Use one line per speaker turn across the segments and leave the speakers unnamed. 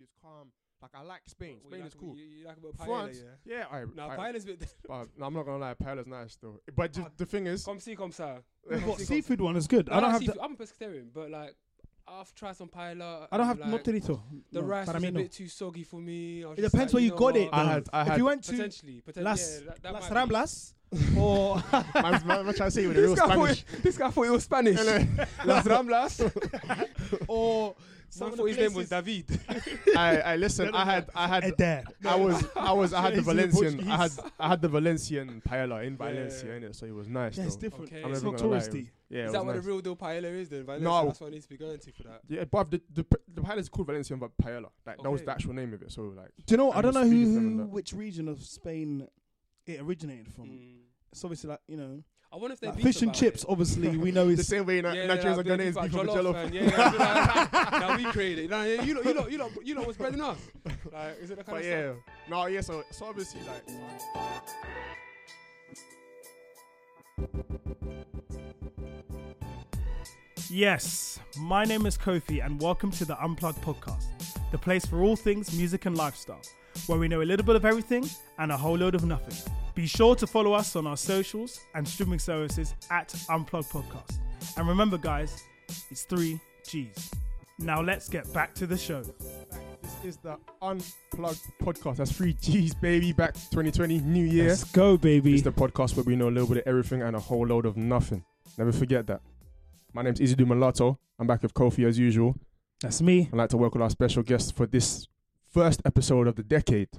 It's calm. Like I like Spain.
What
Spain
you
is
like-
cool.
You, you like about paella,
France,
yeah?
yeah, I,
Now,
I-
paella's a bit.
but I'm not gonna lie, Paella's nice though. But ju- the thing is,
Ah, Come see, come sir.
We've
Come
got
see, come-
seafood one is good.
No,
I don't
no,
have.
seafood.
The,
I'm a pescatarian, but like I've tried some paella.
I don't have
and,
no
like,
torito.
The
no,
rice is a
paramino.
bit too soggy for me. I was
It
just
depends
like,
where you
know
got it.
what?
I had, I
if
had.
you went to
Potentially, potentially.
Las
yeah, that, that
Las
might be-
Ramblas or
man's, man, man trying to say it with a real Spanish.
this guy thought it was Spanish. Las Ramblas.
or some
Someone
of
thought
the
his name was
places-
David.
I, I listen. I had, I had.
Eder.
I was, I was, I had the
He's a
Valencian. I had,
Portuguese.
I had the Valencian paella in
Yeah, yeah,
Valencia,
yeah.
innit? So it was nice.
Yeah, it's
though.
different.
Okay.
I'm
It's
never
not
gonna lie.
touristy.
Yeah, it
is that
was
what
nice.
the real deal paella is then? Valencia,
No.
That's what I need to be going to for that.
Yeah, but the the p- the paella is called Valencian va- paella. Like that was the
Okay.
actual name of it. So like,
Do you know?
And
I don't
the
know
speed of them and
who,
that.
which region of Spain it originated from.
Mm.
It's obviously like you know,
I wonder if they
like
beef
fish and
about
chips.
It.
Obviously, we know
the
is
same way Na-
Yeah,
Nigerians
nah,
and Ghanaians
beef
beef
about
over jollof.
jollof, man. Yeah, yeah. Now we created. it. Nah, yeah, you lot, you lot, you lot, you lot was better than us. Like, is it the kind
But
of
yeah, no, yeah. So so obviously like.
Yes, my name is Kofi, and welcome to the Unplugged Podcast, the place for all things music and lifestyle, where we know a little bit of everything and a whole load of nothing. Be sure to follow us on our socials and streaming services at Unplugged Podcast. And remember, guys, it's three G's. Now let's get back to the show.
This is the Unplugged podcast. That's three G's, baby. Back 2020, new year.
Let's go, baby.
It's the podcast where we know a little bit of everything and a whole load of nothing. Never forget that. My name's Izidu Mulatto. I'm back with Kofi as usual.
That's me.
I'd like to welcome our special guest for this first episode of the decade,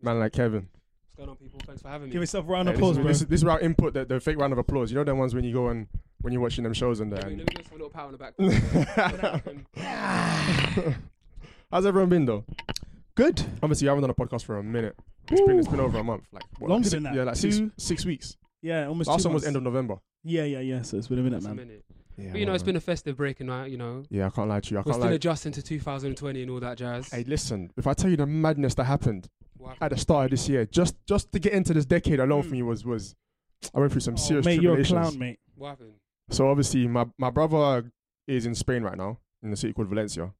man like Kevin.
What's going on, people? Thanks for having me.
Give yourself a round of
Hey, this,
applause,
is,
bro.
this, is- this is our input, the, the fake round of applause. You know them ones when you go and when you're watching them shows and
Let me,
that.
let me give some a little pat on the back.
How's everyone been though?
Good.
Obviously, I haven't done a podcast for a minute. It's been, it's been over a month, like what,
Longer
six-
than that.
Yeah, like
Two-
six, six weeks.
Yeah, almost.
Last
two
one was
months.
end of November.
Yeah, yeah, yeah. So it's been a minute,
It's a
man.
minute.
Yeah,
But you know, it's been a festive break, and I, you know,
Yeah, I can't lie to you. I
we're
can't
still
lie.
adjusting to 2020 and all that jazz.
Hey, listen. If I tell you the madness that happened
Wow.
at the start of this year, just just to get into this decade alone
Mm.
for me was was I went through some
Oh,
serious
mate, you're a
tribulations.
clown, mate.
What happened?
So obviously, my my brother is in Spain right now in a city called Valencia.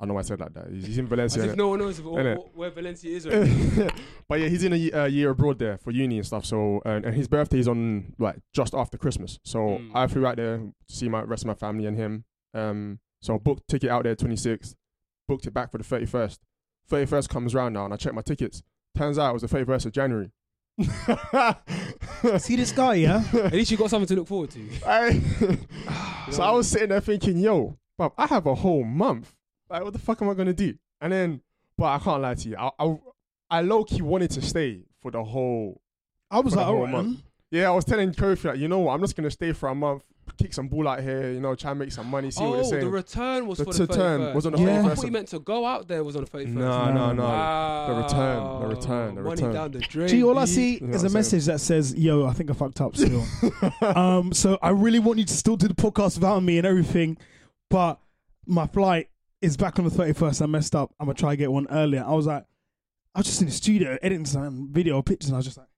I know why I said like that. He's, he's in
As
Valencia.
if no one knows
Innit?
wh- wh- where Valencia is. Right?
innit? but yeah, he's in a ye- uh, year abroad there for uni and stuff. So and, and his birthday is on like just after Christmas. So
Mm.
I flew out there to see my rest of my family and him. Um, so I booked ticket out there 26th, booked it back for the 31st. 31st comes round now, and I check my tickets. Turns out it was the 31st of January.
See this guy, yeah?
At least you got something to look forward to.
I, so I was sitting there thinking, yo, bro, I have a whole month. Like, what the fuck am I gonna do? And then, but I can't lie to you. I, I, I low key wanted to stay for the whole.
I was
For the
like,
whole
all right,
month.
man.
Yeah, I was telling Kofi, like, you know what? I'm just gonna stay for a month, kick some ball out here, you know, try and make some money, see what
oh,
they're
the
saying.
return was
The
for the
return
31st.
was on the
Yeah.
31st
I thought you
of-
meant to go out there was on the 31st.
no, no, no.
Wow.
The return, the return, the
Money
return.
down the drain.
Gee, all I
B.
see
You know what
is a
I'm
message that says, "Yo, I think I fucked up still." um, so I really want you to still do the podcast without me and everything, but my flight is back on the thirty first. I messed up. I'm gonna try and get one earlier. I was like, I was just in the studio editing some video pictures, and I was just like,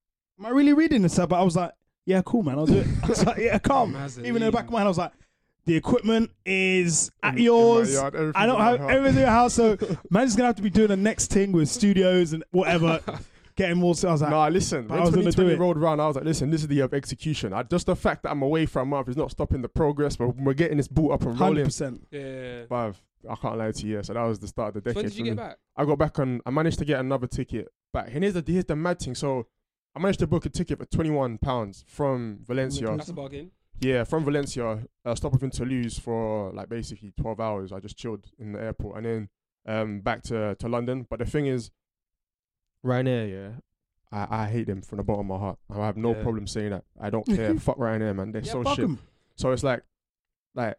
"Am I really reading this?" But I was like, "Yeah, cool, man. I'll do it." I was like, "Yeah, calm."
Mazzarin.
Even in the back of my head, I was like, "The equipment is
In-
at
in my
yours."
yard, everything's
I
in
don't
my
have
yard.
everything in the house, so man's gonna have to be doing the next thing with studios and whatever, getting more. So I was like,
Nah, listen.
But
When
I was gonna do
2020
it.
rolled around, I was like, listen, this is the year of execution. I, just the fact that I'm away for a month is not stopping the progress, but we're getting this boot up and
hundred
rolling.
percent.
Yeah.
Bruv, I can't lie to you. yeah, So that was the start of the
So
decade.
when did you
for me.
get back?
I got back on. I managed to get another ticket back. And here's the here's the mad thing. So I managed to book a ticket for twenty one pounds from Valencia.
That's a bargain.
Yeah, from Valencia. Uh, stop off in Toulouse for like basically twelve hours. I just chilled in the airport and then um back to to London. But the thing is, Ryanair, yeah. I, I hate them from the bottom of my heart. I have no
Yeah.
problem saying that. I don't care. Fuck Ryanair, man. They're
Yeah,
so
fuck
shit.
'em.
So it's like, like,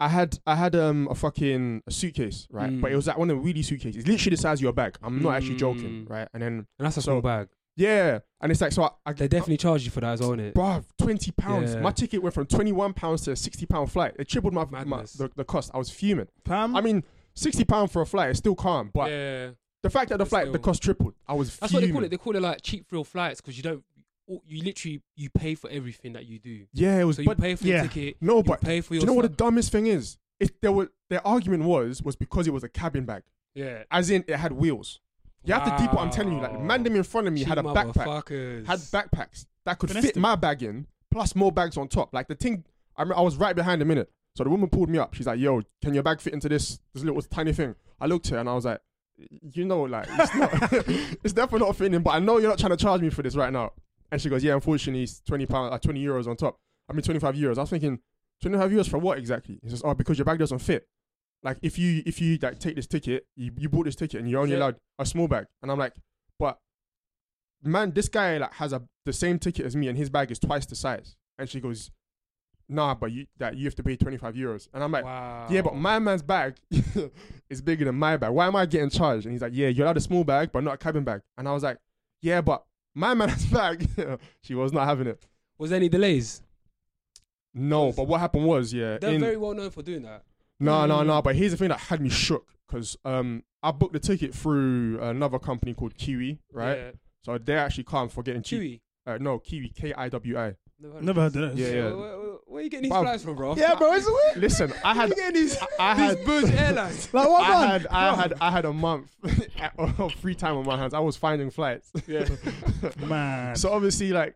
I had I had um a fucking suitcase, right?
Mm.
But it was like one of the really suitcases. It's literally the size of your bag. I'm not actually joking,
Mm.
right? And then
And that's a
So-
small bag.
yeah, and it's like so I, I
They definitely charge you for that as well, innit?
bruv, twenty pounds.
Yeah.
My ticket went from twenty one pounds to a sixty pound flight. It tripled my, my
Madness.
the, the cost. I was fuming.
Pam,
I mean, sixty pound for a flight is still calm, but
Yeah.
the fact that the
But
flight the
still.
cost tripled, I was
That's what
fuming.
they call it. They call it like cheap real flights because you don't, you literally, you pay for everything that you do.
yeah, it was.
So you
but
pay for your
yeah.
ticket.
No,
you
but
pay for
do
your.
you know what the
flight.
dumbest thing is? It, there were their argument was was because it was a cabin bag.
Yeah.
As in, it had wheels. You have to keep what I'm telling you. Like, the man them in front of me had a backpack. had backpacks that could
Finessed
fit
him.
my bag in, plus more bags on top. Like the thing, I, remember I was right behind a minute. So the woman pulled me up. She's like, "Yo, can your bag fit into this this little tiny thing?" I looked at her and I was like, "You know, like it's, not, it's definitely not fitting, but I know you're not trying to charge me for this right now." And she goes, "Yeah, unfortunately, it's twenty pounds, like twenty euros on top. I mean, twenty five euros." I was thinking, twenty five euros for what exactly? He says, "Oh, because your bag doesn't fit." Like if you if you like take this ticket, you, you bought this ticket and you're only
Yeah.
allowed a small bag. And I'm like, but man, this guy like has a the same ticket as me, and his bag is twice the size. And she goes, nah, but you that you have to pay twenty five euros. And I'm like,
Wow.
yeah, but my man's bag is bigger than my bag. Why am I getting charged? And he's like, yeah, you're allowed a small bag, but not a cabin bag. And I was like, yeah, but my man's bag, she was not having it.
Was there any delays?
No, but what happened was, yeah,
They're
in-
very Mm. well known for doing that.
No, no, no. But here's the thing that had me shook because um, I booked the ticket through another company called Kiwi, right?
Yeah.
So they actually can't for getting cheap.
Chewy.
Uh, no, Kiwi, K I W I.
Never heard of that.
Yeah,
Yeah,
yeah.
Where, where- where are you getting these
Bruv.
flights from, bro?
It's weird.
Listen, I had,
you getting these,
I, I
these
had,
Burj Airlines?
Like what
I
man?
had, I had, I had a month of free time on my hands. I was finding flights.
yeah.
Man.
so obviously, like,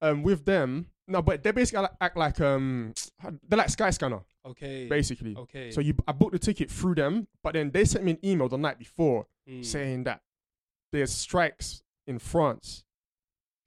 um, with them, no, but they basically like- act like um, they're like Skyscanner,
Okay.
basically.
Okay.
So you, I booked the ticket through them, but then they sent me an email the night before
Hmm.
Mm.
saying that there's strikes in France.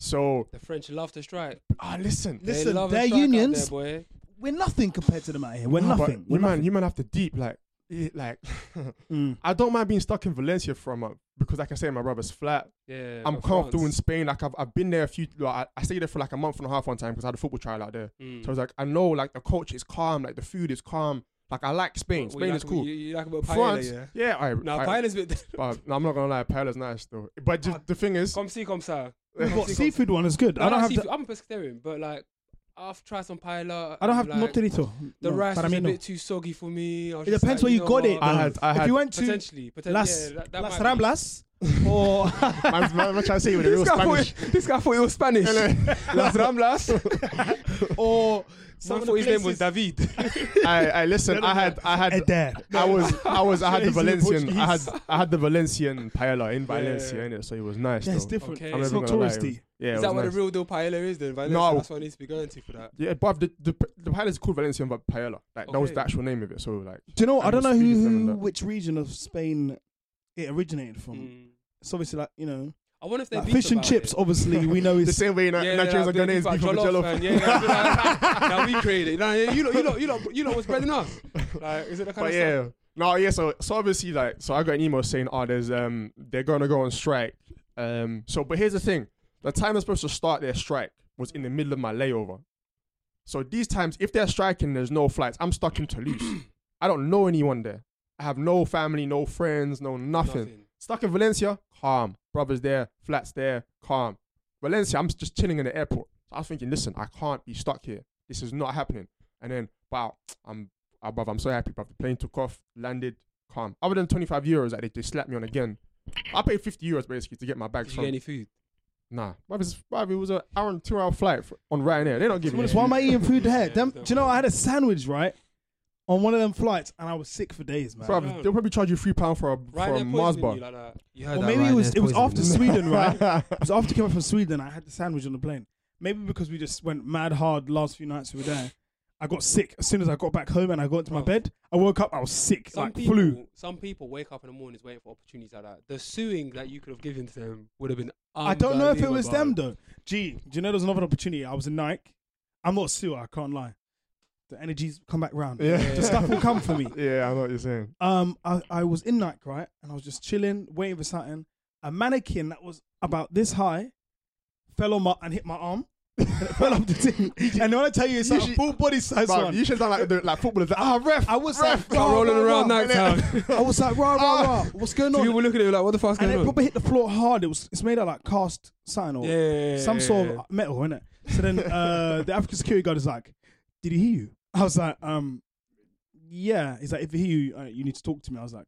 So
the French love to strike.
ah, listen,
They
Listen,
love a
their
strike out
unions-
There, boy.
we're nothing compared to them out here. We're
Nah, Ah, but
nothing. We're
You man,
nothing.
you man have to deep like, eh, like.
Mm.
I don't mind being stuck in Valencia for a month because, like I say, my brother's flat.
Yeah.
I'm
but
comfortable in
France.
Spain. Like I've, I've been there a few. Like, I, I stayed there for like a month and a half one time because I had a football trial out there.
Mm.
So I was like, I know like the culture is calm, like the food is calm. Like I like Spain.
What- what you
Spain
like
is
about-
cool.
You, you like about paella,
France,
yeah?
yeah, I,
No,
I,
paella's a bit.
but no, I'm not gonna lie, Paella's nice though. But just,
Ah,
the thing is,
Come see, come sir.
We've got
Seafood.
seafood one is good.
No,
I don't
not
have.
seafood.
The,
I'm a pescatarian, but like I've tried some paella.
I don't have
and,
no
like,
torito.
The
no,
rice was a
paramino.
bit too soggy for me. I was
It
just
depends
like,
where you
know
got it.
what?
I had, I
If
had
you went to
potentially, potentially.
Las
yeah, that, that
Las
might be.
Ramblas or
Man's, man, man trying to say it with a real
This guy,
Spanish.
thought, this guy thought it was Spanish. Las Ramblas.
or
Man
some
thought his name was
that.
David.
I, I listen. I had, I had, I was, I was, I had the
He's in
Valencian. I had,
Portuguese.
I had the Valencian paella in Valencia,
Yeah.
innit? So it was nice.
Yeah, it's
though.
different.
Okay.
I'm
It's
never
not
gonna lie, it
touristy.
Yeah, it
Is
was
that what
nice.
the real deal paella is then? Valencia?
No.
That's what I need to be going to for that.
yeah, but the the, the paella is called Valencian but paella. Like that was the
Okay.
actual name of it. So like,
Do you know? I
And
don't
the
know
speed is
who,
different than
who
that.
which region of Spain it originated from.
Mm.
It's obviously like you know,
I wonder if they
like
beef
fish and
about
chips.
It.
Obviously, we know
the
is
same way Ni-
Yeah, yeah,
Nigerians
yeah,
and Ghanaians
but
beef with
jollof,
jollof.
man. Yeah, yeah, now we created. Now you know, you know, you know, you know what's breading us. Like, is it the kind
But
of
yeah,
stuff?
no, yeah. So so obviously like, so I got an email saying, oh, there's um, they're gonna go on strike. Um, so but here's the thing: the time they're supposed to start their strike was in the middle of my layover. So these times, if they're striking, there's no flights. I'm stuck in Toulouse. I don't know anyone there. I have no family, no friends, no nothing. Stuck in Valencia, calm. Brothers there, flats there, calm. Valencia, I'm just chilling in the airport. So I was thinking, listen, I can't be stuck here. This is not happening. And then, wow, I'm, ah, bruv, I'm so happy, bruv. The plane took off, landed, calm. Other than 25 euros that they just slapped me on again. I paid 50 euros basically to get my
Did
bags
you get
from.
any food?
Nah, bruv, it's, bruv, it was an hour and two hour flight for, on Ryanair. They don't give me
Why am I eating food
Yeah,
here? Them, do
don't
you know?
worry.
I had a sandwich right on one of them flights, and I was sick for days, man.
Bruv, they'll probably charge you £3 pound for a, for a
Right
Mars bar.
You like that. You
Or
heard
maybe it was it was after Sweden, right?
right?
It was after I came back from Sweden. I had the sandwich on the plane. Maybe because we just went mad hard last few nights we were there. I got sick as soon as I got back home and I got into my
Bruv.
bed. I woke up. I was sick,
Oh. Some
like
people,
flu.
some people wake up in the mornings waiting for opportunities like that. The suing that you could have given to them would have been.
I don't know if it was them
unbelievable.
though. Gee, do you know there's another opportunity? I was in Nike. I'm not a sewer. I can't lie. The energies come back round.
Yeah.
The stuff will come for me.
Yeah, I know what you're saying.
um, I, I was in Nike, right? And I was just chilling, waiting for something. A mannequin that was about this high fell on my and hit my arm. and it fell off the thing. And when I tell you, it's
You
like a
should-
full body size
Bruv,
one.
you should have done like, the, like footballers. Ah, ref!
I was
ref!
like, rah,
rolling
rah,
around
rah.
Nike town.
I was like, rah, rah, rah. What's going
So
on?
you were looking at it like, what the fuck's
and
going
it
on?
probably hit the floor hard. It was it's made out like cast sign or
yeah, yeah, yeah,
some
yeah,
sort
yeah.
of uh, metal, innit? So then uh, the African security guard is like, "Did he hear you?" I was like, "Um, yeah." He's like, "If he hear you, uh, you need to talk to me." I was like,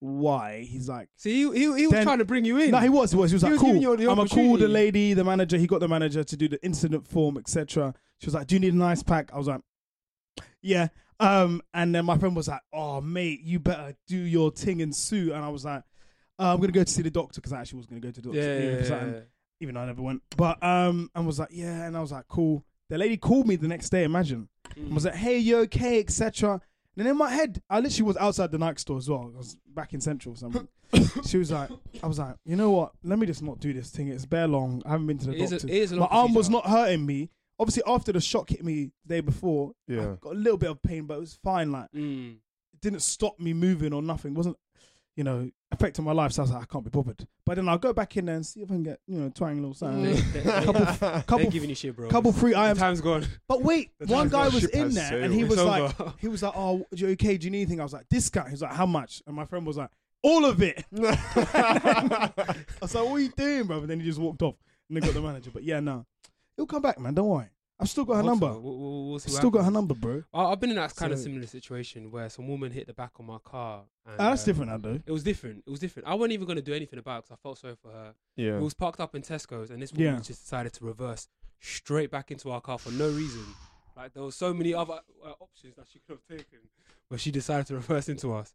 "Why?" He's like,
See, he, he, he was
Then-
trying to bring you in.
"No, he was, he was, he was
He
like,
was
cool.
giving you the
I'm gonna call the
opportunity."
lady, the manager. He got the manager to do the incident form, etc." She was like, "Do you need an ice pack?" I was like, "Yeah." Um, and then my friend was like, "Oh, mate, you better do your thing and sue." And I was like, uh, "I'm gonna go to see the doctor because I actually was gonna go to the doctor,
Yeah,
even,
yeah,
if it's something- even though I never went." But um, and was like, "Yeah," and I was like, "Cool." The lady called me the next day. Imagine, and was like, "Hey, you okay?" Etc. And then in my head, I literally was outside the Nike store as well. I was back in Central or something. she was like, "I was like, you know what? Let me just not do this thing. It's bare long. I haven't been to the
It is a-
doctor.
it is a
my
long
arm was
procedure.
not hurting me. Obviously, after the shock hit me the day before,
Yeah.
I got a little bit of pain, but it was fine. Like
Mm.
it didn't stop me moving or nothing. wasn't you know affecting my life. So I was like, I can't be bothered. But then I'll go back in there and see if I can get you know twang a little
They-
something.
they- they-
couple,
They're
couple,
giving you shit, bro.
couple free
The
items.
Time's gone.
But wait,
The
one
time's
guy
gone.
was
Ship
in
has
there and he
sailed.
was
It's
like,
over.
he was like, oh, you okay? Do you need anything? I was like, this guy. He was like, how much? And my friend was like, all of it. I was like, what are you doing, bro? And then he just walked off and then got the manager. But yeah, no, he'll come back, man. Don't worry. I've still got her
Hope so.
number.
We'll- we'll- we'll see
I've
what
still got her
happens.
number, bro.
I- I've been in that kind of
So-
similar situation where some woman hit the back of my car. And,
Ah, that's
um,
different now, though.
It was different. It was different. I wasn't even going to do anything about it because I felt sorry for her.
yeah.
We was parked up in Tesco's, and this woman
Yeah.
just decided to reverse straight back into our car for no reason. Like there were so many other uh, options that she could have taken, but she decided to reverse into us.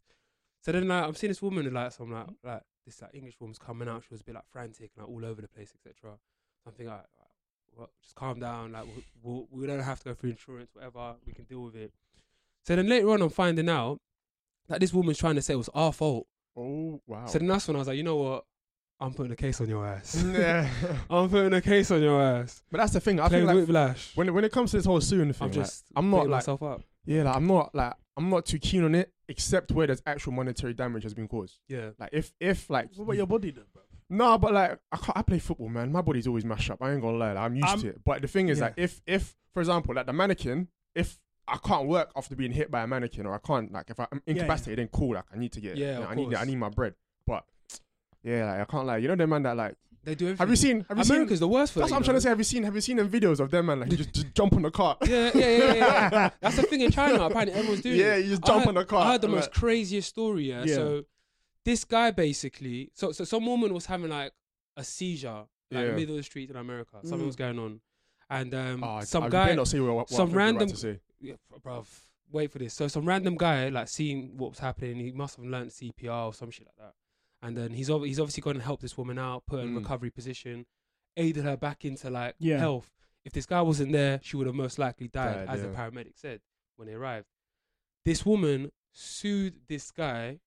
So then like, I'm seeing this woman like some like like this like English woman's coming out. She was a bit like frantic and like all over the place, etc. So I'm thinking, like, well, just calm down. Like we'll, we'll, we don't have to go through insurance, whatever. We can deal with it. So then later on, I'm finding out that this woman's trying to say it was our fault.
Oh wow.
So then that's when I was like, you know what? I'm putting a case on your ass.
yeah.
I'm putting a case on your ass.
But that's the thing. I
Play
think like
with whiplash.
when it- when it comes to this whole suing thing,
I'm
like,
just
I'm not
beating
like
myself up.
yeah, like, I'm not like I'm not too keen on it, except where there's actual monetary damage has been caused.
Yeah.
Like if if like
What about your body, though, bro?
No, but like I, can't, I play football, man. My body's always mashed up. I ain't gonna lie, like, I'm used
Um,
I'm-
to it. But the thing is,
Yeah.
like, if if for example, like the mannequin, if I can't work after being hit by a mannequin, or I can't like if I'm
yeah.
incapacitated, then cool, like I need to get, you
Yeah,
know,
of
I need I
course.
need my bread. But yeah, like I can't lie. You know, the man that like,
They do everything.
have you seen? Have you seen?
America's the worst for
That's what
that,
I'm
you
trying
know?
to say. Have you seen? Have you seen them videos of them man like you just, just jump on the cart?
Yeah, yeah, yeah, yeah, yeah. That's the thing in China. Apparently, everyone's doing
Yeah,
it.
you just
I
jump
heard-
on the cart.
I heard the
I'm
most
like-
craziest story. Yeah.
Yeah.
So this guy basically, so so some woman was having like a seizure like, in
Yeah.
the middle of the street in America. Something
Mm.
was going on, and um,
Ah,
some
I
guy,
better not say what, what
some
I'm about
random-
to say.
yeah, bruv, wait for this. So some random guy like seeing what was happening. He must have learnt CPR or some shit like that. And then he's ob- he's obviously gone and helped this woman out, put her in
Mm.
recovery position, aided her back into like
Yeah.
health. If this guy wasn't there, she would have most likely died,
Died,
as the
yeah.
paramedic said when they arrived. This woman sued this guy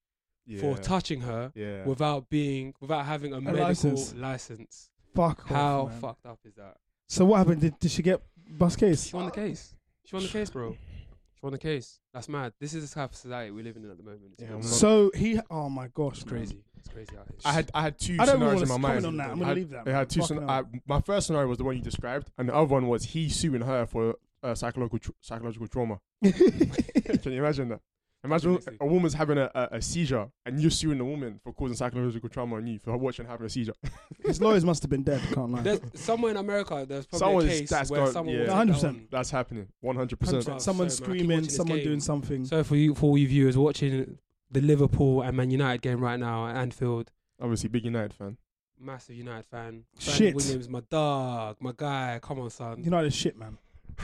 Yeah.
for touching her
yeah.
without being without having a, medical
license.
license.
Fuck off,
How
man.
fucked up is that?
So what happened? Did, did she get bus case?
She won the case. She won the case, bro. She won the case. That's mad. This is the type of society we're living in at the moment. It's
Yeah,
mad.
I'm not-
So he. Oh my gosh,
It's
man.
crazy. It's crazy out here.
I had I had two
I don't
scenarios in
want to
my
comment
mind.
on that. I'm
I
gonna
had-
leave that.
They had two.
Fucking
Scen-
hell.
I, my first scenario was the one you described, and the other one was he suing her for uh, psychological tr- psychological trauma. Can you imagine that? Imagine
Crazy.
a woman's having a, a, a seizure, and you're suing the woman for causing psychological trauma on you for her watching her having a seizure.
His lawyers must have been dead. Can't lie.
There's, somewhere in America, there's probably
Someone's-
a case
that's
where
gone-
someone
yeah.
will take that
100%.
one.
That's happening, 100. percent
Hundred-
Sorry, man,
Someone
I keep watching
screaming.
this
Someone
game.
doing something.
So for you, for all you viewers watching the Liverpool and Man United game right now at Anfield,
Obviously, big United fan.
massive United fan. Brandon
Shit.
Williams, my dog, my guy. Come on, son.
you know this shit, man.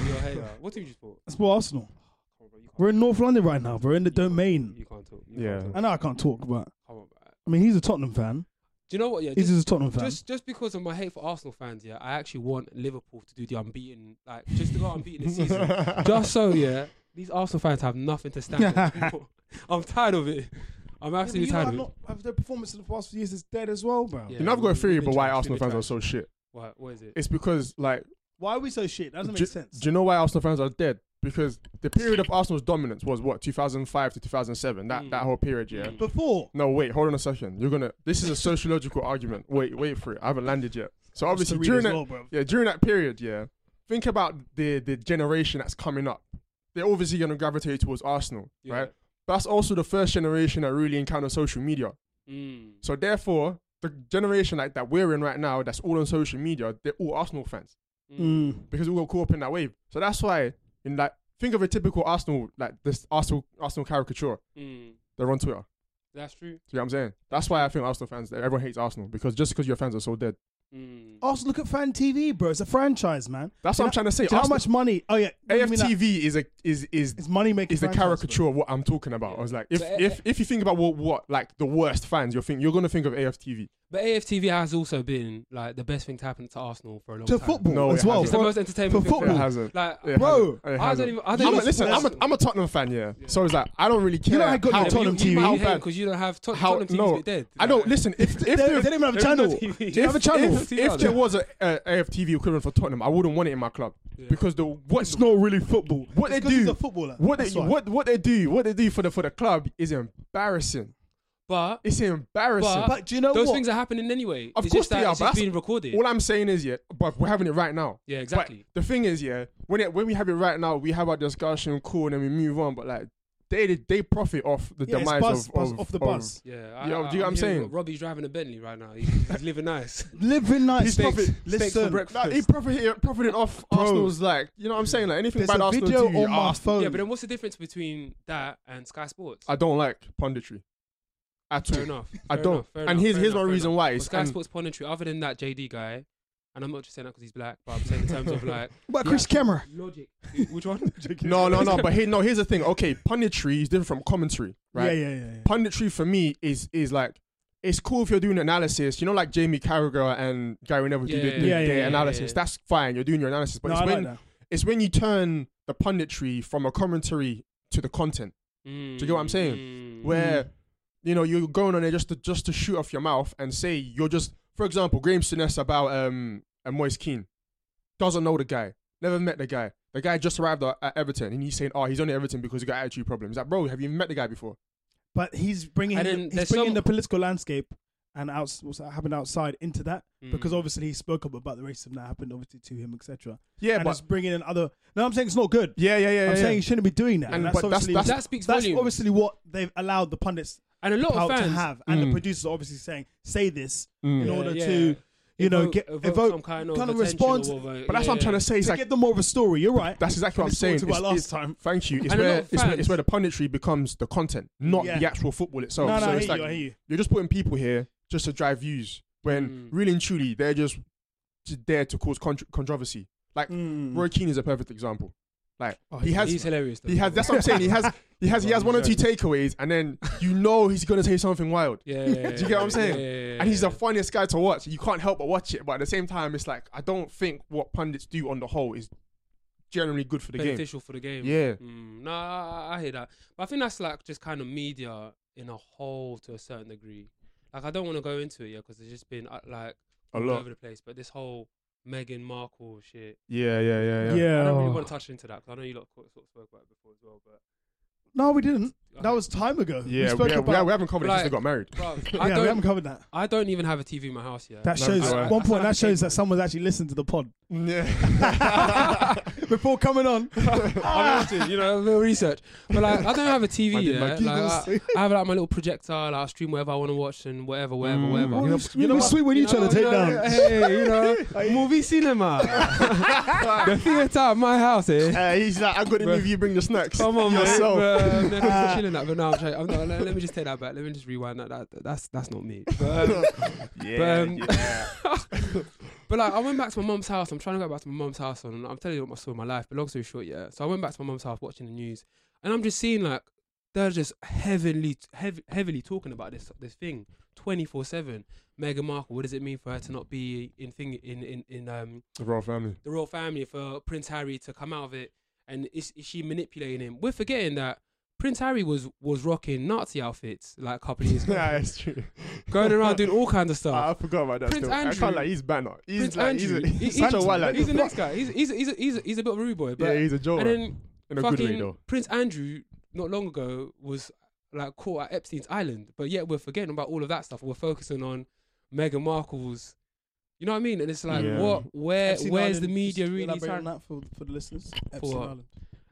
You're a hater. What team you support?
That's for Arsenal.
Come on, bro, you can't-
We're in North London right now. We're in the
you can't-
domain.
You can't talk. You
Yeah.
Can't talk.
I know I can't talk, but
Come on, bro.
I mean, he's a Tottenham fan.
Do you know what? Yeah.
He's
just-
a Tottenham fan.
Just just because of my hate for Arsenal fans, yeah, I actually want Liverpool to do the unbeaten, like just to go unbeaten this season. just so, yeah, these Arsenal fans have nothing to stand on. anymore. I'm tired of it. I'm
Yeah, but
absolutely
you know,
tired
I'm
of it.
not- I've- their performance in the past few years is dead as well, bro.
Yeah.
you know, I've got a
we've
theory
been
about why
trash,
Arsenal
we've
fans
been
are so shit.
What, what is it?
It's because like,
Why are we so shit? That doesn't make
Ju-
sense.
do you know why Arsenal fans are dead? Because the period of Arsenal's dominance was what 2005 to 2007. That
Mm.
that whole period, yeah.
Mm.
Before
No, wait, hold on a second. You're gonna. This is a sociological argument. Wait, wait for it. I haven't landed yet. So obviously
Just to
during
read as
that,
well, bro.
yeah, during that period, yeah. Think about the the generation that's coming up. They're obviously gonna gravitate towards Arsenal,
Yeah.
right? That's also the first generation that really encountered social media.
Mm.
So therefore, the generation like that we're in right now, that's all on social media, they're all Arsenal fans
Mm.
because we got caught up in that wave. So that's why, in like, think of a typical Arsenal like this Arsenal Arsenal caricature.
Mm.
They're on Twitter.
That's true.
See what I'm saying? That's why I think Arsenal fans, everyone hates Arsenal because just because your fans are so dead.
Mm.
Oh.
Also, look at Fan TV, bro. It's a franchise, man.
That's
Do
what
you
I'm trying to say.
Do you know how
Arsenal-
much money? Oh yeah, you mean that-
AFTV is a is is
It's money making.
is the caricature of what I'm talking about. I was like, if
So, eh, eh.
if if you think about what what like the worst fans, you're think you're gonna think of AFTV.
But AFTV has also been like the best thing to happen to Arsenal for a long
to
time.
football
No, it
as well.
It's the
For-
most entertainment
for
thing
It
football.
ever.
hasn't.
Like,
It hasn't.
Bro,
It
I
hasn't.
don't even. I
I'm
don't
a,
even
listen, I'm a,
Yeah,
I'm a Tottenham fan, yeah. So it's like I don't really care.
know I got
how,
no
but
Tottenham
you, you
TV.
might
How
hate
bad?
'cause you don't have Tot-
How
Tottenham
no?
TV is dead.
I don't listen. If
they,
if
they
there-
didn't even have a
There is no
channel.
TV.
if,
have a channel.
if,
TV out
if there
there.
was a, a AFTV equivalent for Tottenham, I wouldn't want it in my club
Yeah.
because the what
It's not really football.
What
It's
they
'cause he's
do-
a footballer.
what they,
That's why.
what what they do what they do for the for the club is embarrassing.
But
It's embarrassing.
But do you know
Uh, those
what?
things are happening anyway.
Of
It's just
course
that
they are,
It's
but
just
that's-
being recorded.
All I'm saying is, yeah, but we're having it right now.
Yeah, exactly.
But the thing is, yeah, when it, when we have it right now, we have our discussion, cool, and then we move on. But like, they they profit off the
Yeah, it's
demise
buzz,
of,
buzz,
of
off the
of-
buzz.
Yeah,
Yeah, do you
I,
get what I'm
hearing
saying?
what Robbie's driving a Bentley right now. He's, he's living nice.
Living nice.
He's profit-
Listen,
steaks for breakfast.
Like, he profited profited off
Bro.
Arsenal's like, you know what I'm saying? Like anything
There's
bad
a
Arsenal
video
do,
on my
Arsenal-
phone.
Yeah, but then what's the difference between that and Sky Sports?
I don't like punditry at all.
fair enough.
I
fair
don't.
enough, fair
and
enough,
here's
fair
here's
enough,
one
fair
reason why.
But
It's,
Sky
and
Sports punditry, other than that JD guy, and I'm not just saying that because he's black, but I'm saying in terms of like
But
the
Chris
actual
Camera.
logic. Which one?
no, no, no. But here, no. Here's the thing. Okay, punditry is different from commentary, right?
Yeah, yeah, yeah. yeah.
punditry for me is is like it's cool if you're doing analysis. You know, like Jamie Carragher and Gary Neville do
Yeah, yeah,
the, the-
yeah,
their
yeah,
analysis.
yeah, yeah.
That's fine. You're doing your analysis, but
no,
it's
I like
when
that.
it's when you turn the punditry from a commentary to the content,
Mm,
Do you get what I'm saying?
mm.
Mm-hmm.
where you know you're going on there just to just to shoot off your mouth and say you're just, for example, Graham Sinnes about um and Moise Keane doesn't know the guy, never met the guy. The guy just arrived at at Everton, and he's saying, "Oh, he's only at Everton because he got attitude problems." Like, bro, have you met the guy before?
But he's bringing
And then
he's
there's
bringing
some-
the political landscape and out what's happened outside into that
Mm.
because obviously he spoke up about the racism that happened obviously to him etc.
Yeah,
and
but
it's bringing in other. No, I'm saying it's not good.
yeah, yeah, yeah.
I'm
yeah,
saying
yeah.
he shouldn't be doing that.
And-
And, that's
but that's-
obviously
that's- Oh,
that speaks
that's
volumes.
obviously what they've allowed the pundits
and a lot
power
of
to
fans
have, and the
Mm.
producers obviously saying, "Say this
Mm.
in
Yeah,
order
yeah.
to, you know,
evoke-
get
evoke
evoke,
some kind of,
kind of
attention
response.
or whatever.
But that's
Yeah,
what I'm trying
yeah.
to say. It's
to
like
get them more of a story." You're right.
That's exactly what I'm
This is what
saying.
we talked about
It's-
last
it's-
time.
Thank you. It's
And a lot
where,
of
it's, where, it's
fans-
where the punditry becomes the content, not
Yeah.
the actual football itself.
no, no,
so
I
it's
hear
like
you. I hear you.
you're just putting people here just to drive views when
Mm.
Hmm.
really and truly they're just, just there to cause contr controversy. Like
Mm.
Roy Keane is a perfect example. Like he has
Oh, He's hilarious. Though,
he has that's what I'm saying. He has he has he has one or two takeaways and then you know he's gonna say something wild.
Yeah, yeah,
Do you get what I'm saying?
yeah, yeah, yeah,
And he's
yeah.
the funniest guy to watch. You can't help but watch it. But at the same time, it's like I don't think what pundits do on the whole is generally good for the game.
beneficial for the game.
Yeah.
Mm, no, I, I- I hear that. But I think that's like just kind of media in a whole to a certain degree. Like I don't want to go into it yeah, because there's just been uh, like
A
all
lot.
over the place. But this whole Meghan Markle shit,
Yeah, yeah, yeah,
Yeah.
I don't really
oh.
want to touch into that because I know you lot sort of spoke about it before as well. But
No, we didn't.
Okay.
That was time ago. we
Yeah,
spoke
we, yeah, we,
about.
we haven't covered it since
Like-
they got married.
Bruv,
yeah,
I
we haven't
don't.
covered that.
I don't even have a TV in my house yet.
That
No,
shows
no,
at
I-
one
I
point. That
haven't
shows
taken
that someone's actually listened to the pod
Yeah.
before coming on.
I wanted, you know, a little research. But like, I don't have a
I
TV
did my
yet. Like, I, I have like my little projector. Like, I stream whatever I want to watch and whatever, whatever,
Mm.
whatever.
You know-
Well,
you know
we
what?
sweet when you try to take down.
Hey, you know, movie cinema. the theater at my house, eh?
Uh, he's like, I got it
Bruh.
if you bring the snacks.
Come on, man.
Yourself.
But, uh, no, I'm chilling that, but no, I'm, trying, I'm not, let, let me just take that back. Let me just rewind that. that that's that's not me. But, um,
Yeah,
But, um,
yeah.
but like, I went back to my mum's house. I'm trying to go back to my mum's house, and I'm telling you what my story of my life. But long story short, yeah. So I went back to my mum's house watching the news, and I'm just seeing like they're just heavily, heav- heavily talking about this this thing, 24 seven. Meghan Markle. What does it mean for her to not be in thing in in in um
The royal family.
the royal family for Prince Harry to come out of it? And is, is she manipulating him? We're forgetting that. Prince Harry was was rocking Nazi outfits like a couple of years ago,
Yeah, it's true.
going around doing all kinds of stuff.
I, I forgot about that.
Prince
still. I
Andrew-
can't like he's banner. He's
Prince
like
Andrew,
he's a,
he-
he's
he-
such a wild like,
he's the next guy. He's he's he's a, he's a, he's a bit of a rude boy, but
Yeah, he's a
and
joker
then
in a good way
fucking
though.
Prince Andrew not long ago was like caught at Epstein's island, but yet we're forgetting about all of that stuff. We're focusing on Meghan Markle's. You know what I mean? And it's like,
Yeah.
what? Where?
Epstein
Eh, where's
Island,
the media
just
really
elaborate on
trying?
that for, for the listeners? Epstein
what?
Island.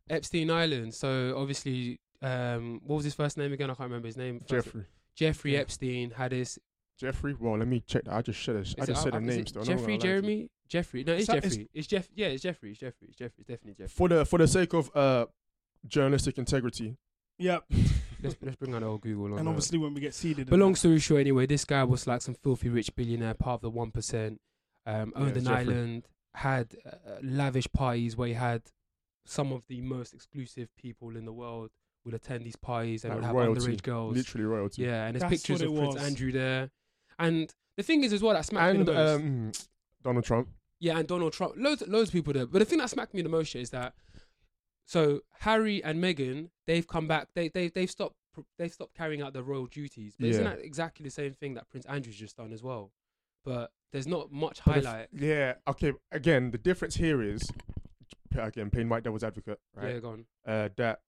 Epstein Island. So obviously, um, what was his first name again? I can't remember his name. First-
Jeffrey.
Jeffrey
Yeah.
Epstein had his.
Jeffrey. Well, let me check that. I just should have. I
is it-
just said
uh,
a
is it
name still. I'm not
Jeffrey,
gonna lie to you.
Jeremy, Jeffrey. No, it's
So- it's-
Jeffrey. It's Jeff. Yeah, it's Jeffrey. It's Jeffrey. It's Jeffrey. It's definitely Jeffrey.
For the for the sake of uh, journalistic integrity.
Yeah,
let's let's bring out old Google. On
and
that.
obviously when we get seeded,
But long story short, anyway, this guy was like some filthy rich billionaire, part of the one percent. um,
Yeah,
owned an
Jeffrey.
island, had uh, uh, lavish parties where he had some of the most exclusive people in the world would attend these parties and
Like
would have
royalty,
underage girls.
literally royalty.
Oh, Yeah, and there's
That's
pictures
what
of
it
Prince
was.
Andrew there. And the thing is, as well, that smacked me
and
the most.
um, Donald Trump.
Yeah, and Donald Trump, loads, loads of people there. But the thing that smacked me the most is that, so Harry and Meghan, they've come back. They they they've stopped pr- they've stopped carrying out their royal duties. But isn't
Yeah.
that exactly the same thing that Prince Andrew's just done as well? But there's not much
But if-
highlight.
yeah. Okay. Again, the difference here is again playing white devil's advocate,
Yeah,
right?
go on.
Uh, that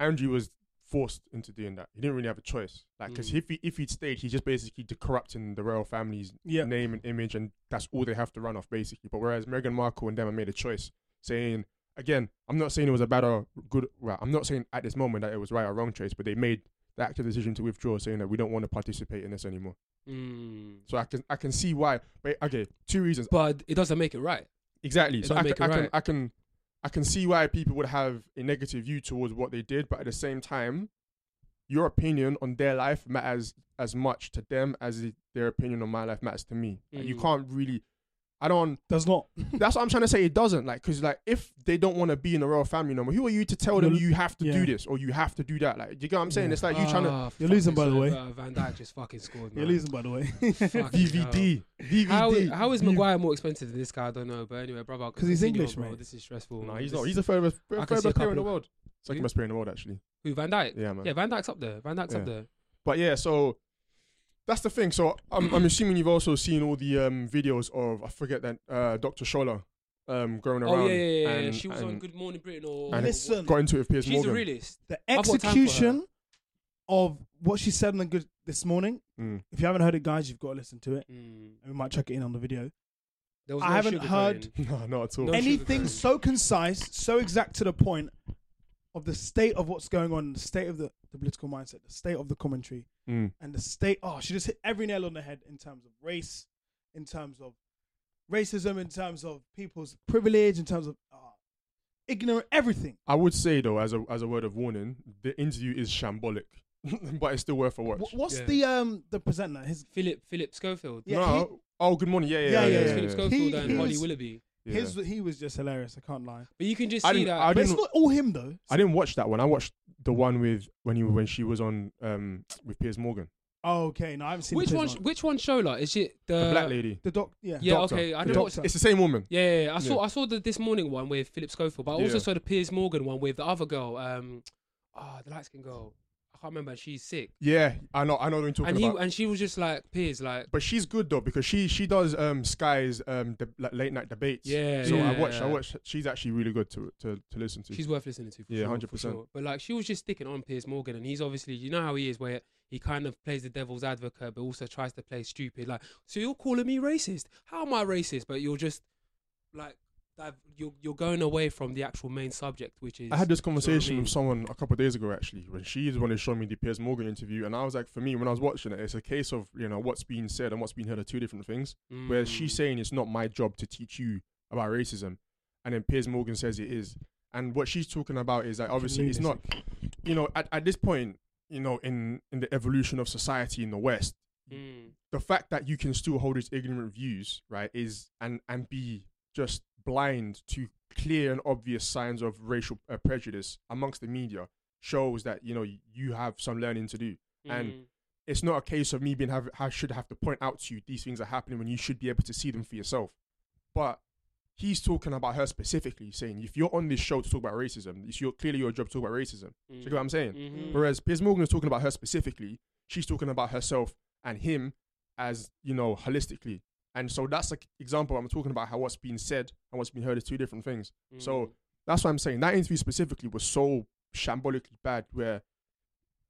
Andrew was forced into doing that. He didn't really have a choice. Like, because
Mm.
if he if he'd stayed, he's just basically de- corrupting the royal family's
Yeah.
name and image, and that's all they have to run off basically. But whereas Meghan Markle and them have made a choice, saying again, I'm not saying it was a bad or good. Well, I'm not saying at this moment that it was right or wrong choice, but they made the active decision to withdraw, saying that we don't want to participate in this anymore.
Mm.
So I can I can see why. But okay, two reasons.
But it doesn't make it right.
Exactly.
It
So
don't
I
make
can, I,
it
can,
right.
I can I can see why people would have a negative view towards what they did, but at the same time, your opinion on their life matters as much to them as it- their opinion on my life matters to me. Like, you
Mm.
can't really. I don't.
Does not.
That's what I'm trying to say. It doesn't like because like if they don't want to be in the royal family no more, who are you to tell them
You're-
you have to
yeah.
do this or you have to do that? Like, do you get what I'm saying?
Yeah.
It's like you trying to
Ah,
You're
fuck,
losing,
it's
by the
over.
way.
Van Dijk just fucking scored.
You're
man.
losing, by the way.
Fucking hell.
DVD, DVD.
Ah, How, how is Maguire more expensive than this guy? I don't know, but anyway, brother,
'Cause he's
continue on,
English,
bro.
mate.
This is stressful.
No,
man.
he's
This
not. He's
is-
the third best,
I can
third
see a
best player in the
couple-
world. Second
Who?
best player in the world, actually.
who Van Dijk.
Yeah, man.
Yeah, Van Dijk's up there. Van Dijk's up
Yeah.
there.
But yeah, so that's the thing. So I'm, I'm assuming you've also seen all the um, videos of I forget that uh, Dr. Scholler um, going around.
Oh yeah, yeah, yeah. yeah.
and-
she was on
and
Good Morning Britain or
and
Listen,
Got into it with Piers
she's
Morgan.
a realist.
the
got time for her.
execution of what she said on the good this morning.
Mm.
If you haven't heard it, guys, you've got to listen to it.
Mm.
And we might check it in on the video.
There was
I
no
haven't
sugarcoating.
heard-
no, not at all.
No, she was
Anything
very-
so concise, so exact to the point of the state of what's going on, the state of the, the political mindset, the state of the commentary,
Mm.
and the state. Oh, she just hit every nail on the head in terms of race, in terms of racism, in terms of people's privilege, in terms of uh, ignorant everything.
I would say though, as a as a word of warning, the interview is shambolic, but it's still worth a watch.
Wh- what's
Yeah.
the um the presenter? His
Philip Philip Schofield.
yeah,
no. oh, good morning. Yeah, yeah, yeah.
Yeah,
It
yeah,
was
yeah,
Philip
yeah.
Schofield
He-
and
he
Holly
was-
Willoughby.
Yeah.
his he was just hilarious. I can't lie.
But you can just
I
see
didn't-
that.
I
But it's
didn't-
not all him though.
I didn't watch that one. I watched the one with when he when she was on um with Piers Morgan,
Oh, okay, no, I haven't seen
which
the
one?
first
Which one? Shola? Is it the,
the black lady.
The doc, yeah,
Yeah.
Doctor.
Okay. I
The
didn't watch
doctor.
that.
It's the same woman.
Yeah, yeah, yeah. I saw I saw the this morning one with Philip Schofield, but I also
Yeah.
saw the Piers Morgan one with the other girl. Um, ah, the light skin girl. I can't remember. She's sick,
Yeah, I know. I know what you're talking
and
about.
he and she was just like Piers, like
But she's good though because she she does um Sky's um de- like late night debates.
Yeah,
So I
yeah,
watch I
yeah.
watch. She's actually really good to to, to listen to.
She's worth listening to. For
Yeah,
sure,
100%.
For sure. But like, she was just sticking on Piers Morgan, and he's obviously, you know how he is, where he kind of plays the devil's advocate, but also tries to play stupid. Like, so you're calling me racist? How am I racist? But you're just like, div- you're you're going away from the actual main subject, which is.
I had this conversation
I mean?
with someone a couple of days ago actually when she is when they showed me the Piers Morgan interview and I was like for me when I was watching it it's a case of you know what's being said and what's being heard are two different things. Whereas she's
Mm.
saying it's not my job to teach you about racism, and then Piers Morgan says it is. And what she's talking about is that obviously it's not you know at, at this point you know in in the evolution of society in the West
Mm.
the fact that you can still hold these ignorant views, right, is and and be just blind to clear and obvious signs of racial uh, prejudice amongst the media shows that you know you have some learning to do. And
Mm.
It's not a case of me being have I should have to point out to you these things are happening when you should be able to see them for yourself. But he's talking about her specifically, saying if you're on this show to talk about racism, it's your clearly your job to talk about racism. Do you get what I'm saying?
Mhm.
Whereas Piers Morgan is talking about her specifically, she's talking about herself and him as, you know, holistically. And so that's an example. I'm talking about how what's being said and what's being heard is two different things.
mm-hmm,
So That's what I'm saying. That interview specifically was so shambolically bad where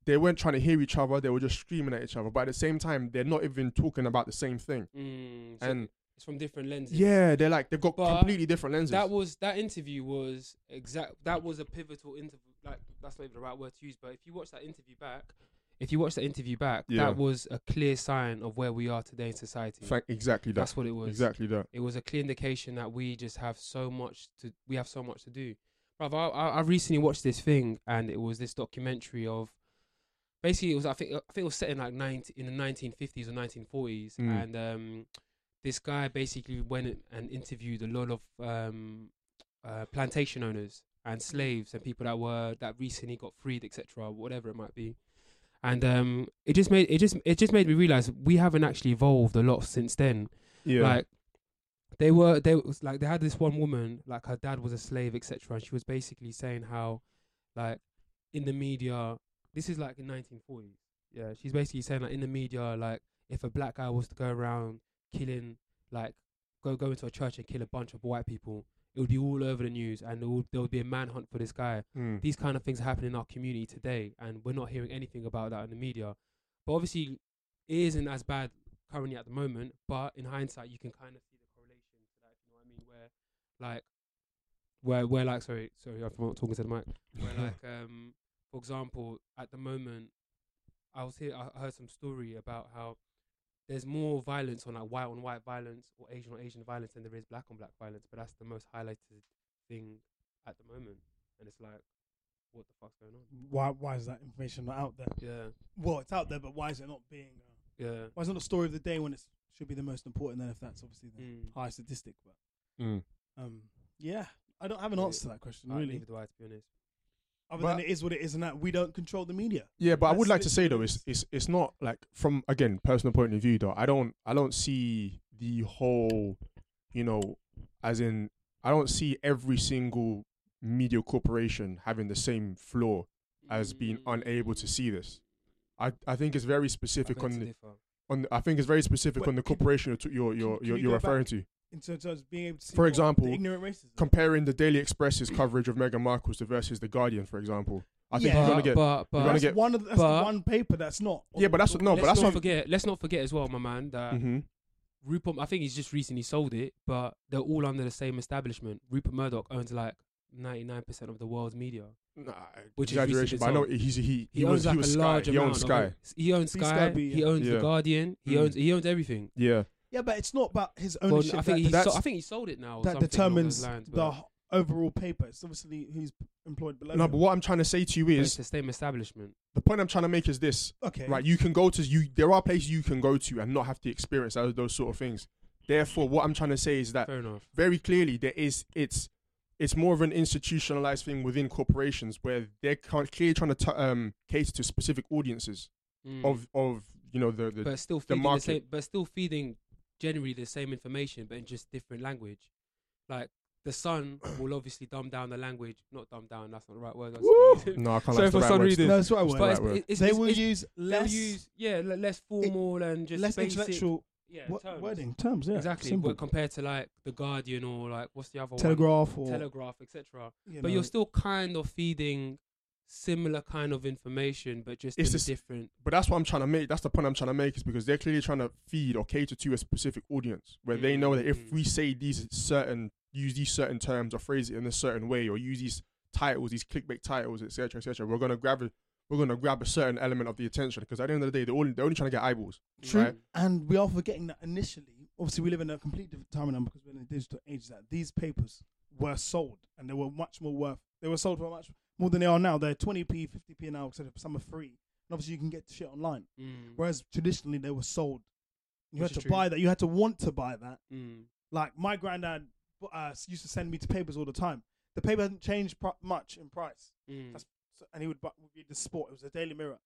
they weren't trying to hear each other, they were just screaming at each other. But at the same time, they're not even talking about the same thing.
Mm. So
And
it's from different lenses.
yeah, they're like, they've got
But
completely different lenses.
That was that interview was exact. That was a pivotal interview. Like that's not even the right word to use. But if you watch that interview back, if you watch that interview back,
Yeah.
that was a clear sign of where we are today in society.
Thank- exactly that.
That's what it was.
Exactly that.
It was a clear indication that we just have so much to. We have so much to do. Brother, I, I I recently watched this thing, and it was this documentary of. Basically, it was I think I think it was set in like 19, in the nineteen fifties or nineteen forties,
Mm.
and um, this guy basically went and interviewed a lot of um, uh, plantation owners and slaves and people that were that recently got freed, etc., whatever it might be. And um, it just made it just it just made me realize we haven't actually evolved a lot since then.
Yeah.
Like they were they was like they had this one woman like her dad was a slave etc. And she was basically saying how like in the media this is like in 1940s. Yeah, she's basically saying like in the media like if a black guy was to go around killing like go go into a church and kill a bunch of white people, it would be all over the news and there would, there would be a manhunt for this guy
Mm.
these kind of things happen in our community today, and we're not hearing anything about that in the media. But obviously, it isn't as bad currently at the moment. But in hindsight, you can kind of see the correlation to that. You know what I mean? Where, like, where, where, like, sorry, sorry, I'm not talking to the mic. Where, like, um, for example, at the moment, I was here. I heard some story about how there's more violence on like white on white violence or Asian on Asian violence than there is black on black violence. But that's the most highlighted thing at the moment, and it's like what the fuck's going on?
Why, why is that information not out there?
Yeah,
Well, it's out there, but why is it not being? Uh,
yeah.
why is it not story of the day when it should be the most important? Then, if that's obviously the
Mm.
high statistic, but
Mm.
um, yeah, I don't have an
Yeah.
answer to that question
I,
really.
neither do I, to be honest.
Other
But-
than it is what it is, and that we don't control the media.
Yeah, but I would
That's
like to say
literally
though,
what it
it's it's it's not like from again personal point of view though. I don't I don't see the whole, you know, as in I don't see every single media corporation having the same flaw as being
Mm.
unable to see this. I I think it's very
Mm. Beg
specific
to
on the,
differ.
on. The, I think it's very specific
Wait,
on the
can-
corporation you're you're you're,
can
you're,
we
you're
go back?
referring to.
in terms of being able to see
For
what-
example,
the ignorant racism.
Comparing the Daily Express's coverage of Meghan Markle's to versus the Guardian, for example, I think
Yeah.
you're gonna
But-
get.
but, but
you're gonna
that's
get-
one of the, that's
but-
one paper that's not.
yeah, but that's no,
let's
but that's
not
what.
forget. Let's not forget as well, my man. That
Mm-hmm.
Rupert, I think he's just recently sold it, but they're all under the same establishment. Rupert Murdoch owns like 99% of the world's media.
Nah,
Which is
exaggeration,
recently
but I know
sold.
he's, he
He,
he
owns
was
like
he was
a
Sky.
large
He
amount.
owns Sky.
Of, it. he owns
See
Sky.
Sky B,
He
yeah.
owns
Yeah.
the Guardian. He
Mm.
owns he owns everything.
Yeah,
yeah, but it's not about his
Well,
ownership.
I think he
that,
that's-
so, I think he sold it now. or
that
something along
determines
those lines,
the
but-
h- overall paper. It's obviously who's employed below.
no.
him.
But what I'm trying to say to you
but it's
is
the same establishment.
the point I'm trying to make is this:
okay,
right? You can go to you. There are places you can go to and not have to experience those, those sort of things. Therefore, what I'm trying to say is that
Fair enough.
very clearly there is it's it's more of an institutionalized thing within corporations where they're con- clearly trying to t- um, cater to specific audiences
Mm.
of of you know the, the
but still feeding the,
market.
same, but still feeding generally the same information, but in just different language. Like the sun will obviously dumb down the language, not dumb down. That's not the right word. that's-
no I can't
Sorry
like the
for
right
some
words.
reason.
no, that's what I
It's
want.
but it's,
right word.
it's, it's,
they
it's,
will
it's-
use
they'll
less
use yeah le- less formal and just
less
basic,
intellectual
yeah,
wo-
terms.
wording terms. Yeah,
exactly.
simple.
But compared to like the Guardian or like what's the other
Telegraph or
one? Telegraph, etc.
you
But
know,
you're still kind of feeding similar kind of information, but just
It's
in a
just-
different.
But that's what I'm trying to make. That's the point I'm trying to make is because they're clearly trying to feed or cater to a specific audience where they know that if
Mm.
we say these certain, use these certain terms or phrase it in a certain way or use these titles, these clickbait titles, etc., cetera, etc., we're gonna grab a, we're gonna grab a certain element of the attention because at the end of the day, they're only they're only trying to get eyeballs.
True,
Right.
and we are forgetting that initially, obviously, we live in a complete different time now because we're in a digital age. That these papers were sold, and they were much more worth. They were sold for much more than they are now. They're twenty p, fifty p now, etc. Some are free, and obviously you can get shit online.
Mm,
Whereas traditionally they were sold. You
Which
had to
is true.
buy that. You had to want to buy that.
mm,
Like my granddad uh, used to send me to papers all the time. The paper hasn't changed pr- much in price
mm.
That's- so, and he would, bu- would read the sport. It was the Daily Mirror,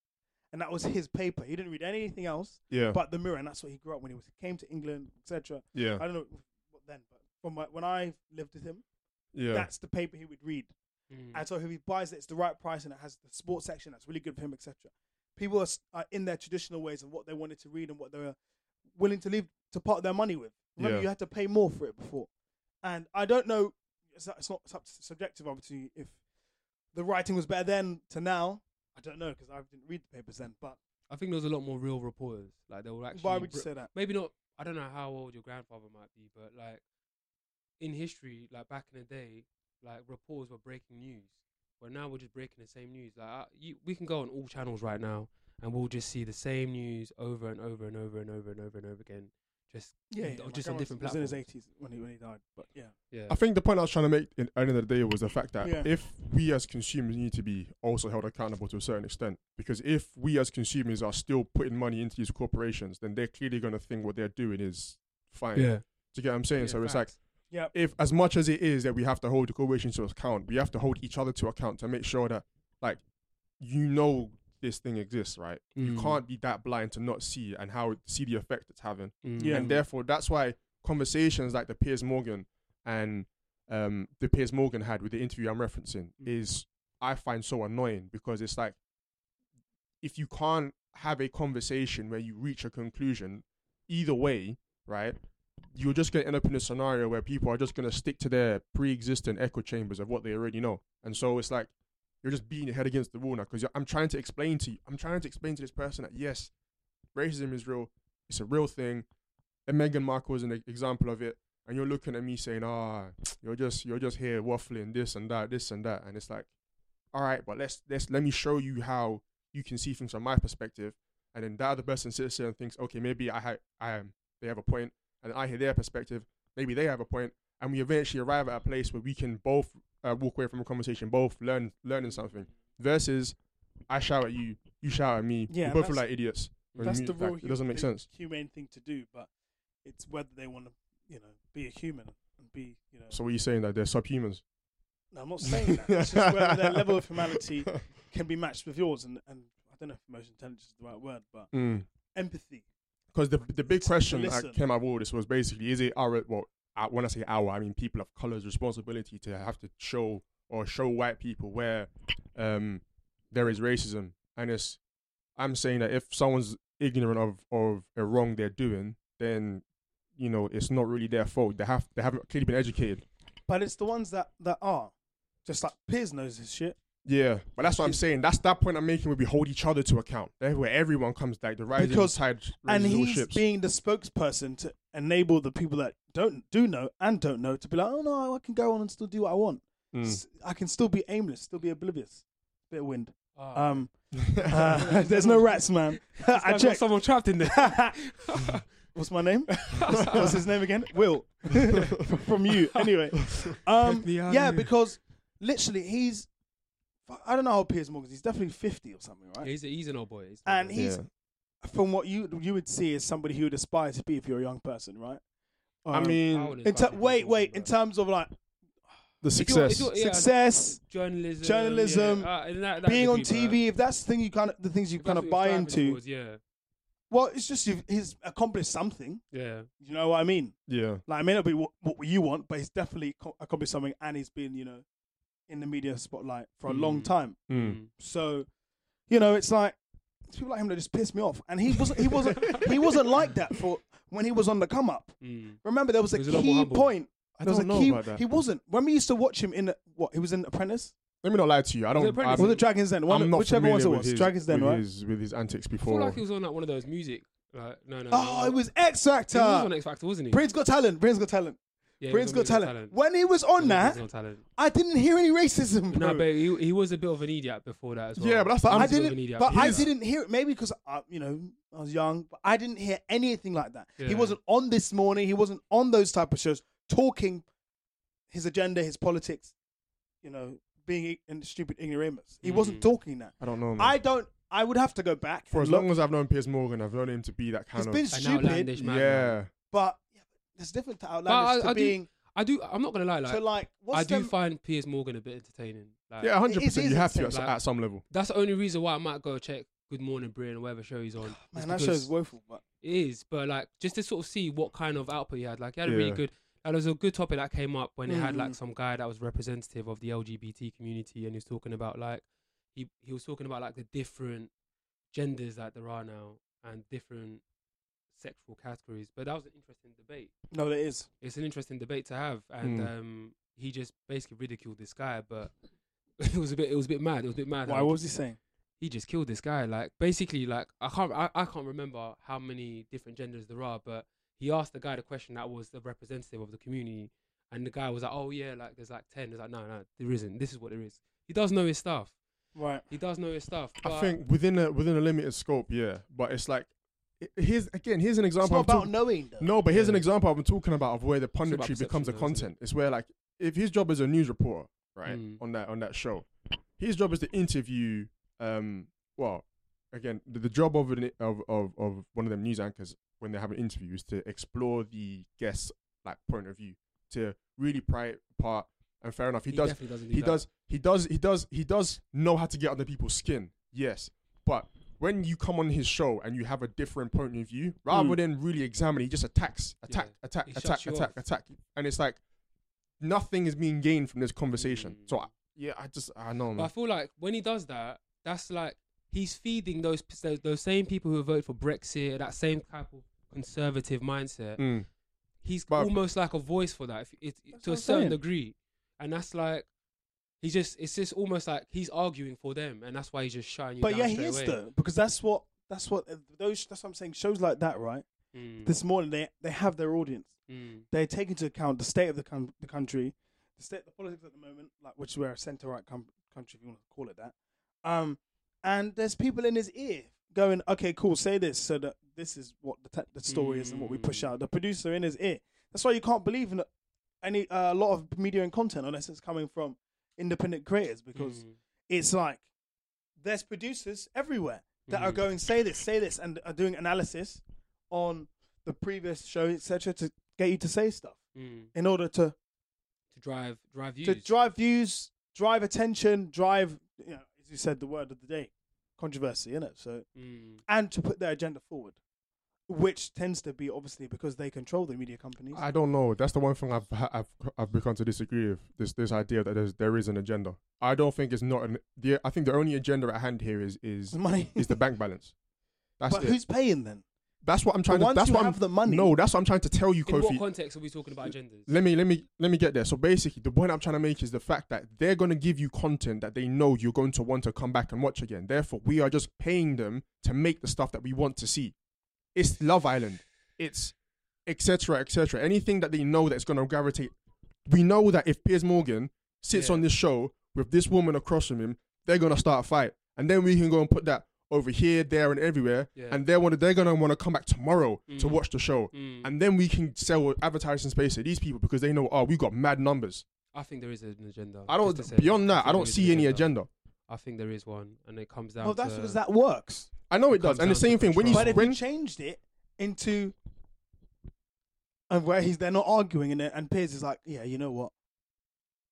and that was his paper. He didn't read anything else
Yeah,
but the Mirror, and that's what he grew up when he was came to England, etc.
yeah,
I don't know what then, but from my, when I lived with him,
yeah.
that's the paper he would read.
mm.
And so if he buys it, it's the right price, and it has the sports section that's really good for him, etc. People are, s- are in their traditional ways and what they wanted to read and what they were willing to leave to part their money with. Remember,
Yeah.
you had to pay more for it before, and I don't know. It's not, it's not sub- subjective, obviously. If the writing was better then to now, I don't know because I didn't read the papers then. But
I think there was a lot more real reporters. Like they were actually.
why would you
br-
say that?
Maybe not. I don't know how old your grandfather might be, but like in history, like back in the day, like reporters were breaking news. But now we're just breaking the same news. Like I, you, we can go on all channels right now, and we'll just see the same news over and over and over and over and over and over again. Just
Yeah,
Mm,
yeah
or
my
just on
grandma
different
was in his
platforms.
eighties when he when he died. But yeah,
yeah.
I think the point I was trying to make in, at the end of the day was the fact that
Yeah.
if we as consumers need to be also held accountable to a certain extent, because if we as consumers are still putting money into these corporations, then they're clearly going to think what they're doing is fine. Do
Yeah.
you get what I'm saying? so it's like
Yep.
if as much as it is that we have to hold the corporation to account, we have to hold each other to account to make sure that like you know this thing exists, right? You
Mm.
can't be that blind to not see and how see the effect it's having.
Mm.
Yeah.
And therefore that's why conversations like the Piers Morgan and um the Piers Morgan had with the interview I'm referencing is I find so annoying because it's like if you can't have a conversation where you reach a conclusion, either way, right, you're just going to end up in a scenario where people are just going to stick to their pre-existing echo chambers of what they already know, and so it's like you're just beating your head against the wall now because I'm trying to explain to you, I'm trying to explain to this person that yes, racism is real, it's a real thing, and Meghan Markle is an e- example of it, and you're looking at me saying, ah, you're just you're just here waffling this and that, this and that, and it's like, all right, but let's let's let me show you how you can see things from my perspective, and then that other person sits there and thinks, okay, maybe I ha- I am they have a point, and I hear their perspective, maybe they have a point, and we eventually arrive at a place where we can both uh, walk away from a conversation, both learn learning something, versus I shout at you, you shout at me, we
Yeah, and
both look
that's-
like idiots. When
That's
you-
the
like,
real.
it doesn't make sense.
Humane thing to do, but it's whether they want to, you know, be a human and be, you know.
So what are you saying that they're subhumans?
no, I'm not saying that. It's just whether their level of humanity can be matched with yours, and and I don't know if emotional intelligence is the right word, but
Mm.
empathy.
Because the the big
To
question
listen.
that came out of all this was basically, is it our well? uh, When I say our, I mean people of color's responsibility to have to show or show white people where um, there is racism. And it's, I'm saying that if someone's ignorant of of a wrong they're doing, then you know it's not really their fault. They have they haven't clearly been educated.
But it's the ones that that are, just like Piers knows his shit.
Yeah, but that's what I'm saying. That's that point I'm making where we hold each other to account. That's where everyone comes like the rising
Because-
tide
and
raises all
he's
ships.
being the spokesperson to enable the people that don't do know and don't know to be like, oh no, I can go on and still do what I want.
Mm.
S- I can still be aimless, still be oblivious. Bit of wind.
Oh,
Ah.
Um, uh, there's no rats, man.
I
I
got
checked.
someone trapped in there.
What's my name? What's what's his name again? Will. From you, anyway. Um,
Get me
Oh,
outta
yeah,
here.
because literally he's, I don't know how old Piers Morgan. is. He's definitely fifty or something, right?
he's, a, he's an old boy. He's
And he's from what you you would see as somebody who would aspire to be if you're a young person, right?
I
Um,
mean,
in ter- wait, wait. In terms of like
the
If you're- if
success.
you're- yeah,
success,
journalism,
journalism,
yeah, uh, and that- that
being
could
on
be, bro.
TV, if that's the thing you kind of the things you
If
kind
that's
of
what
buy
you're striving
into,
towards, yeah,
well, it's just you've, he's accomplished something.
yeah,
You know what I mean?
Yeah.
Like, it may not be what, what you want, but he's definitely co- accomplished something, and he's been, you know, in the media spotlight for a long
Mm.
time.
Mm.
So, you know, it's like it's people like him that just piss me off, and he wasn't, he wasn't,
Hmm.
he wasn't like that for when he was on the come up.
Mm.
Remember, there was a
He was a lot more
key
humble.
point.
I
There was
don't
a
know
key.
about that.
He wasn't. When we used to watch him in the, what he was in Apprentice,
Let me not lie to you. I
Was it
don't.
Apprentice?
I'm-
was it Dragons Den? One,
I'm not
whichever one it
familiar with
was,
his-
Dragons Den,
with
right?
His, with his antics
I feel
before.
like he was on like one of those music. Like, no, no.
Oh,
no,
it was X
um, He was on
Factor.
X Factor, wasn't he?
Britain's Got Talent. Britain's Got Talent.
yeah, he was
Britain's
on
Got
Britain's
Talent. When he was on that,
He was on Talent.
I didn't hear any racism, bro.
No, but he, he was a bit of an idiot before that as well.
Yeah, but that's the-
He was
I'm
I
a bit of an
didn't,
idiot
but I
before that.
didn't hear it. Maybe because I, you know, I was young, but I didn't hear anything like that. He
Yeah.
wasn't on this morning. He wasn't on those type of shows talking his agenda, his politics. You know, being i- and stupid ignoramus. He wasn't
Mm.
talking that.
I don't know. Man.
I don't. I would have to go back
For
and
as
look.
long as I've known Piers Morgan, I've known him to be that kind
He's
of.
been
An
stupid,
outlandish man. man.
yeah.
but yeah, but there's different to outlandish
I- I
to
do
being
I do. I'm not gonna lie. Like,
to like. What's
I do
them-
find Piers Morgan a bit entertaining. Like,
Yeah,
It- it
hundred percent.
is
You have to at,
like-
at some level.
That's the only reason why I might go check Good Morning Britain or whatever show he's on. is
man, that
because-
show's woeful. But
It is, but like just to sort of see what kind of output he had. Like he had a really
Yeah.
good. Like, there was a good topic that came up when it had like
Mm.
some guy that was representative of the LGBT community, and he was talking about like he he was talking about like the different genders that there are now and different sexual categories. But that was an interesting debate.
no, it is.
It's an interesting debate to have, and
Hmm.
Mm.
um, he just basically ridiculed this guy, but. It was a bit. It was a bit mad. It was a bit mad.
Why?
how
What was he saying?
he just killed this guy. Like basically, like I can't I, I can't remember how many different genders there are, but he asked the guy the question that was the representative of the community, and the guy was like, "Oh yeah, like there's like ten. There's like no, no, there isn't. This is what there is." He does know his stuff.
Right.
He does know his stuff. But
I think within a within a limited scope, yeah. But it's like, i- here's again, here's an
It's
example.
not
I'm
about
talking-
knowing though.
No, but here's an
Yeah.
example I'm talking about of where the
all about
punditry becomes
perception,
the
though, isn't it?
content. It's where like if his job is a news reporter, right,
Mm.
on that on that show, his job is to interview um well, again, the, the job of, an, of of of one of them news anchors when they have an interview is to explore the guest's like point of view, to really pry it apart. And fair enough, he, does.
definitely doesn't. Do
He
that.
does. He does. He does. He does know how to get under people's skin. Yes, but when you come on his show and you have a different point of view, rather
Mm.
than really examine, he just attacks,
Yeah.
attack, attack,
He
attack,
shuts you
attack,
off.
attack, and it's like nothing is being gained from this conversation.
Mm.
So I, yeah, I just I know.
But I
Man.
feel like when he does that, that's like he's feeding those p- those, those same people who voted for Brexit that same type of conservative mindset.
Mm.
He's
But-
almost like a voice for that, if it,
That's
to
what
a
I'm
certain
saying.
degree, and that's like he's just it's just almost like he's arguing for them, and that's why he's just shouting. you
But
down
yeah, he
straight
is
away.
though, because that's what that's what uh, those that's what I'm saying. Shows like that, right?
Mm,
This morning they they have their audience.
mm,
They take into account the state of the com- the country, the state the politics at the moment, like which is where a centre right com- country, if you want to call it that. Um, and there's people in his ear going, okay, cool, say this, so that this is what the te- the story is and what we push
Mm.
out. The producer in his ear. That's why you can't believe in any uh, a lot of media and content unless it's coming from independent creators because
mm.
it's like there's producers everywhere that are
Mm-hmm.
Mhm.
going say this, say this, and are doing analysis on the previous show, etc., to get you to say stuff
Mm,
in order to
to drive drive views.
to drive views, drive attention, drive you know, as you said, the word of the day, controversy, innit? So
Mm,
and to put their agenda forward, which tends to be obviously because they control the media companies.
I don't know. That's the one thing I've I've I've become to disagree with this this idea that there's there is an agenda. I don't think it's not an. The, I think the only agenda at hand here is is
money
is the bank balance. That's
but
it.
who's paying then?
that's what I'm
The
trying to.
ones
That's
who
what
have
I'm.
the money.
No, that's what I'm trying to tell you,
In what
Kofi.
context are we talking about agendas?
let me let me let me get there. So basically, the point I'm trying to make is the fact that they're going to give you content that they know you're going to want to come back and watch again. Therefore, we are just paying them to make the stuff that we want to see. It's Love Island. It's etc. etc. Anything that they know that's going to gravitate. We know that if Piers Morgan sits
Yeah.
on this show with this woman across from him, they're going to start a fight, and then we can go and put that over here, there, and everywhere.
Yeah.
And they're wanna, they're going to want to come back tomorrow to
Mhm.
watch the show
Mm.
and then we can sell advertising space to these people because they know, oh, we got mad numbers.
I think there is an agenda.
I
just to
don't.
say
Beyond
I
that, I
think there
don't
is an
see any agenda. Oh,
I think there is one, and it comes down.
Well, that's
to,
because that works.
I know
It
it does,
comes
and the
down to
same thing when you
But if
when
you changed it into and where he's they're not arguing in it, and Piers is like, yeah, you know what?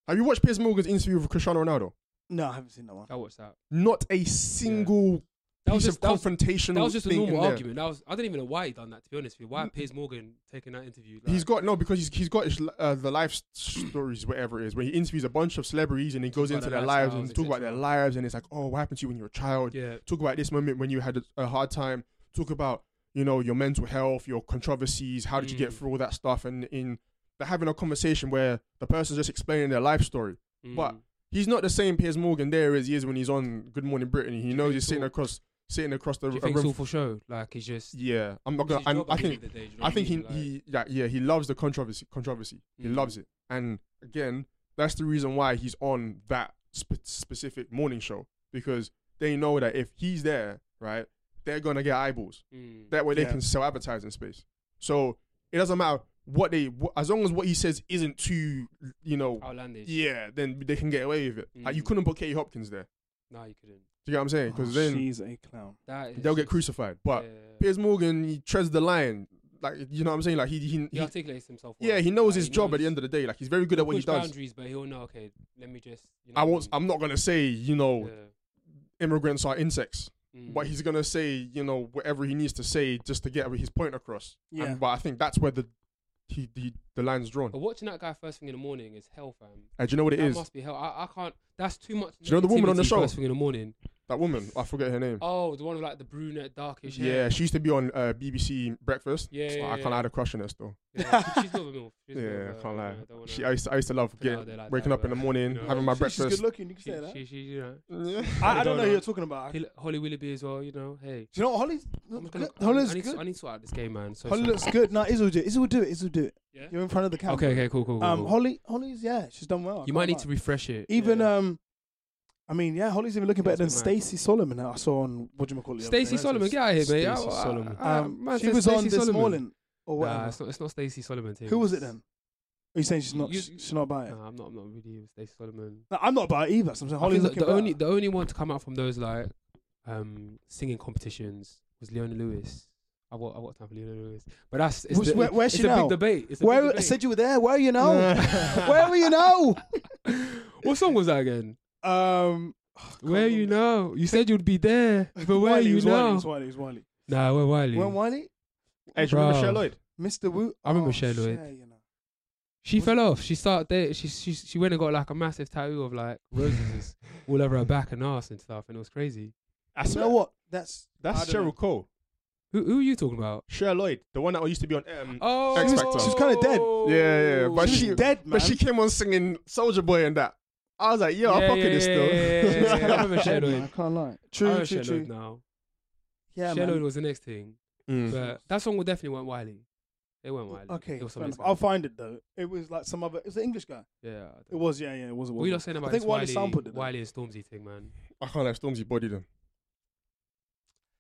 have you watched Piers Morgan's interview with Cristiano Ronaldo?
No, I haven't seen that one.
I watched that.
Not a single
That was
piece
just
of
that was,
confrontational.
that was just a
thing in
normal
there.
argument. That was I don't even know why he done that. To be honest with you, why Piers Morgan taking that interview? Like,
He's got no because he's he's got his, uh, the life s- stories whatever it is where he interviews a bunch of celebrities and he goes
about
into
their
their lives
lifestyles,
and talk about
etc.
their lives and it's like oh what happened to you when you were a child
yeah.
talk about this moment when you had a, a hard time talk about you know your mental health your controversies how did you get
Mm.
through all that stuff and in they're having a conversation where the person's just explaining their life story But
mm,
he's not the same piers morgan there as he is when he's on good morning britain he
you
knows
think
he's
it's
sitting
all-
across sitting across the
do you
a
think it's
room
all for show? Like he's just.
yeah i'm not
it's
gonna
his
I'm,
job
i
at the
think
end of the day, do you know
i
what
think he,
mean? Like,
he yeah, yeah he loves the controversy controversy he
Mm.
loves it and again that's the reason why he's on that sp- specific morning show because they know that if he's there right they're gonna get eyeballs
mm,
that way they
Yeah.
can sell advertising space. So it doesn't matter what they, wh- as long as what he says isn't too, you know,
outlandish.
yeah, then they can get away with it. Like you
Mm.
couldn't put Katie Hopkins there.
No, you
Do
couldn't.
you get what I'm saying? Because
Oh,
then
she's a clown.
That is
they'll get crucified. But
yeah.
Piers Morgan, he treads the line. Like you know what I'm saying? Like he, he,
he
he
articulates himself. well.
yeah, he knows
Like,
his job at the end of the day. Like he's very good at what he
push
does.
boundaries, but he'll know. Okay, let me just. You know
I
what
won't.
mean?
I'm not gonna say you know immigrants are insects,
Yeah, mm,
but he's gonna say you know whatever he needs to say just to get his point across.
Yeah.
And, but I think that's where the he, the the line's drawn.
But watching that guy first thing in the morning is hell, fam.
And do you know what it
Oh, that
is?
must be hell. I, I can't. That's too much.
Do you know the woman on the
negativity
show?
First thing in the morning.
That woman, I forget her name.
Oh, the one with like the brunette, darkish hair.
yeah, she used to be on uh, BBC Breakfast.
Yeah,
Oh,
yeah,
I
yeah.
can't lie, I had a crush on her still.
Yeah, she- she's not a milf. She's
Yeah,
not a-
I can't lie.
I don't wanna-
She, I, used to, I used to love
Put it out
getting,
there like
waking
that,
up in the
but,
morning,
you know.
having my
She- She's
breakfast.
good looking. You can
she,
say that.
she, she, you know,
I, I don't
Madonna.
know who you're talking about. Do
Hill- Holly Willoughby as well. You know, hey,
you know what Holly's?
I'm just gonna-
Holly
I
looks
need, To, I
good.
need to sort out this game, man. So
Holly
sorry.
looks good. No, Izzy will do it. Izzy will do it. Izzy will do it.
Yeah?
You're in front of the camera.
Okay, okay, cool, cool. cool,
Um,
cool.
Holly, Holly's yeah, she's done well. I
you might
can't
need
lie.
to refresh it.
even
Yeah.
um, I mean yeah, Holly's even looking
Yeah,
better than
it's good, man.
Stacey Solomon. I saw on what do you call it?
Stacey Solomon, get out of here, mate. I-
Stacey
I-
Solomon.
I-
Um,
man
she
said
was on
Stacey
this
Solomon.
morning or whatever.
Nah, it's not. It's not Stacey Solomon. Team.
Who was it then? Are you saying she's not?
You-
she's not about it.
Nah, I'm not. I'm not really with Stacey Solomon.
No, I'm not about it either. So I'm saying Holly's
I think
looking
the, the
better.
only the only one to come out from those like um, singing competitions was Leona Lewis. I what I what time for Leona Lewis? But that's it's
Who's-
the-
where- where's
it's
she
a
now?
big debate. It's a big
Where I
debate.
said you were there. Where are you now? Where were you now?
what song was that again?
Um,
Where you now? You said you'd be there, but where
Wiley,
you
was Wiley,
now?
was Wiley, was Wiley.
Nah, where Wiley?
When Wiley,
Hey, do you remember
Bruv.
Cher Lloyd?
Mr. Wu.
I
Oh,
remember Cher Lloyd.
Cher, you know.
She fell off. She started there. She she she went and got like a massive tattoo of like roses all over her back and ass and stuff, and it was crazy.
That's
You know what? That's
That's
I don't know.
Cheryl Cole.
Who who are you talking about?
Cher Lloyd, the one that used to be on. Um,
Oh,
X Factor. She was
kinda dead.
Yeah, yeah, but
She was
she-
dead, man.
But she came on singing Soldier Boy and that. I was like, yo,
Yeah,
I'm fucking
yeah,
this
yeah,
still.
yeah, yeah, yeah. I remember Cher
Dead, man,
Lloyd.
I can't lie.
I
True,
remember
true,
Cher Lloyd
true.
now.
Yeah,
Cher Lloyd
man.
was the next thing,
Mm.
but that song would definitely weren't Wiley. It weren't Wiley.
Okay,
it was
fair
something.
enough. I'll find it though. It was like some other. It was the English guy.
yeah, I don't
It was yeah, yeah. It was. It
What are you
was.
not saying about
I think
this
Wiley
Wiley,
sampled it. though.
Wiley and Stormzy thing, man?
I can't have Stormzy bodied him.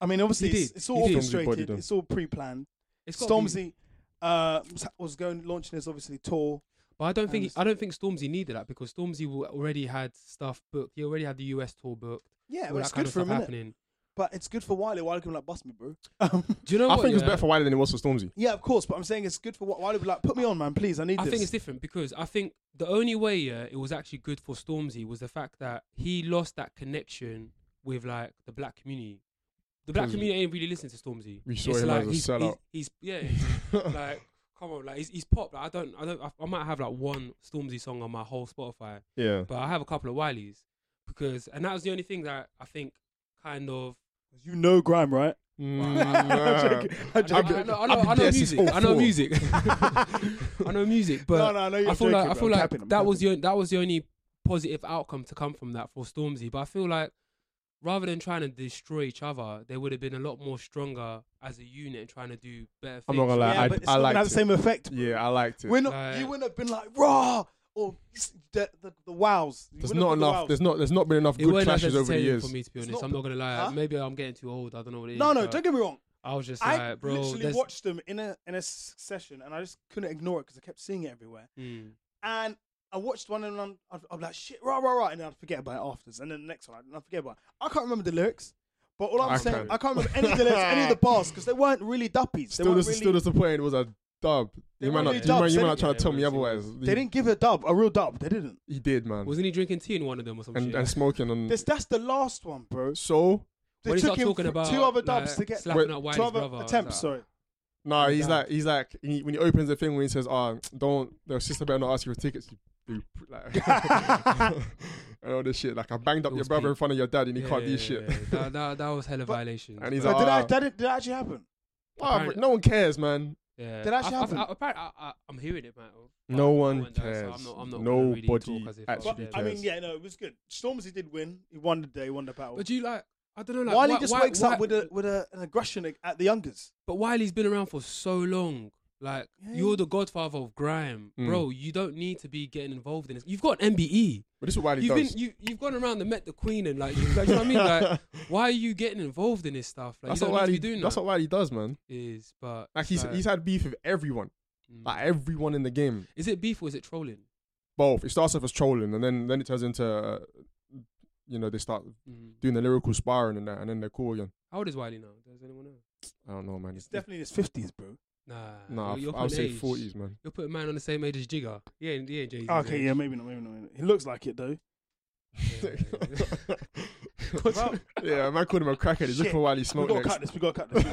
I mean, obviously,
He
it's,
did.
it's
He
all
did. Stormzy
orchestrated.
bodied him.
It's all pre-planned.
It's gotta be-
Stormzy uh, was- was going launching his obviously tour.
But I don't think
And
he-
it's-
I don't think Stormzy needed that because Stormzy wa- already had stuff booked. He already had the US tour booked.
Yeah,
all
well,
that
it's
kind
good
of
for a
stuff
minute,
happening.
but it's good for Wiley. Wiley can be like, bust me, bro. Um,
Do you know
I
what?
think it was
yeah?
better for Wiley than it was for Stormzy.
yeah, of course. But I'm saying it's good for Wi- Wiley. Be like, put me on, man, please. I need
I
this.
think it's different because I think the only way yeah, it was actually good for Stormzy was the fact that he lost that connection with like the black community. The black
'Cause
community ain't really listening to Stormzy.
we saw
It's
him
like
as a
he's,
sellout.
He's, he's yeah, like come on, like he's, he's pop. Like, I don't, I don't, I, I might have like one Stormzy song on my whole Spotify,
yeah.
but I have a couple of Wileys because, and that was the only thing that I think kind of.
You know, Grime, right?
Mm, nah.
I know, I know, I know, I know
Abdias is
music. I know
awful.
music. I know music, but
no, no, I know you're
I feel
joking,
like
bro.
I feel
I'm
like
capping, I'm
that was
capping.
the on- that was the only positive outcome to come from that for Stormzy. But I feel like rather than trying to destroy each other, they would have been a lot more stronger as a unit and trying to do better.
I'm not
things.
gonna lie,
Yeah,
I-
but it's
I
not
liked
gonna have the
it.
same effect.
yeah, I liked it.
We're not.
Like-
you wouldn't have been like raw or s- the the, the wows. You
there's
wouldn't
not
have been the
enough.
wows.
There's not. There's not been enough
It
good
weren't as
clashes over the
entertaining
years.
for me to be
It's
honest.
not-
I'm not gonna lie.
Huh?
Maybe I'm getting too old. I don't know what it is.
no, no.
but
Don't get me wrong.
I was just like,
I
bro.
literally
there's-
watched them in a in a s- session, and I just couldn't ignore it because I kept seeing it everywhere.
Mm.
And I watched one, and I'm, I'd, I'd be like, "Shit, rah rah rah," and then I'd forget about it afterwards. And then the next one, I'd- I'd forget about. It. I can't remember the lyrics, but all I'm
I
saying,
can.
I can't remember any of the lyrics, any of the bars, because they weren't really duppies. They,
Still,
weren't
dis-
really,
still disappointed. It was a dub.
They
You might not. You
weren't really
might, you
dubs, they
might not
didn't-
try to
yeah,
tell
it
me
was-
otherwise.
they didn't give a dub, a real dub. They didn't.
He did, man.
Wasn't he drinking tea in one of them or some
and
shit?
and smoking on.
This, that's the last one, bro.
So
They
When Mm. he
took
started
him
talking
f-
about
two other
like,
dubs to get
slapping
Wait,
up
two
Wiley's
other
brother,
attempts.
like-
Sorry,
no, he's
Yeah.
like he's like he, when he opens the thing when he says, "Ah, don't the sister better not ask you for tickets." You, you pr- like, and all this shit. Like I banged up
It
your
was
brother in
peak.
front of your dad, and he
Yeah,
can't
yeah,
do
yeah,
shit.
yeah. that, that, that was hella
But-
violation.
And he's
But
like,
did, I,
"Ah,
that, did that actually happen?
ah,
Apparently-
no one cares, man.
Yeah.
Did that actually
I,
happen?
I, I, apparently, I, I, I'm hearing it, man. But
No
I
one
went down,
cares.
So I'm not, I'm not gonna really
Nobody
talk as if
actually
I was
But,
there.
I mean,
cares.
yeah, no, it was good. Stormzy did win. He won the day, won the battle.
But do you like? I don't know. Like,
Wiley
why-
just
why-
wakes
why-
up with a with a, an aggression ag- at the youngers.
But Wiley's been around for so long. Like
Yeah.
you're the godfather of grime,
Mm.
bro. You don't need to be getting involved in this. You've got an MBE.
But this is what Wiley
You've
does.
been you you've gone around and met the queen and like, you, like you know what I mean. Like why are you getting involved in this stuff? Like
that's
you
what
don't need
Wiley.
to be doing
That's
that.
what Wiley does, man.
Is but
Like he's
it's
he's had beef with everyone,
mm.
like everyone in the game.
is it beef or is it trolling?
Both. It starts off as trolling, and then then it turns into, uh, you know, they start
Mm.
Mm-hmm.
doing the lyrical sparring and that, and then they're cool again.
How old is Wiley now? Does anyone know?
I don't know, man.
It's definitely in his fifties, bro.
Nah,
Nah,
you're- you're
I would
putting
say
age.
forties, man.
You're putting man on the same age as Jigger. He ain't, he ain't Jay-Z.
Okay, yeah, maybe not, maybe not. Maybe not. He looks like it though.
yeah, man called him a crackhead. He's
Shit.
looking for Wiley
we
smoke
gotta cut
next.
this. We gotta cut this.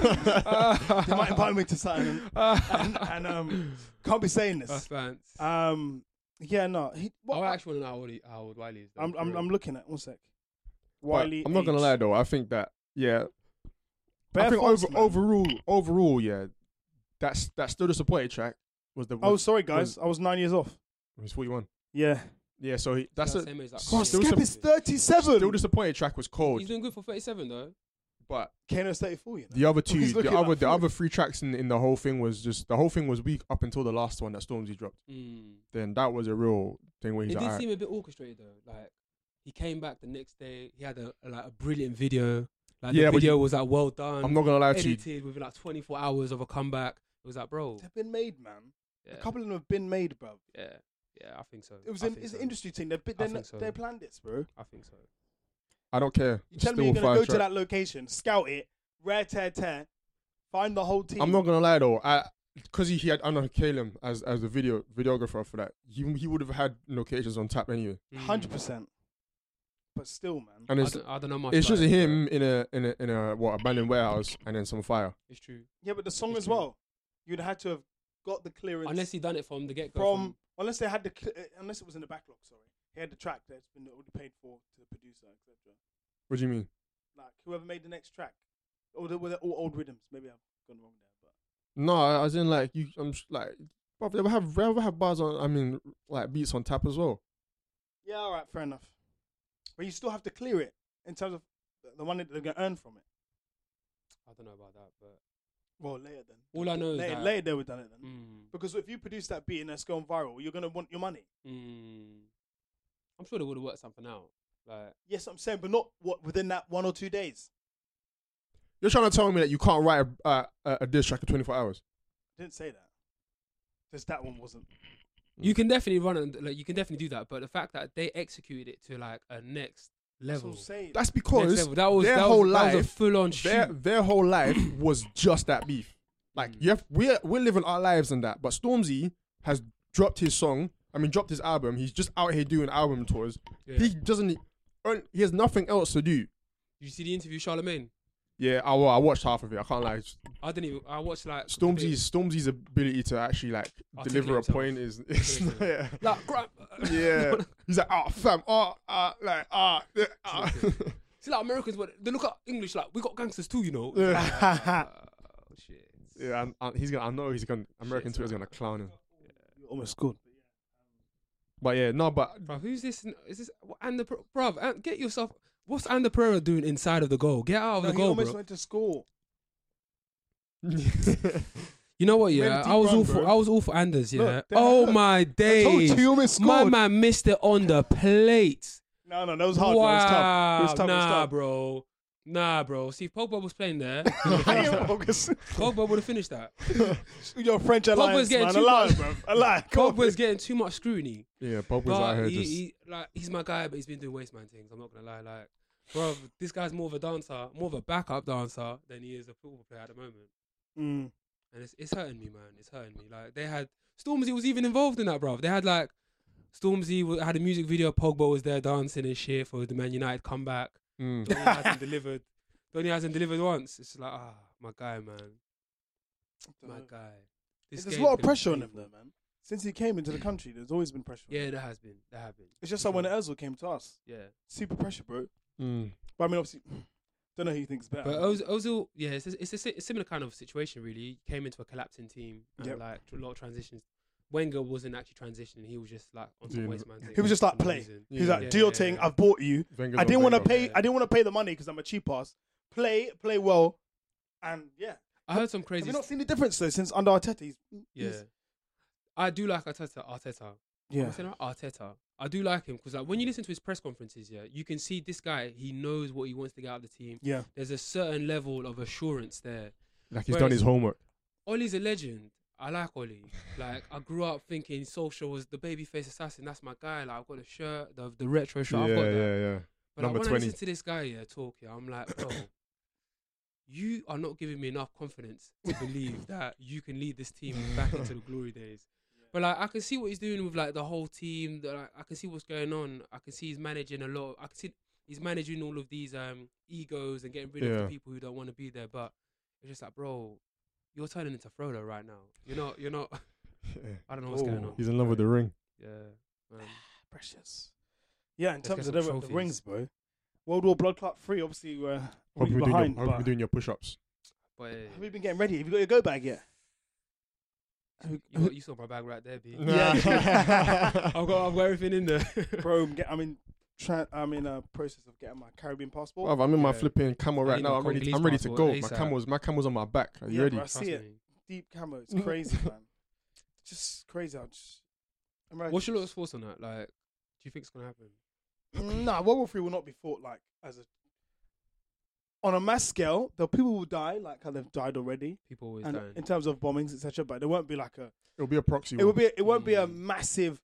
they might invite me to something. And, and, and, um, can't be saying
That's
this.
fans.
Um, yeah, no. He, what,
Oh,
I actually want to know how old, he, how old Wiley is. though,
I'm,
for
I'm,
real.
I'm looking at one sec.
But
Wiley.
I'm not gonna
age.
lie though. I think that yeah,
Bare
I think
Falls,
over, overall,
man.
overall, yeah, that's that's still disappointed track was the
Oh,
was,
sorry, guys. I was nine years off.
was 41.
Yeah.
Yeah, so he, that's
He's
a
the same age as that
Bro,
Kanye.
Skep is
thirty-seven.
still disappointed track was cold,
He's doing good for 37 though.
but
Kano's thirty-four. You know.
the other
He's
two,
looking
the other
like
the
40.
other three tracks in in the whole thing was just the whole thing was weak up until the last one that Stormzy dropped.
Mm.
Then that was a real thing where
It
he's
did
like, "Alright."
seem a bit orchestrated though. Like he came back the next day. He had a, a- like a brilliant video. Like
Yeah,
the
but
video was like well done.
I'm not gonna lie to you.
edited within like 24 hours of a comeback. It was like, bro.
They've been made, man.
Yeah,
A couple of them have been made, bro.
yeah, yeah. I think so.
It was
I
an
think
it's
so.
an industry thing. They
I
they
think so.
they planned it, bro.
I think so.
I don't care.
You tell me
Still
you're gonna
fire
go to
track.
that location, scout it, rare tear tear, find the whole team.
I'm not gonna lie though, I because he, he had I know Caleb as as the video videographer for that. He he would have had locations on tap anyway,
hundred percent. But still, man.
and
Mm. I
it's
don't, I don't know much.
it's
about
just
it, bro.
him in a in a in a what abandoned warehouse and then some fire.
It's true.
Yeah, but the song
It's
as
true.
well. You'd had to have got the clearance
Unless he done it from the get go.
from unless they had the cl- uh, unless it was in the backlog. Sorry, he had the track that's been already paid for to the producer, etc.
What do you mean?
Like whoever made the next track, or the, were they all old rhythms? Maybe I've gone wrong there, but
No, as in like you, I'm s- like, bro, they would have they would have bars on. I mean, like beats on tap as well.
yeah, all right, fair enough. But you still have to clear it in terms of the- the money that they're gonna earn from it.
I don't know about that, but
Well, later then.
all I know is
Later,
that.
later they would done it then.
Mm,
Because if you produce that beat and it's going viral, you're gonna want your money.
mm, I'm sure they would have worked something out. Like
Yes, I'm saying, but not what within that one or two days.
You're trying to tell me that you can't write a a, a, a diss track in 24 hours.
I didn't say that. Just that one wasn't.
you can definitely run it, like you can definitely do that, but the fact that they executed it to like a next
That's
level.
all I'm saying.
That's
Next
because
level. That was
their
that
whole
was, that was a
life,
full on
their
shoot.
their whole life was just that beef. Like
Mm.
you have, we're we're living our lives in that. But Stormzy has dropped his song. I mean, dropped his album. He's just out here doing album tours.
Yeah.
He doesn't. e, earn- He has nothing else to do.
you see the interview, Charlemagne.
Yeah, I, well, I watched half of it. I can't lie.
I didn't even. I watched like the bit-
Stormzy's Stormzy's ability to actually like
Articulate
deliver a
himself.
point is, is
Articulate
yeah.
Like, gra-
yeah. He's like, oh fam, oh uh, like ah. yeah, ah."
see, like Americans, but they look at English like we got gangsters too, you know.
Uh,
yeah,
Oh shit.
yeah I'm, i he's gonna. I know he's gonna. American Twitter's gonna clown him.
You almost good.
But yeah, no, but
Bruv, who's this? Is this and the bruv? And get yourself. What's Ander Pereira doing inside of the goal? Get out of
No,
the
he
goal,
almost
bro.
went to school.
You know what?
made a
Yeah,
deep
I was
run,
all for.
bro.
I was all for Anders. Yeah.
Look, they-
oh
look,
my
I told
days.
you, he almost
My
scored.
man missed it on the plate.
No, no, that was hard.
wow.
That was tough. It was tough.
nah,
it was tough.
bro. Nah, bro. See, if Pogba was playing there.
I am bogus.
Pogba would have finished that.
Your French alliance,
getting
man.
too
A lie,
much-
bro. A lie. Come on.
Pogba's getting too much scrutiny.
yeah, Bob was out
But
here
he,
just.
he, like, he's my guy, but he's been doing waste man things. I'm not gonna lie, like, bro, this guy's more of a dancer, more of a backup dancer than he is a football player at the moment,
Mm.
and it's it's hurting me, man. It's hurting me. Like they had Stormzy was even involved in that, bro. They had like Stormzy wa- had a music video. Pogba was there dancing and shit for the Man United comeback.
Mm.
Donny hasn't delivered. Donny hasn't delivered once. It's like ah, my guy, man, my guy. This
There's a
game
lot of
can be
pressure on him,
painful.
though, man. Since he came into the country, there's always been pressure. on him.
Yeah, there has been. There have been.
It's just like when Özil came to us,
Yeah.
super pressure, bro.
Mm.
But I mean, obviously, don't know who you think's better.
But Oz- Ozil, yeah, it's a, it's a si- similar kind of situation. Really, he came into a collapsing team and
Yep.
like a lot of transitions. Wenger wasn't actually transitioning; he was just like on some
Doing-
waste man. thing
He was just, like,
for no
play.
reason.
He's
Yeah.
like, do your
Yeah.
thing. I've bought you.
Wenger's
I
on
didn't want to
Wenger.
pay.
yeah.
I didn't want to pay the money because I'm a cheap ass. Play, play well, and yeah.
I heard some
Have
crazy.
you
St-
not seen the difference though since under Arteta? He's, mm,
yeah,
he's-
I do like Arteta. Arteta,
yeah.
I'm saying about Arteta. I do like him because like when you listen to his press conferences, yeah, you can see this guy. He knows what he wants to get out of the team.
Yeah.
There's a certain level of assurance there.
Like he's done
Whereas-
his homework.
Ollie's a legend. I like Ollie. Like I grew up thinking Solskjaer was the babyface assassin. That's my guy. Like I've got a shirt, the the retro shirt.
Yeah,
I've got that.
yeah, yeah.
But like,
Number
when I
20.
listen to this guy here talk, yeah, I'm like, bro, you are not giving me enough confidence to believe that you can lead this team back into the glory days. But like, I can see what he's doing with like the whole team. That like, I can see what's going on. I can see he's managing a lot. I can see he's managing all of these um egos and getting rid of
Yeah.
the people who don't want to be there. But it's just like, bro, you're turning into Frodo right now. You're not. You're not.
Yeah.
I don't know what's going
Ooh.
on.
He's in love with the ring.
Yeah. Man.
precious. Yeah, in
Let's
terms
get
of
some
the, the
trophies.
rings, bro. World War Blood Clot Three, obviously, we're a
Hope
week
you're doing
behind.
your, hope
but
you're doing your push-ups.
But
have you
uh,
been getting ready? Have you got your go bag yet?
you, you, you saw my bag right there, B.
Yeah.
I've got I've got everything in there.
Bro, I'm, get, I'm in. Tra- I'm in a process of getting my Caribbean passport.
Bruv, I'm in my
Yeah.
flipping camel right
need
now.
my
I'm ready.
Congolese
I'm ready to go.
passport
My
ASAP.
camel's my camel's on my back. Are you
Yeah,
ready?
bro, I see it. Deep camo. It's crazy, man. Just crazy. I just. I'm ready.
What's your little thoughts on that? Like, do you think it's gonna happen?
Nah, World War Three will not be fought like as a. On a mass scale, the people will die like how they've died already,
People always
and
dying.
in terms of bombings, etc. But there won't be like a
It'll be a proxy.
It
war.
will be. It won't be a
Mm.
massive.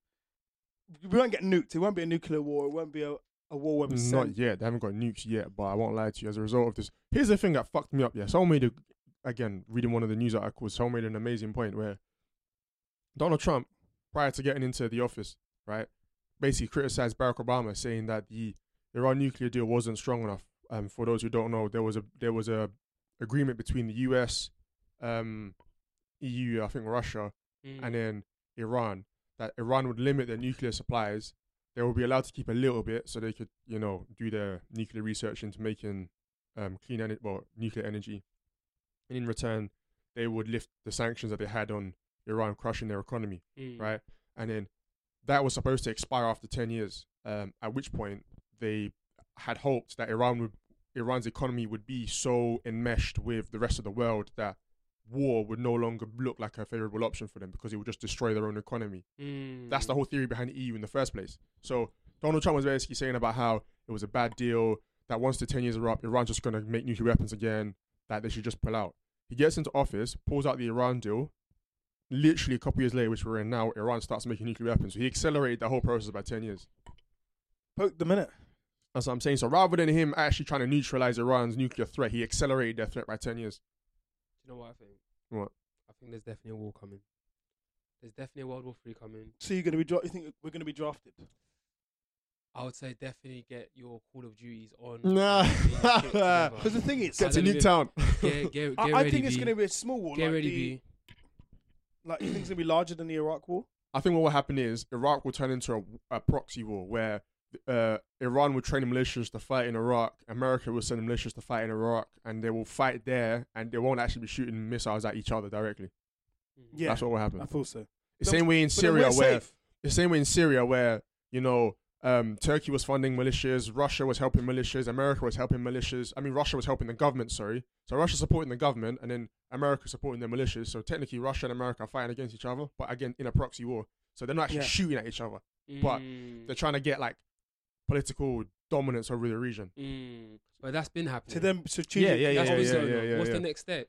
We won't get nuked. It won't be a nuclear war. It won't be a a war weapon
Not yet. They haven't got nukes yet, but I won't lie to you. As a result of this, here's the thing that fucked me up. Yeah, someone made a, again reading one of the news articles. Someone made an amazing point where Donald Trump, prior to getting into the office, right, basically criticized Barack Obama, saying that the Iran nuclear deal wasn't strong enough. Um, for those who don't know, there was a there was a agreement between the U.S., um, EU, I think Russia,
Mm,
and then Iran that Iran would limit their nuclear supplies. They will be allowed to keep a little bit so they could, you know, do their nuclear research into making um, clean energy, well, nuclear energy. And in return, they would lift the sanctions that they had on Iran, crushing their economy,
mm,
right? And then that was supposed to expire after 10 years, um, at which point they had hoped that Iran would, Iran's economy would be so enmeshed with the rest of the world that war would no longer look like a favorable option for them because it would just destroy their own economy.
mm.
That's the whole theory behind the EU in the first place. So Donald Trump was basically saying about how it was a bad deal, that once the 10 years are up, Iran's just going to make nuclear weapons again, that they should just pull out. He gets into office, pulls out the Iran deal. Literally a couple years later, which we're in now, Iran starts making nuclear weapons. So he accelerated that whole process by 10 years.
Poke the minute.
That's what I'm saying. So rather than him actually trying to neutralize Iran's nuclear threat, he accelerated their threat by 10 years.
you know what I think?
What?
I think there's definitely a war coming. There's definitely a World War Three coming.
So you're gonna be. Dra- you think we're gonna be drafted?
I would say definitely get your Call of Duties on.
Nah.
Because the thing is,
Get to
don't even-
Nuketown.
get, get, get
I,
ready,
I think it's
B.
gonna be a small war.
Get
like
ready,
the-
B.
Like you think it's gonna be larger than the Iraq War?
I think what will happen is Iraq will turn into a, a proxy war where uh, Iran will train militias to fight in Iraq, America will send militias to fight in Iraq, and they will fight there, and they won't actually be shooting missiles at each other directly.
Mm. Yeah,
That's what will happen.
I thought so.
The same way in
But then we're
Syria, where
safe.
the same way in Syria, where you know um, Turkey was funding militias, Russia was helping militias, America was helping militias. I mean, Russia was helping the government. Sorry, so Russia supporting the government, and then America supporting their militias. So technically, Russia and America are fighting against each other, but again in a proxy war. So they're not actually
Yeah.
shooting at each other. but
Mm,
They're trying to get like political dominance over the region.
mm. But that's been happening.
to them, so
Yeah,
choosing-
yeah,
That's
yeah,
been
yeah,
going
yeah,
on.
yeah,
What's
yeah.
the next step?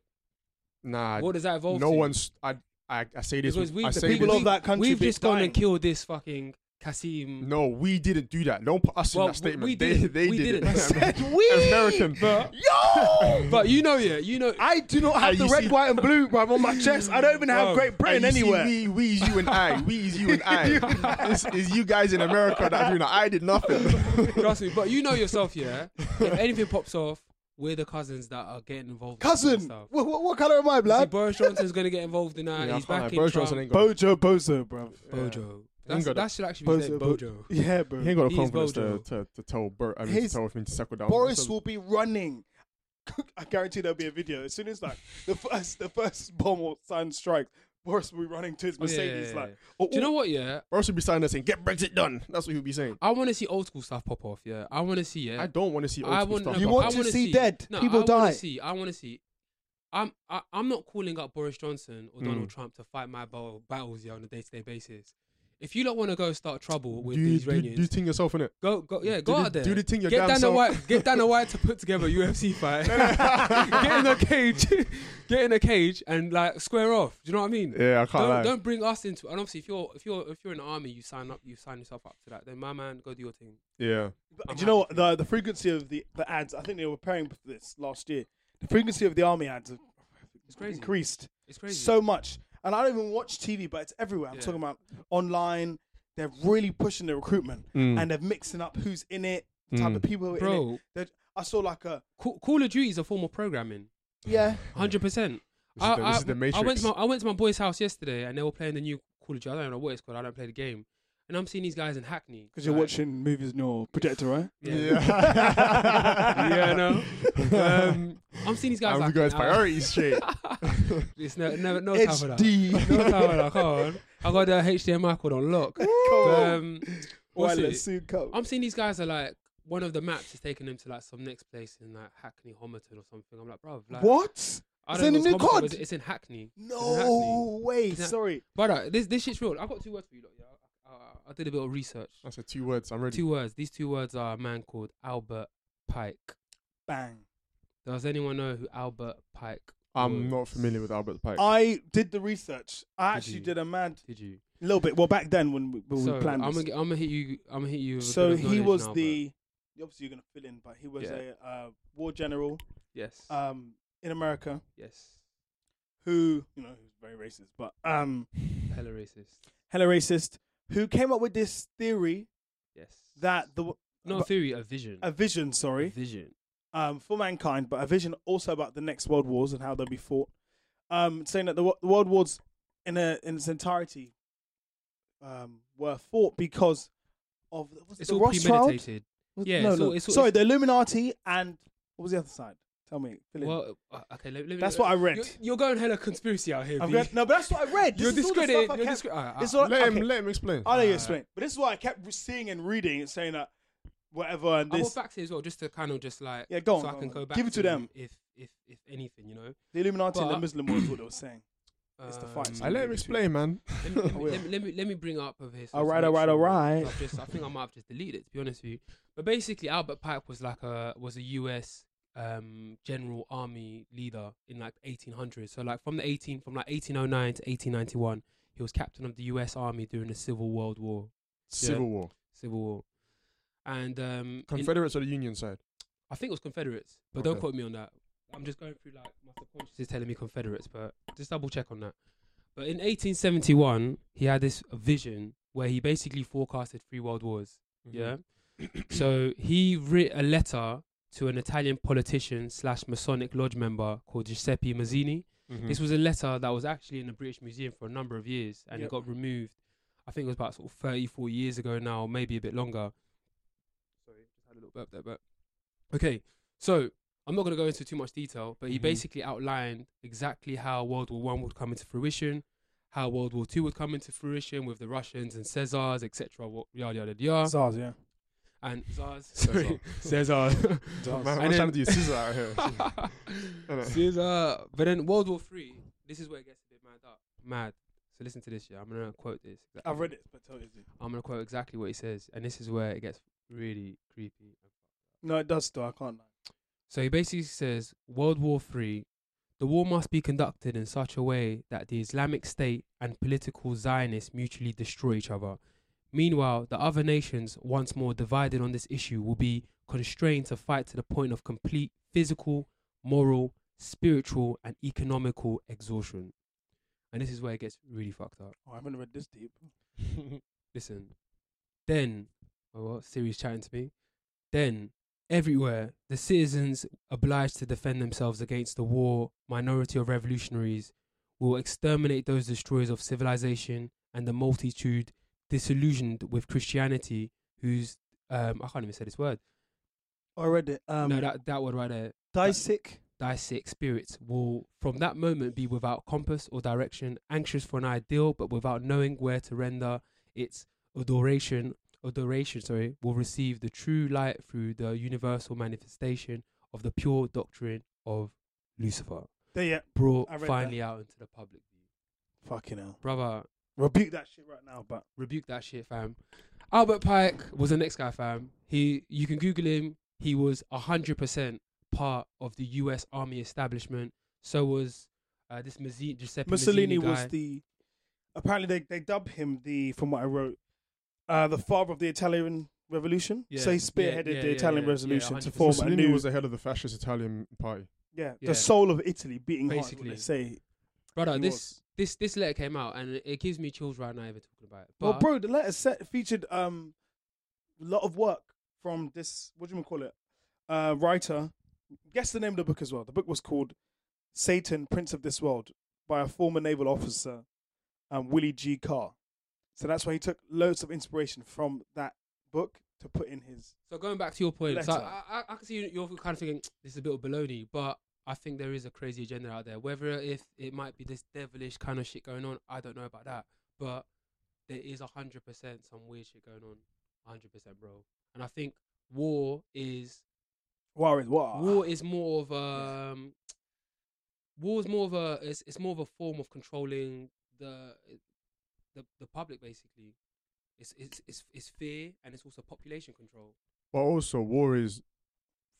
Nah,
what does that evolve?
no
to?
one's. I, I I say this.
Because
with-
we-
I
the
say
people
this-
People of that country.
We've
be
just gone
dying.
and killed this fucking Kasim.
No, we didn't do that. Don't put us
Well,
in that
w-
statement.
we
they
didn't.
they
We
did
didn't. I
it.
Said we.
American, but
Yo.
But you know, yeah, you know.
I do not
Ah,
have the
you
red,
see-
white, and blue, bruv, on my chest. I don't even have
Bruv,
Great Britain
Hey, you see,
anywhere.
We, we is you and I. We is you and
You
I. it's, it's you guys in America that are doing that. I did nothing.
Trust me, but you know yourself, yeah. If anything pops off, we're the cousins that are getting involved. in this sort of
Cousin,
stuff.
what, what, what color am I,
See,
blood?
Boris Johnson's gonna get involved in that.
Yeah, I
He's
can't
back
lie.
in
Boris
Trump.
Johnson ain't got,
Bojo Bozo, bruv.
Bojo.
Ain't
That's,
got
that should actually be
Bozo,
said,
Bo-
Bojo.
Yeah, bro.
he ain't got the
He's
confidence to,
Bojo.
to, to tell Bert. I mean,
His-
to tell him to settle down.
Boris
That's-
will be running. I guarantee there'll be a video as soon as like the first the first bomb or sign strikes. Boris will be running to his Mercedes
Yeah.
like. Oh,
Do you know what? Yeah,
Boris will be standing there saying, "Get Brexit done." That's what he'll be saying.
I want to see old school stuff pop off. Yeah, I want to see. Yeah,
I don't want to see old
I
school
want.
stuff.
no,
You
but
want
I
to
wanna
see dead
no,
people
I
die.
Wanna see, I want to see. I'm. I, I'm not calling up Boris Johnson or Donald Trump to fight my battle, battles yeah, on a day-to-day basis. If you don't want to go start trouble with
do,
these
do, do,
Iranians,
do ting yourself in it.
go go yeah, go
do the-
out there.
do the thing your
get
damn
Dana
self.
White. Get Dana White to put together a UFC fight. get in a cage. get in a cage and like square off. Do you know what I mean?
Yeah, I can't
Don't,
lie.
don't bring us into. And obviously, if you're if you're if you're in the army, you sign up. You sign yourself up to that. Then my man, go do your thing.
Yeah,
do you know what the the frequency of the, the ads? I think they were preparing for this last year. The frequency of the army ads have
It's crazy.
increased
It's crazy.
so much, and I don't even watch TV, but it's everywhere. I'm
Yeah.
talking about online. They're really pushing the recruitment,
Mm.
and they're mixing up who's in it, the type of people who are in it.
bro.
They're- I saw like a
Call, Call of Duty is a form of programming.
yeah.
Hundred percent.
Mm. This is
I
the- this is the
I- I went
Matrix.
to my I went to my boy's house yesterday, and they were playing the new Call of Duty. I don't know what it's called. I don't play the game, and I'm seeing these guys in Hackney
Because you're
like-
watching movies in your projector, right?
Yeah, yeah, no. Um, I'm seeing these guys.
I'm
like
guys'
an hour-
priorities straight.
It's no, Uh, no, no time for that.
HD.
No time for that. Come on. I got the HDMI cord on lock. Um, what's it?
Wireless soon come.
I'm seeing these guys are like one of the maps is taking them to like some next place in like Hackney Homerton or something. I'm like, bro, like,
What?
I
Is
don't
it
know
in
what's
New
Homerton,
Cod?
but It's in Hackney.
No way.
It's not-
Sorry.
Brother, this this shit's real. I got two words for you. Lot, yeah. I, I- I did a bit of research.
I said two words. I'm ready.
Two words. These two words are a man called Albert Pike.
Bang.
Does anyone know who Albert Pike?
I'm
was?
not familiar with Albert Pike.
I did the research. I
Did
actually
you?
did a mad
Did you?
little bit. Well, back then when we, when we
so
planned
I'm
this.
gonna, I'm gonna hit you. I'm gonna hit you. with a
so
bit of
he
knowledge
was
now, but
the obviously you're gonna fill in, but he was
Yeah.
a uh, war general
Yes.
um, in America
yes.
who you know who's very racist, but um,
Hella racist.
hella racist, who came up with this theory
Yes.
that the
not a theory, a vision.
a vision, sorry,
vision.
um, for mankind, but a vision also about the next world wars and how they'll be fought. Um, saying that the, wo- the world wars in a, in its entirety um, were fought because of was it
It's
the
all
Rothschild?
premeditated.
Was-
Yeah,
no,
it's
no.
all- it's all-
sorry,
it's-
the Illuminati and what was the other side? Tell me. Fill in.
Well, uh, okay. Let, let me,
That's what I read.
You're, you're going hella conspiracy out here.
I've
B.
got, no, but that's what I read. This
you're
is all the stuff
discrediting.
I
You're
kept-
discrediting.
It's all-
Let
okay.
him let him explain.
I'll let you
Uh,
explain. But this is what I kept seeing and reading and saying that whatever and
I want
this.
facts here as well, just to kind of just like
Yeah, go on,
so I
go
can
on.
go back.
Give it to them.
if if if anything, you know.
The Illuminati and the
But-
Muslim war is what they were saying. It's the facts.
Um,
I let him explain, man.
Let me, let,
I
me,
will.
let, me, let, me, let me bring up of his.
All right, all right, all right.
I've just, I think I might have just deleted it to be honest with you. But basically, Albert Pike was like a was a U.S. Um, general army leader in like 1800s. So like from the 18 from like 1809 to 1891, he was captain of the U.S. Army during the Civil World War.
Civil War.
Civil War. And um, in-
Confederates or the Union side?
I think it was Confederates, but don't
Okay.
quote me on that. I'm just going through like my subconscious is telling me Confederates, but just double check on that. But in 1871, he had this vision where he basically forecasted three world wars.
Mm-hmm.
Yeah. so he wrote a letter to an Italian politician slash Masonic lodge member called Giuseppe Mazzini.
Mm-hmm. Hmm.
This was a letter that was actually in the British Museum for a number of years, and
Yep.
it got removed. I think it was about sort of 34 years ago now, maybe a bit longer. Sorry, just had a little burp there, but okay. So I'm not going to go into too much detail, but he
Mhm.
basically outlined exactly how World War One would come into fruition, how World War Two would come into fruition with the Russians and Caesars, etc. what- Yada yada yada,
SARS, yeah.
and Tsars, sorry, Caesar.
Mm-hmm. Man,
SARS.
I'm
then-
trying to do scissor out here. Innit?
Caesar. But then World War Three. This is where it gets a bit mad up. Mad. So listen to this. Yeah, I'm gonna quote this.
I've read it, but tell it.
I'm gonna quote exactly what he says, and this is where it gets really creepy.
No, it does though. I can't lie.
So he basically says World War Three. The war must be conducted in such a way that the Islamic State and political Zionists mutually destroy each other. Meanwhile, the other nations, once more divided on this issue, will be constrained to fight to the point of complete physical, moral, spiritual, and economical exhaustion. And this is where it gets really fucked up.
Oh, I haven't read this deep.
Listen, then, oh, well, Siri's chatting to me. Then, everywhere, the citizens obliged to defend themselves against the war, minority of revolutionaries will exterminate those destroyers of civilization and the multitude disillusioned with Christianity, whose, um, I can't even say this word.
Oh, I read it. Um,
no, that, that word right there
die sick.
thy sick spirits will from that moment be without compass or direction, anxious for an ideal, but without knowing where to render its adoration. Adoration, sorry, will receive the true light through the universal manifestation of the pure doctrine of Lucifer,
There, yeah.
brought
I read
finally out into the public view.
Fucking hell.
Brother,
Rebuke that shit right now, but
rebuke that shit, fam. Albert Pike was the next guy, fam. He, you can Google him. He was hundred percent part of the U.S. Army establishment. So was uh, this Mazzi- Giuseppe
Mussolini
Mazzini
was
guy.
the. Apparently, they they dub him the, from what I wrote, uh, the father of the Italian Revolution.
Yeah,
so he
yeah,
spearheaded
yeah,
the
yeah,
Italian
yeah, yeah,
Revolution to
100%.
form a
Mussolini
new,
was the head of the fascist Italian party.
yeah,
Yeah.
the soul of Italy beating
Basically.
hard. What they say.
brother.
he
This
was.
this this letter came out, and it- it gives me chills right now even talking about it. But
Well, bro, the letter set featured um, a lot of work from this. What do you call it? Uh, writer. Guess the name of the book as well. The book was called "Satan, Prince of This World" by a former naval officer, um, Willie G. Carr. So that's why he took loads of inspiration from that book to put in his.
so going back to your point, so
Letter.
I, I, I can see you- you're kind of thinking this is a bit of baloney, but I think there is a crazy agenda out there. Whether if it might be this devilish kind of shit going on, I don't know about that, but there is hundred percent some weird shit going on. hundred percent, bro. And I think war is
War is war.
war is more of a um, war is more of a it's, it's more of a form of controlling the the, the public basically. It's, it's it's it's fear and it's also population control.
But also, war is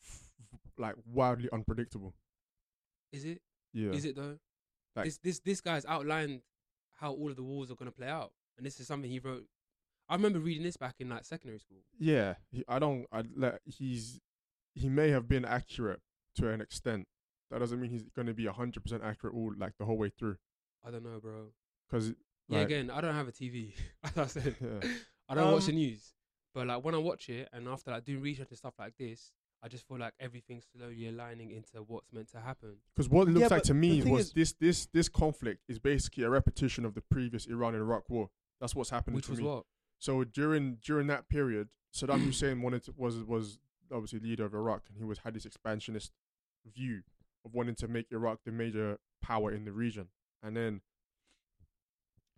f- like wildly unpredictable.
Is it?
Yeah.
Is it though?
Like-
this this this guy's outlined how all of the wars are going to play out, and this is something he wrote. I remember reading this back in like secondary school.
Yeah, he, I don't. I like, he's he may have been accurate to an extent. That doesn't mean he's going to be hundred percent accurate all like the whole way through.
I don't know, bro.
Because
Yeah,
like,
again, I don't have a TV. As I said,
yeah,
I don't watch the
Um,
news. But like when I watch it, and after like doing research and stuff like this, I just feel like everything's slowly aligning into what's meant to happen.
because what it
Yeah,
looks
but
like to
the
me
thing
was
is-
this this this conflict is basically a repetition of the previous Iran and Iraq war. That's what's happening
Which
to
was
me.
what?
So during during that period, Saddam Hussein wanted to, was was obviously leader of Iraq, and he was had this expansionist view of wanting to make Iraq the major power in the region, and then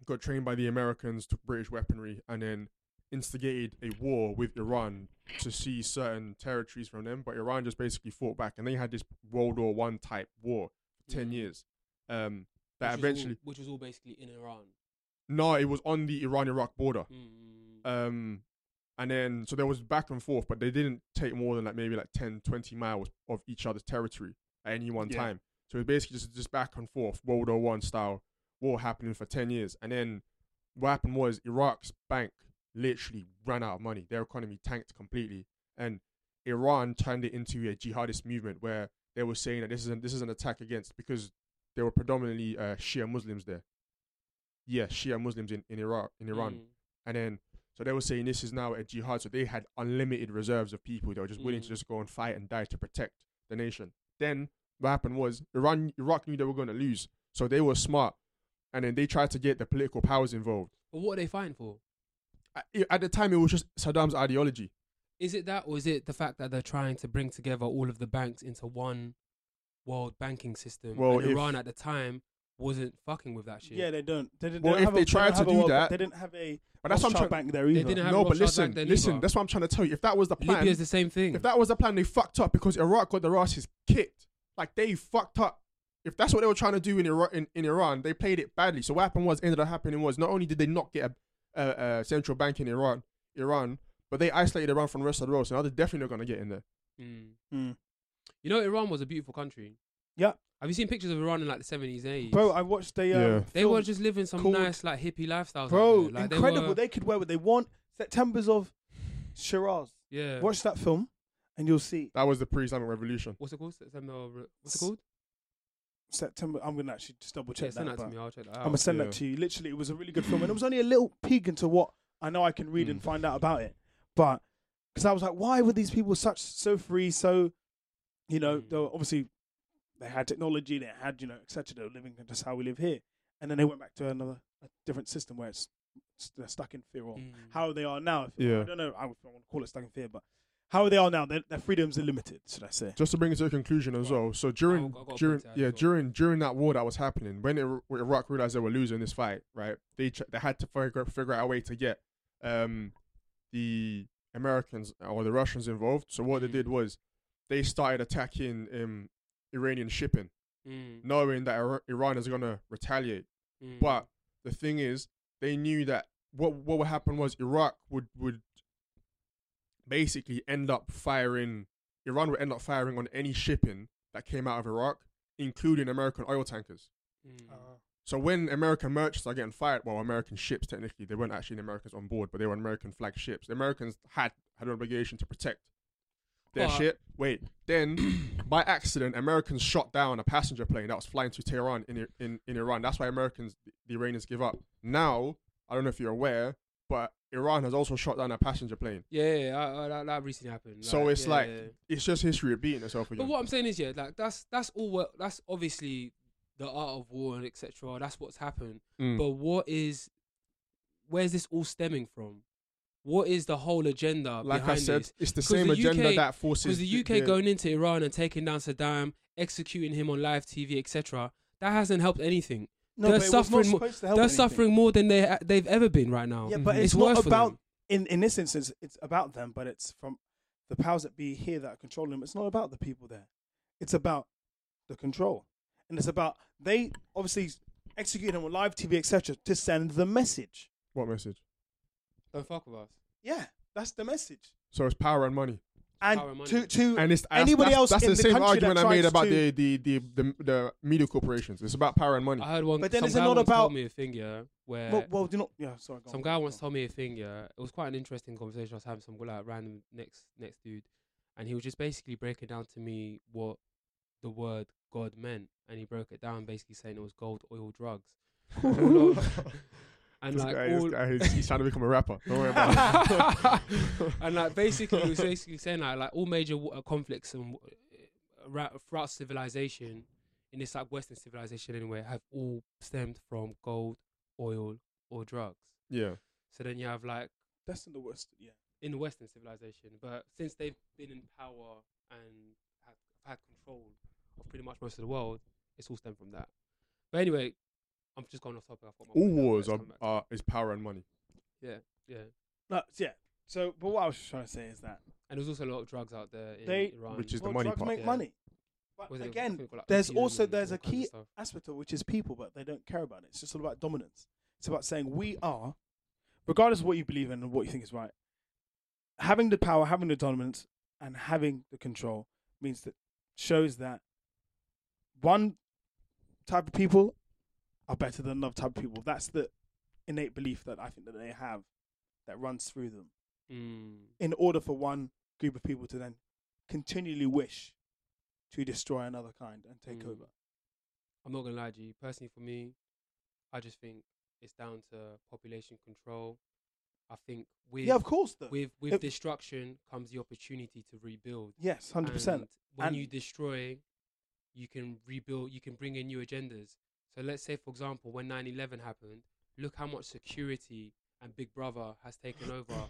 got trained by the Americans, took British weaponry, and then instigated a war with Iran to seize certain territories from them. But Iran just basically fought back, and they had this World War One type war for ten
Mm.
years. Um, that
Which was all-
eventually,
which was all basically in Iran.
no, it was on the Iran-Iraq border.
Mm.
Um, and then so there was back and forth, but they didn't take more than like maybe like 10, 20 miles of each other's territory at any one
Yeah.
time. So it's basically just just back and forth, World War One style war happening for ten years. And then what happened was Iraq's bank literally ran out of money. Their economy tanked completely, and Iran turned it into a jihadist movement where they were saying that this is an, this is an attack against because they were predominantly uh, Shia Muslims there. Yeah, Shia Muslims in, in Iraq in Iran.
Mm.
And then, so they were saying this is now a jihad. So they had unlimited reserves of people that were just willing to
Mm.
just go and fight and die to protect the nation. Then what happened was Iran, Iraq knew they were going to lose, so they were smart, and then they tried to get the political powers involved.
But what are they fighting for?
At, at the time, it was just Saddam's ideology.
Is it that, or is it the fact that they're trying to bring together all of the banks into one world banking system?
Well,
and
if-
Iran at the time wasn't fucking with that shit.
Yeah, they don't. They didn't.
Well,
they don't
if
have
they
a,
tried
don't
to
have a
do
World-
that-
they didn't have a
But that's what I'm
Rothschild
trying.
bank there either.
didn't have
No, but
Rothschild
listen,
back then
listen.
either.
That's what I'm trying to tell you. If that was the plan,
Libya is the same thing.
if that was the plan, they fucked up because Iraq got their asses kicked. Like they fucked up. If that's what they were trying to do in Iran, in, in Iran, they played it badly. So what happened was, ended up happening was not only did they not get a, a, a central bank in Iran, Iran, but they isolated Iran from the rest of the world. So now they're definitely not going to get in there.
Mm.
Mm.
You know, Iran was a beautiful country.
Yeah.
Have you seen pictures of Iran in like the seventies, eighties?
Bro, I watched the. Um,
Yeah.
they
film.
were just living some
called-
nice like hippie lifestyles. out
Bro,
there. Like, they
incredible. They,
were-
could wear what they want. September's of Shiraz.
yeah.
Watch that film, and you'll see
That was the pre-Islamic revolution.
What's it called? September. Re- What's it called?
September. I'm gonna actually just double
Check,
check
send that to
but
me. I'll check that
I'm
out.
gonna send
yeah.
that to you. Literally, it was a really good film, and it was only a little peek into what I know I can read and
Mm.
find out about it. But because I was like, why were these people such so free? So, you know,
Mm.
they were obviously they had technology, they had you know, etc. They were living just how we live here, and then they went back to another a different system where it's, it's they're stuck in fear or
Mm.
how they are now. If,
Yeah.
I don't know. I, would- I want to call it stuck in fear, but how they are now, their, their freedoms are limited. Should I say?
Just to bring it to a conclusion as well. So
I've
during
got- I've got a
during
point to add
yeah
as well.
during during that war that was happening, when Ir- when Iraq realized they were losing this fight, right? They ch- they had to figure figure out a way to get um the Americans or the Russians involved. So what they
Mhm.
did was they started attacking um Iranian shipping,
Mm,
knowing that Ira- Iran is gonna retaliate.
mm.
But the thing is, they knew that what what would happen was Iraq would would basically end up firing. Iran would end up firing on any shipping that came out of Iraq, including American oil tankers.
Mm.
Uh,
So when American merchants are getting fired, well, American ships technically they weren't actually Americans on board, but they were American flag ships. The Americans had had an obligation to protect their
But-
ship. Wait, then by accident, Americans shot down a passenger plane that was flying to Tehran in I- in, in Iran. That's why Americans, the Iranians, give up. Now I don't know if you're aware, but Iran has also shot down a passenger plane.
yeah, yeah, yeah, I, I, that, that recently happened.
so it's
yeah,
like
yeah.
it's just history repeating itself
But
again.
what I'm saying is, yeah, like that's that's all. What, that's obviously the art of war and etc. That's what's happened.
Mm.
But what is, where's this all stemming from? What is the whole agenda
like I
behind
said,
this?
it's the
'Cause
same
the
agenda
UK
that forces
Because the UK going into Iran and taking down Saddam, executing him on live TV, etc. That hasn't helped anything.
No,
They're
but it was not
suffering more-
supposed to
They're
help anything.
suffering more than they they've ever been right now.
Yeah, but
Mhm.
it's,
It's
not
worse for
about
them.
in in this instance, it's about them, but it's from the powers that be here that are controlling them. It's not about the people there. It's about the control, and it's about they obviously executing them on live TV, etc., to send the message.
what message?
Don't fuck with us.
Yeah, that's the message.
So it's power and money.
Power
and
money.
to to
And it's that's-
Anybody
that's,
else
That's
in
the
the
same
country that
argument I made
tries
about
to-
the, the, the, the, the media corporations. It's about power and money.
I heard one.
But then
some
is it
guy
not
once
about-
told me a thing, yeah, where
well, well, do not. Yeah, sorry. go on,
some
go
guy
on,
once
go on.
told me a thing. Yeah, it was quite an interesting conversation I was having. with Some guy, like random next next dude, and he was just basically breaking down to me what the word God meant, and he broke it down basically saying it was gold, oil, drugs, and
This
like
guy- this
all.
guy is- he's trying to become a rapper. Don't worry about it.
and like basically, he was basically saying like like all major wa- uh, conflicts and w- uh, ra- throughout civilization, in this like Western civilization anyway, have all stemmed from gold, oil, or drugs.
Yeah.
So then you have like
That's in the worst. Yeah.
in Western civilization, but since they've been in power and have had control of pretty much most of the world, it's all stemmed from that. But anyway, I'm just going off topic. I've got my
All
mind out,
wars
let's
are,
come back to-
are is power and money.
yeah,
No, yeah. So, but what I was trying to say is that
and there's also a lot of drugs out there in
They-
Iran,
which is the
well,
money
drugs
part,
make
yeah.
money. But
Was it- I
again,
think it was like
there's
opium
also
and
there's
all
a
kinds of
key
stuff.
aspect of it, which is people, but they don't care about it. It's just all about dominance. It's about saying we are, regardless of what you believe in and what you think is right. Having the power, having the dominance, and having the control means that shows that one type of people are better than another type of people. That's the innate belief that I think that they have that runs through them
Mm.
in order for one group of people to then continually wish to destroy another kind and take
Mm.
over.
I'm not gonna lie to you. Personally, for me, I just think it's down to population control. I think with
Yeah, of course. Though.
with with
If-
destruction comes the opportunity to rebuild.
yes, hundred percent.
And When
And-
you destroy, you can rebuild. You can bring in new agendas. So let's say, for example, when 9/11 happened, look how much security and Big Brother has taken over,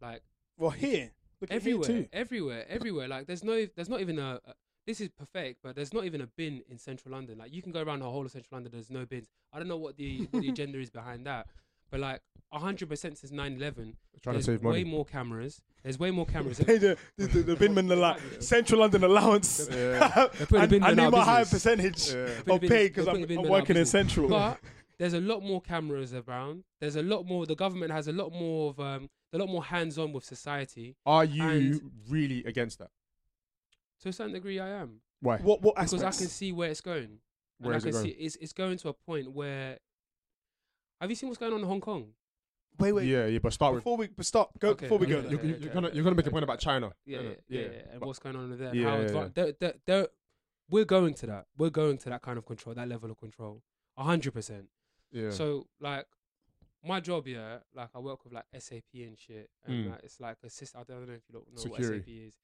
like
Well, here, look at here
everywhere,
too.
everywhere, everywhere. Like there's no, there's not even a. a- This is pathetic, but there's not even a bin in central London. Like you can go around the whole of central London, there's no bins. I don't know what the what the agenda is behind that, but like 100% since 9/11,
Trying to
there's
save money.
way more cameras. There's way more cameras.
Hey, the, the, the, the binman allow- Central London allowance.
Yeah.
putting
I,
the binmen
I
out
need
of
my higher
business.
percentage
Yeah.
Putting the
of
bin-
pay because
they're
I'm,
putting the binmen
I'm
out of
working in
business.
Central.
but there's a lot more cameras around. There's a lot more. The government has a lot more of um, a lot more hands-on with society.
Are you
And-
really against that?
To a certain degree, I am
Why?
what what
because I can
aspects?
see where it's going. And
Where
I
is it
can
going?
see it's it's going to a point where. Have you seen what's going on in Hong Kong?
Wait, wait.
yeah, yeah, but start with.
Before we but stop, go
Okay,
before we
okay,
go
okay,
there.
You're,
okay,
you're,
okay,
gonna,
okay,
you're gonna make
okay,
a point about China.
Yeah,
innit?
yeah, yeah. And
But
what's going on over there?
Uh, Yeah,
and how
yeah,
advan- They're, they're, they're, we're going to that. We're going to that kind of control, that level of control, a hundred percent.
yeah.
So like my job, yeah, like I work with like SAP and shit, and
Mm.
like, it's like a system. I don't know if you lot know
Security.
what SAP is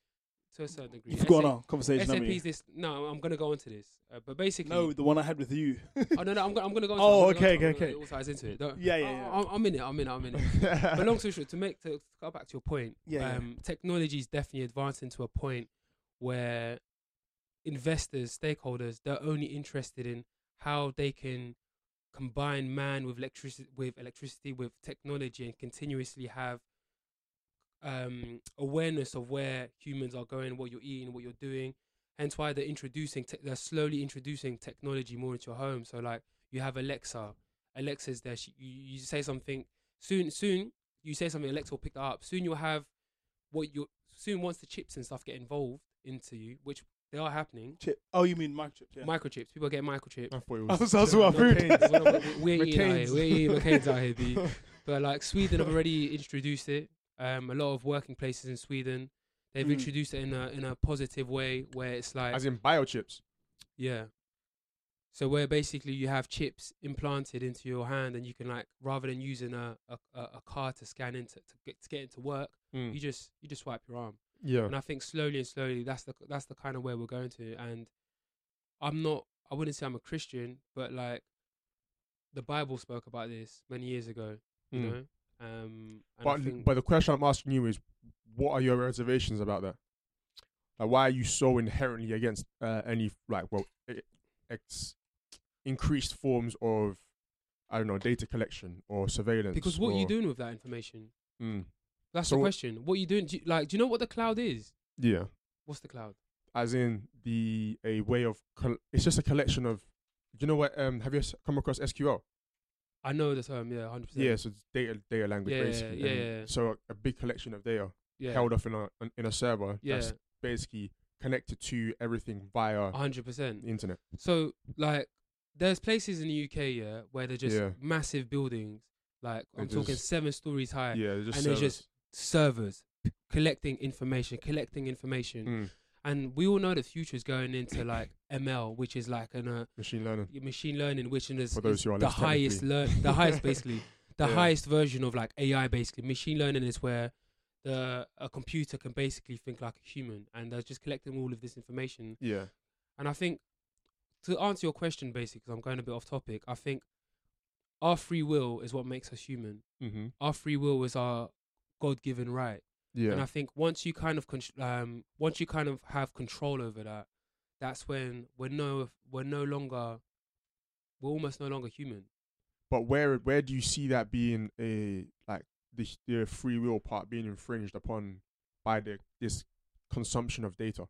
to a certain degree.
You've gone
SAP
on conversation.
SAP
haven't you?
is this. No, I'm gonna go into this, uh, but basically,
No, the one I had with you.
oh no, no, I'm gonna, I'm gonna go. Into
Oh,
it, I'm gonna
okay,
go into it, I'm
okay,
gonna go into it, It all ties into it. Don't-
Yeah, yeah,
I-
yeah.
I, I'm in it. I'm in it. I'm in it. but long story short, to make to, to go back to your point,
Yeah, yeah.
um, technology is definitely advancing to a point where investors, stakeholders, they're only interested in how they can combine man with electricity, with electricity, with technology, and continuously have um, awareness of where humans are going, what you're eating, what you're doing. Hence why they're introducing, te- they're slowly introducing technology more into your home. So like you have Alexa, Alexa's there. She, you, you say something soon, soon you say something, Alexa will pick that up. Soon you'll have what you soon once the chips and stuff get involved into you, which they are happening.
Chip. Oh, you mean microchip? Yeah.
Microchips, people are getting microchips.
I thought it
I
was.
was, I was well
No,
rude.
Keynes, we're not- we- we ain't eating out
McCain's.
here. We ain't eating McCain's out here, B. But like Sweden have already introduced it. Um, a lot of working places in Sweden, they've
Mm.
introduced it in a in a positive way where it's like
Hmm. As in biochips.
yeah. So where basically you have chips implanted into your hand, and you can like rather than using a a, a a card to scan into to get to get into work,
Hmm.
you just you just swipe your arm.
Yeah.
And I think slowly and slowly that's the that's the kind of way we're going to. And I'm not I wouldn't say I'm a Christian, but like the Bible spoke about this many years ago, you
Mm.
know. Um, and I
But
think
but the question I'm asking you is, what are your reservations about that? Like, why are you so inherently against uh, any like well, e- ex- increased forms of I don't know data collection or surveillance?
because what are you
or-
doing with that information?
Mm,
That's
So
the
what-
question. What are you doing? Do you, like, do you know what the cloud is?
yeah,
What's the cloud?
as in the a way of col- it's just a collection of. You know what? Um, have you s- come across SQL?
I know the term. Yeah, hundred percent.
Yeah, so it's data data language
Yeah,
basically.
yeah,
and
yeah, yeah.
So a, a big collection of data
yeah,
held off in a in a server
yeah,
that's basically connected to everything via
hundred percent.
the internet.
So like, there's places in the UK yeah where they're just
Yeah.
massive buildings. Like I'm
And
talking
just-
seven stories high.
Yeah, it's just
and it's
servers.
just servers collecting information, collecting information,
Mm,
and we all know the future is going into like ML, which is like an uh,
machine learning.
your machine learning, which is,
For those
is
who are
the
less
highest learn, the highest basically, the
Yeah.
highest version of like AI basically. Machine learning is where the a computer can basically think like a human, and they're just collecting all of this information.
Yeah,
And I think to answer your question, basically, 'cause I'm going a bit off topic, I think our free will is what makes us human.
mm-hmm.
Our free will is our God-given right.
yeah,
And I think once you kind of contr- um once you kind of have control over that, that's when we're no we're no longer we're almost no longer human.
but where where do you see that being a like the the free will part being infringed upon by the this consumption of data?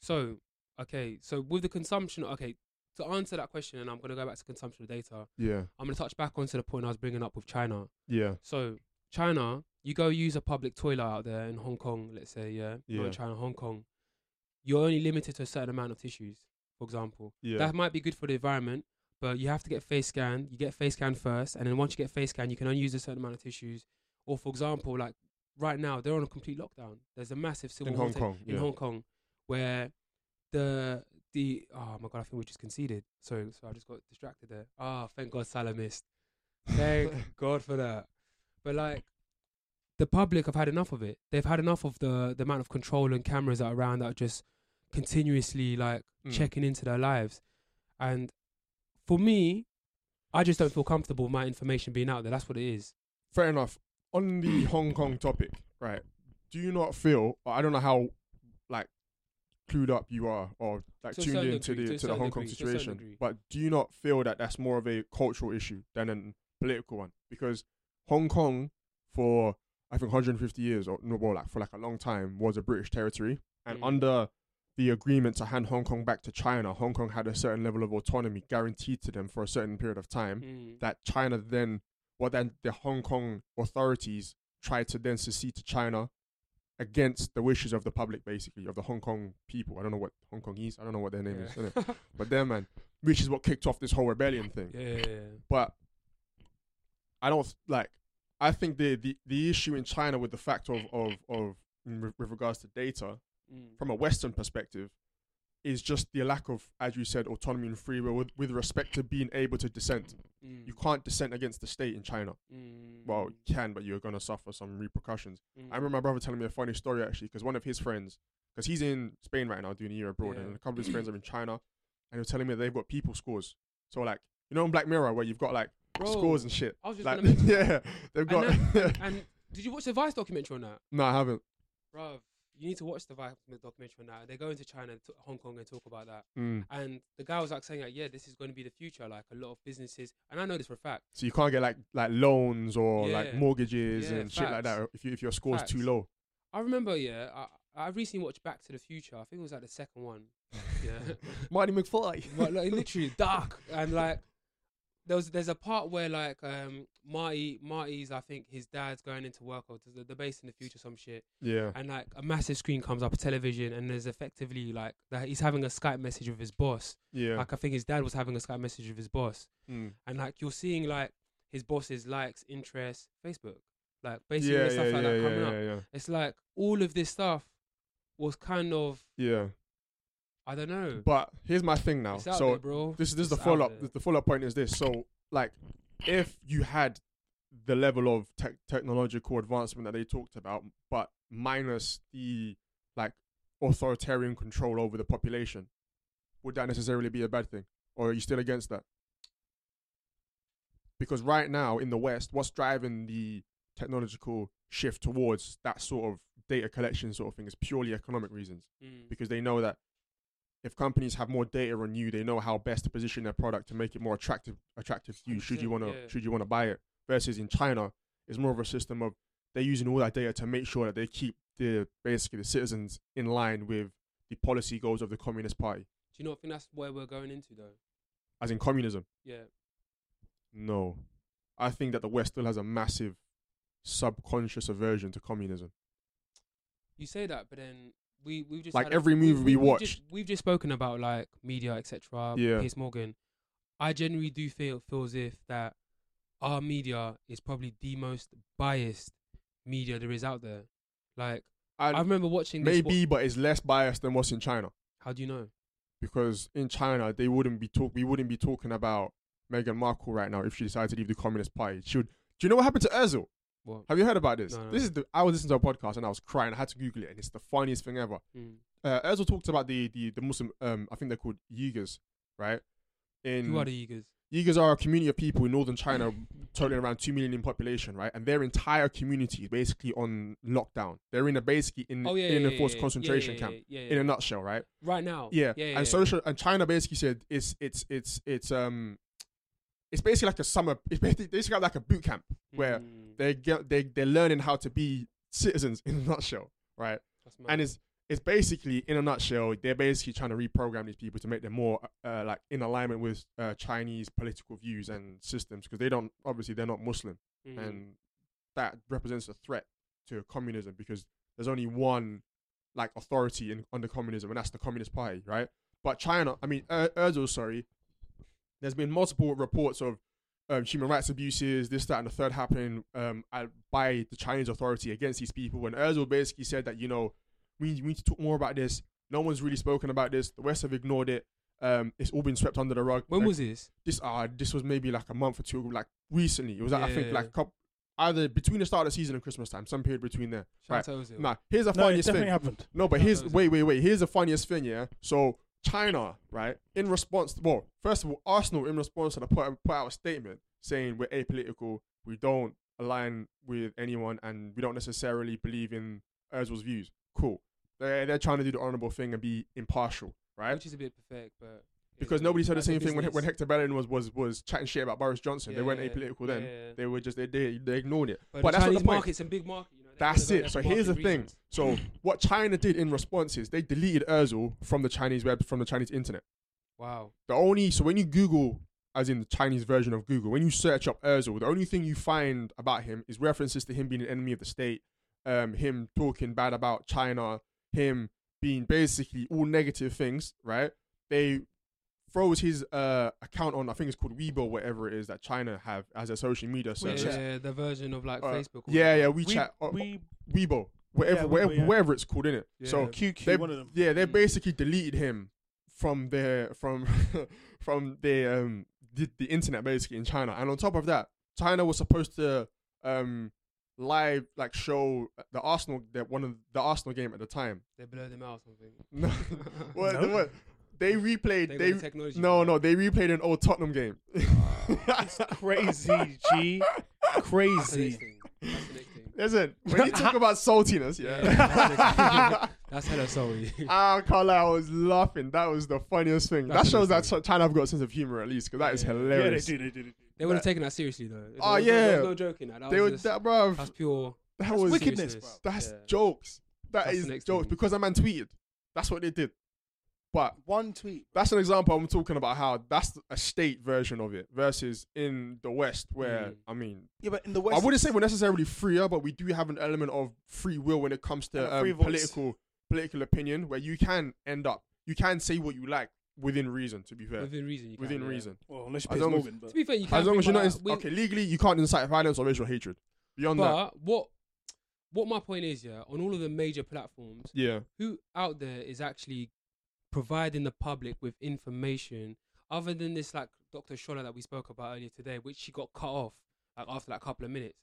So okay, so with the consumption, okay, to answer that question, and I'm gonna go back to consumption of data.
Yeah,
I'm gonna touch back onto the point I was bringing up with China.
yeah,
So China, you go use a public toilet out there in Hong Kong, let's say, yeah, not
Yeah.
in China, Hong Kong. You're only limited to a certain amount of tissues, for example.
yeah.
That might be good for the environment, but you have to get face scan. You get face scan first, and then once you get face scan, you can only use a certain amount of tissues. Or for example, like right now, they're on a complete lockdown. There's a massive civil
in
war
Hong
ta-
Kong.
in
yeah.
Hong Kong, where the the oh my god, I think we just conceded. Sorry, so I just got distracted there. Ah, thank God Salah missed. Thank God for that. But like the public have had enough of it. They've had enough of the the amount of control and cameras that are around that are just continuously like
Mm.
checking into their lives. And for me, I just don't feel comfortable with my information being out there. That's what it is.
fair enough. On the Hong Kong topic, right? Do you not feel? I don't know how, like, clued up you are, or like
To a
tuned
certain
in to the
degree, to a
to, the
certain
Hong Kong
degree, to a certain
situation.
degree.
But do you not feel that that's more of a cultural issue than a political one? Because Hong Kong, for I think 150 years or no, well, like for like a long time, was a British territory, and
Mm.
under the agreement to hand Hong Kong back to China, Hong Kong had a certain level of autonomy guaranteed to them for a certain period of time
Mm.
that China then, well, then the Hong Kong authorities tried to then secede to China against the wishes of the public, basically, of the Hong Kong people. I don't know what Hong Kongese, I don't know what their name is,
Yeah.
innit? but then, man, which is what kicked off this whole rebellion thing.
yeah, yeah, yeah.
But I don't like. I think the, the, the issue in China with the fact of of of with with regards to data
Mm.
from a Western perspective is just the lack of, as you said, autonomy and free will with, with respect to being able to dissent
Mm.
you can't dissent against the state in China.
Mm.
Well, you can, but you're gonna suffer some repercussions.
Mm.
I remember my brother telling me a funny story actually, because one of his friends, because he's in Spain right now doing a year abroad,
Yeah.
and a couple of his friends are in China, and he was telling me they've got people scores. So like, you know, in Black Mirror where you've got like
Bro,
scores and shit.
I was just
Like,
gonna mention that.
yeah, they've got.
And And did you watch the Vice documentary on that?
no, I haven't.
Bruv, you need to watch the Vice documentary on that. They go into China, to Hong Kong, and talk about that.
Mm.
And the guy was like saying, like, yeah, this is going to be the future. Like a lot of businesses, and I know this for a fact.
So you can't get like like loans or like
Yeah.
mortgages
Yeah,
and shit like that if you, if your score's too
Facts.
low.
I remember, yeah, I, I recently watched Back to the Future. I think it was like the second one. Yeah.
Marty McFly.
But, like, literally dark and like there was there's a part where like um Marty Marty's I think his dad's going into work or to the, the base in the future some shit
Yeah.
and like a massive screen comes up a television and there's effectively like that he's having a Skype message with his boss
Yeah.
like I think his dad was having a Skype message with his boss
Mm.
and like you're seeing like his boss's likes interests Facebook like basically
yeah.
stuff
yeah,
like that
yeah,
coming up
yeah, yeah.
it's like all of this stuff was kind of
Yeah.
I don't know
But here's my thing now.
Hmm. it's out
So
there, bro
this is this is the
It's out
follow
there.
up. The follow up point is this. So like, if you had the level of tech technological advancement that they talked about, but minus the like authoritarian control over the population, would that necessarily be a bad thing, or are you still against that? Because right now in the West, what's driving the technological shift towards that sort of data collection sort of thing is purely economic reasons
Mm.
because they know that if companies have more data on you, they know how best to position their product to make it more attractive attractive to you. Should you
100%,
want to
yeah.
should you want to buy it? Versus in China, it's more of a system of they're using all that data to make sure that they keep the basically the citizens in line with the policy goals of the Communist Party,
Do you not think that's where we're going into though?
as in communism.
Yeah.
No, I think that the West still has a massive subconscious aversion to communism.
You say that, but then we we've just
Like
had a-
every movie we
we've just-
watched.
We've just spoken about like media, etc.
Yeah.
Piers Morgan. I genuinely do feel feel as if that our media is probably the most biased media there is out there. Like
And
I remember watching this.
maybe, but it's less biased than what's in China
How do you know?
because in China they wouldn't be talk. We wouldn't be talking about Meghan Markle right now if she decided to leave the Communist Party. She would. Do you know what happened to Özil?
What?
Have you heard about this?
No, no.
This is the. I was listening to a podcast and I was crying. I had to Google it, and it's the funniest thing ever.
Mm.
Uh, Özil talked about the the the Muslim. Um, I think they're called Uyghurs, right? In
Who are the Uyghurs?
Uyghurs are a community of people in northern China, totaling around two million in population, right? And their entire community is basically on lockdown. They're in a basically in
Oh yeah,
in
yeah,
a forced
yeah, yeah,
concentration
yeah,
camp.
Yeah, yeah,
In a nutshell, right?
right now.
Yeah.
Oh, yeah,
and
yeah.
social and China basically said it's it's it's it's um it's basically like a summer it's basically, they basically like a boot camp where
Mm,
they get they they're learning how to be citizens in a nutshell, right?
that's mad.
And it's it's basically in a nutshell they're basically trying to reprogram these people to make them more uh, like in alignment with uh, Chinese political views and systems because they don't obviously they're not Muslim
Mm.
and that represents a threat to communism because there's only one like authority in under communism and that's the communist party right but china i mean Er- Erzul, sorry there's been multiple reports of um, human rights abuses this that and the third happening um, at, by the chinese authority against these people and Erzul basically said that you know we, we need to talk more about this no one's really spoken about this the west have ignored it um, it's all been swept under the rug
when
Uh,
was this?
this uh this was maybe like a month or two ago, like recently. It was like I think
Yeah.
like a couple, either between the start of the season and Christmas time, some period between there.
Shout out to Ozil.
Nah, here's the
No, it
funniest
definitely
thing.
happened.
no, but
Shout
here's
out to
wait, wait, wait. Here's the funniest thing, yeah. So China, right? In response, well, first of all, Arsenal in response to the put, put out a statement saying we're apolitical, we don't align with anyone, and we don't necessarily believe in Özil's views. Cool. They're, they're trying to do the honourable thing and be impartial, right?
Which is a bit pathetic, but
because nobody said the
That's
same thing when,
business.
when Hector Bellerin was, was was chatting shit about Boris Johnson. they weren't
Yeah,
apolitical then.
yeah.
They were just they they, they ignored it.
But,
But
the
that's not the
Chinese
point.
market's a big market. You know, they
That's
follow their
it. So
market
here's the thing.
reasons.
So what China did in response is they deleted Özil from the Chinese web from the Chinese internet.
Wow.
The only so when you Google as in the Chinese version of Google, when you search up Özil, the only thing you find about him is references to him being an enemy of the state, um, him talking bad about China, him being basically all negative things, right? They froze his uh, account on, I think it's called Weibo, whatever it is that China have as a social media
Yeah,
service.
yeah,
Yeah,
yeah, the version of like
Uh,
Facebook. or
yeah,
whatever.
WeChat, uh,
We,
Weibo, whatever,
Yeah, Weibo,
whatever,
yeah.
whatever it's called in it. So
Yeah.
QQ,
they,
one of them.
yeah, they
Mm.
basically deleted him from their from from their um the, the internet basically in China. And on top of that, China was supposed to um live like show the Arsenal that one of the Arsenal game at the time.
They blow them out or something.
No, what,
No.
what they replayed
They,
they,
got the technology.
no
for Ah, that.
no they replayed an old Tottenham game.
crazy, G.
That's the next
Crazy.
thing. That's the next thing.
Listen, when you talk about saltiness,
Yeah.
yeah.
That's hella sorry.
Ah, Carla, I was laughing. That was the funniest thing.
That's
that shows that
amazing.
China have got a sense of humor at least, because that is
Yeah. Yeah, they
Yeah, they
hilarious.
do, they do. They do.
they would have taken that seriously though. There
Oh,
was no-
yeah.
There was no joking. That, that
They
was
were
just-
that, bro.
That's pure.
That was
wicked. wickedness,
seriousness.
bro.
that's
Yeah.
jokes. that's
That's the next
jokes
thing.
because that man tweeted. That's what they did. But
One tweet.
that's an example. I'm talking about how that's a state version of it versus in the West, where
Mm.
I mean,
Yeah, but in the West,
I wouldn't say we're necessarily freer, but we do have an element of free will when it comes
And
to
a
um,
free voice.
political political opinion, where you can end up, you can say what you like within reason. To be fair,
Within reason. You can,
within
yeah.
reason.
Well, unless
As
you're
long as-
Morgan, but
To be fair, you can.
As long as you're not
but uh,
ins-
we-
okay legally, you can't incite violence or racial hatred. Beyond that,
But uh, what what my point is, yeah, on all of the major platforms,
yeah,
who out there is actually providing the public with information other than this like Dr. Scholler that we spoke about earlier today, which she got cut off like after like a couple of minutes.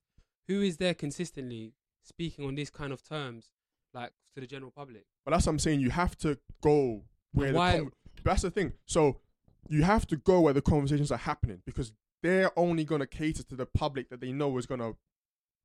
Who is there consistently speaking on this kind of terms, like to the general public?
but that's what I'm saying. You have to go where the
Why-
con- that's the thing. So you have to go where the conversations are happening because they're only gonna cater to the public that they know is gonna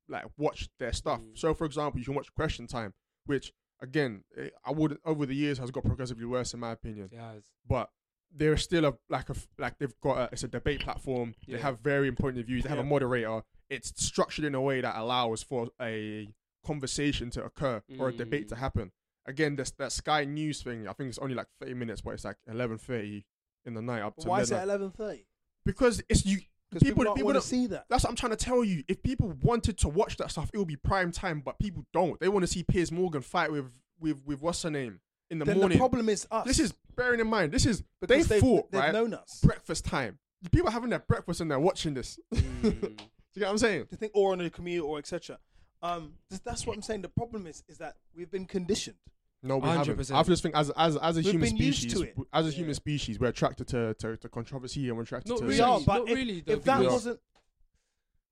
like watch their stuff.
Mm.
So for example, you can watch Question Time, which again, eh, I would over the years has got progressively worse in my opinion.
Yeah, it's-
but they're still a like a like they've got a, it's a debate platform.
Yeah.
They have varying point of views. They have a
Yeah.
moderator. It's structured in a way that allows for a conversation to occur or a debate to
Mm.
happen. Again, this that Sky News thing. I think it's only like thirty minutes, but it's like eleven thirty in the night up to
why is it
midnight.
eleven thirty?
because it's you.
because
People-
people, don't
people
want to
don't-
see that.
That's what I'm trying to tell you. If people wanted to watch that stuff, it would be prime time. But people don't. They want to see Piers Morgan fight with with with what's her name in the
then
morning.
the problem is us.
this is bearing in mind. This is they
because they've,
fought
they've
right
known us.
breakfast time. People are having their breakfast and they're watching this.
Hmm.
Do you get what I'm saying?
to think "Oh, or on a commute or etc. Um, th- that's what I'm saying. The problem is, is that we've been conditioned.
No, we haven't.
100%.
I just think as as as a
We've
human
been used to
species,
it.
w- as a human species, we're attracted to to, to controversy and we're attracted
Not
to.
really.
We are,
sex.
but
not
if,
really, though,
if that
because-
wasn't,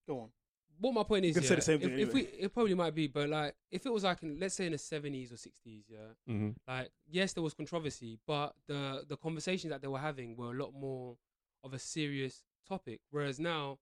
go on.
what my point is,
You
yeah,
can say the same
if,
thing
if we, it probably might be, but like, if it was like, in, let's say in the seventies or sixties, yeah,
Mhm.
like, yes, there was controversy, but the the conversations that they were having were a lot more of a serious topic. Whereas now,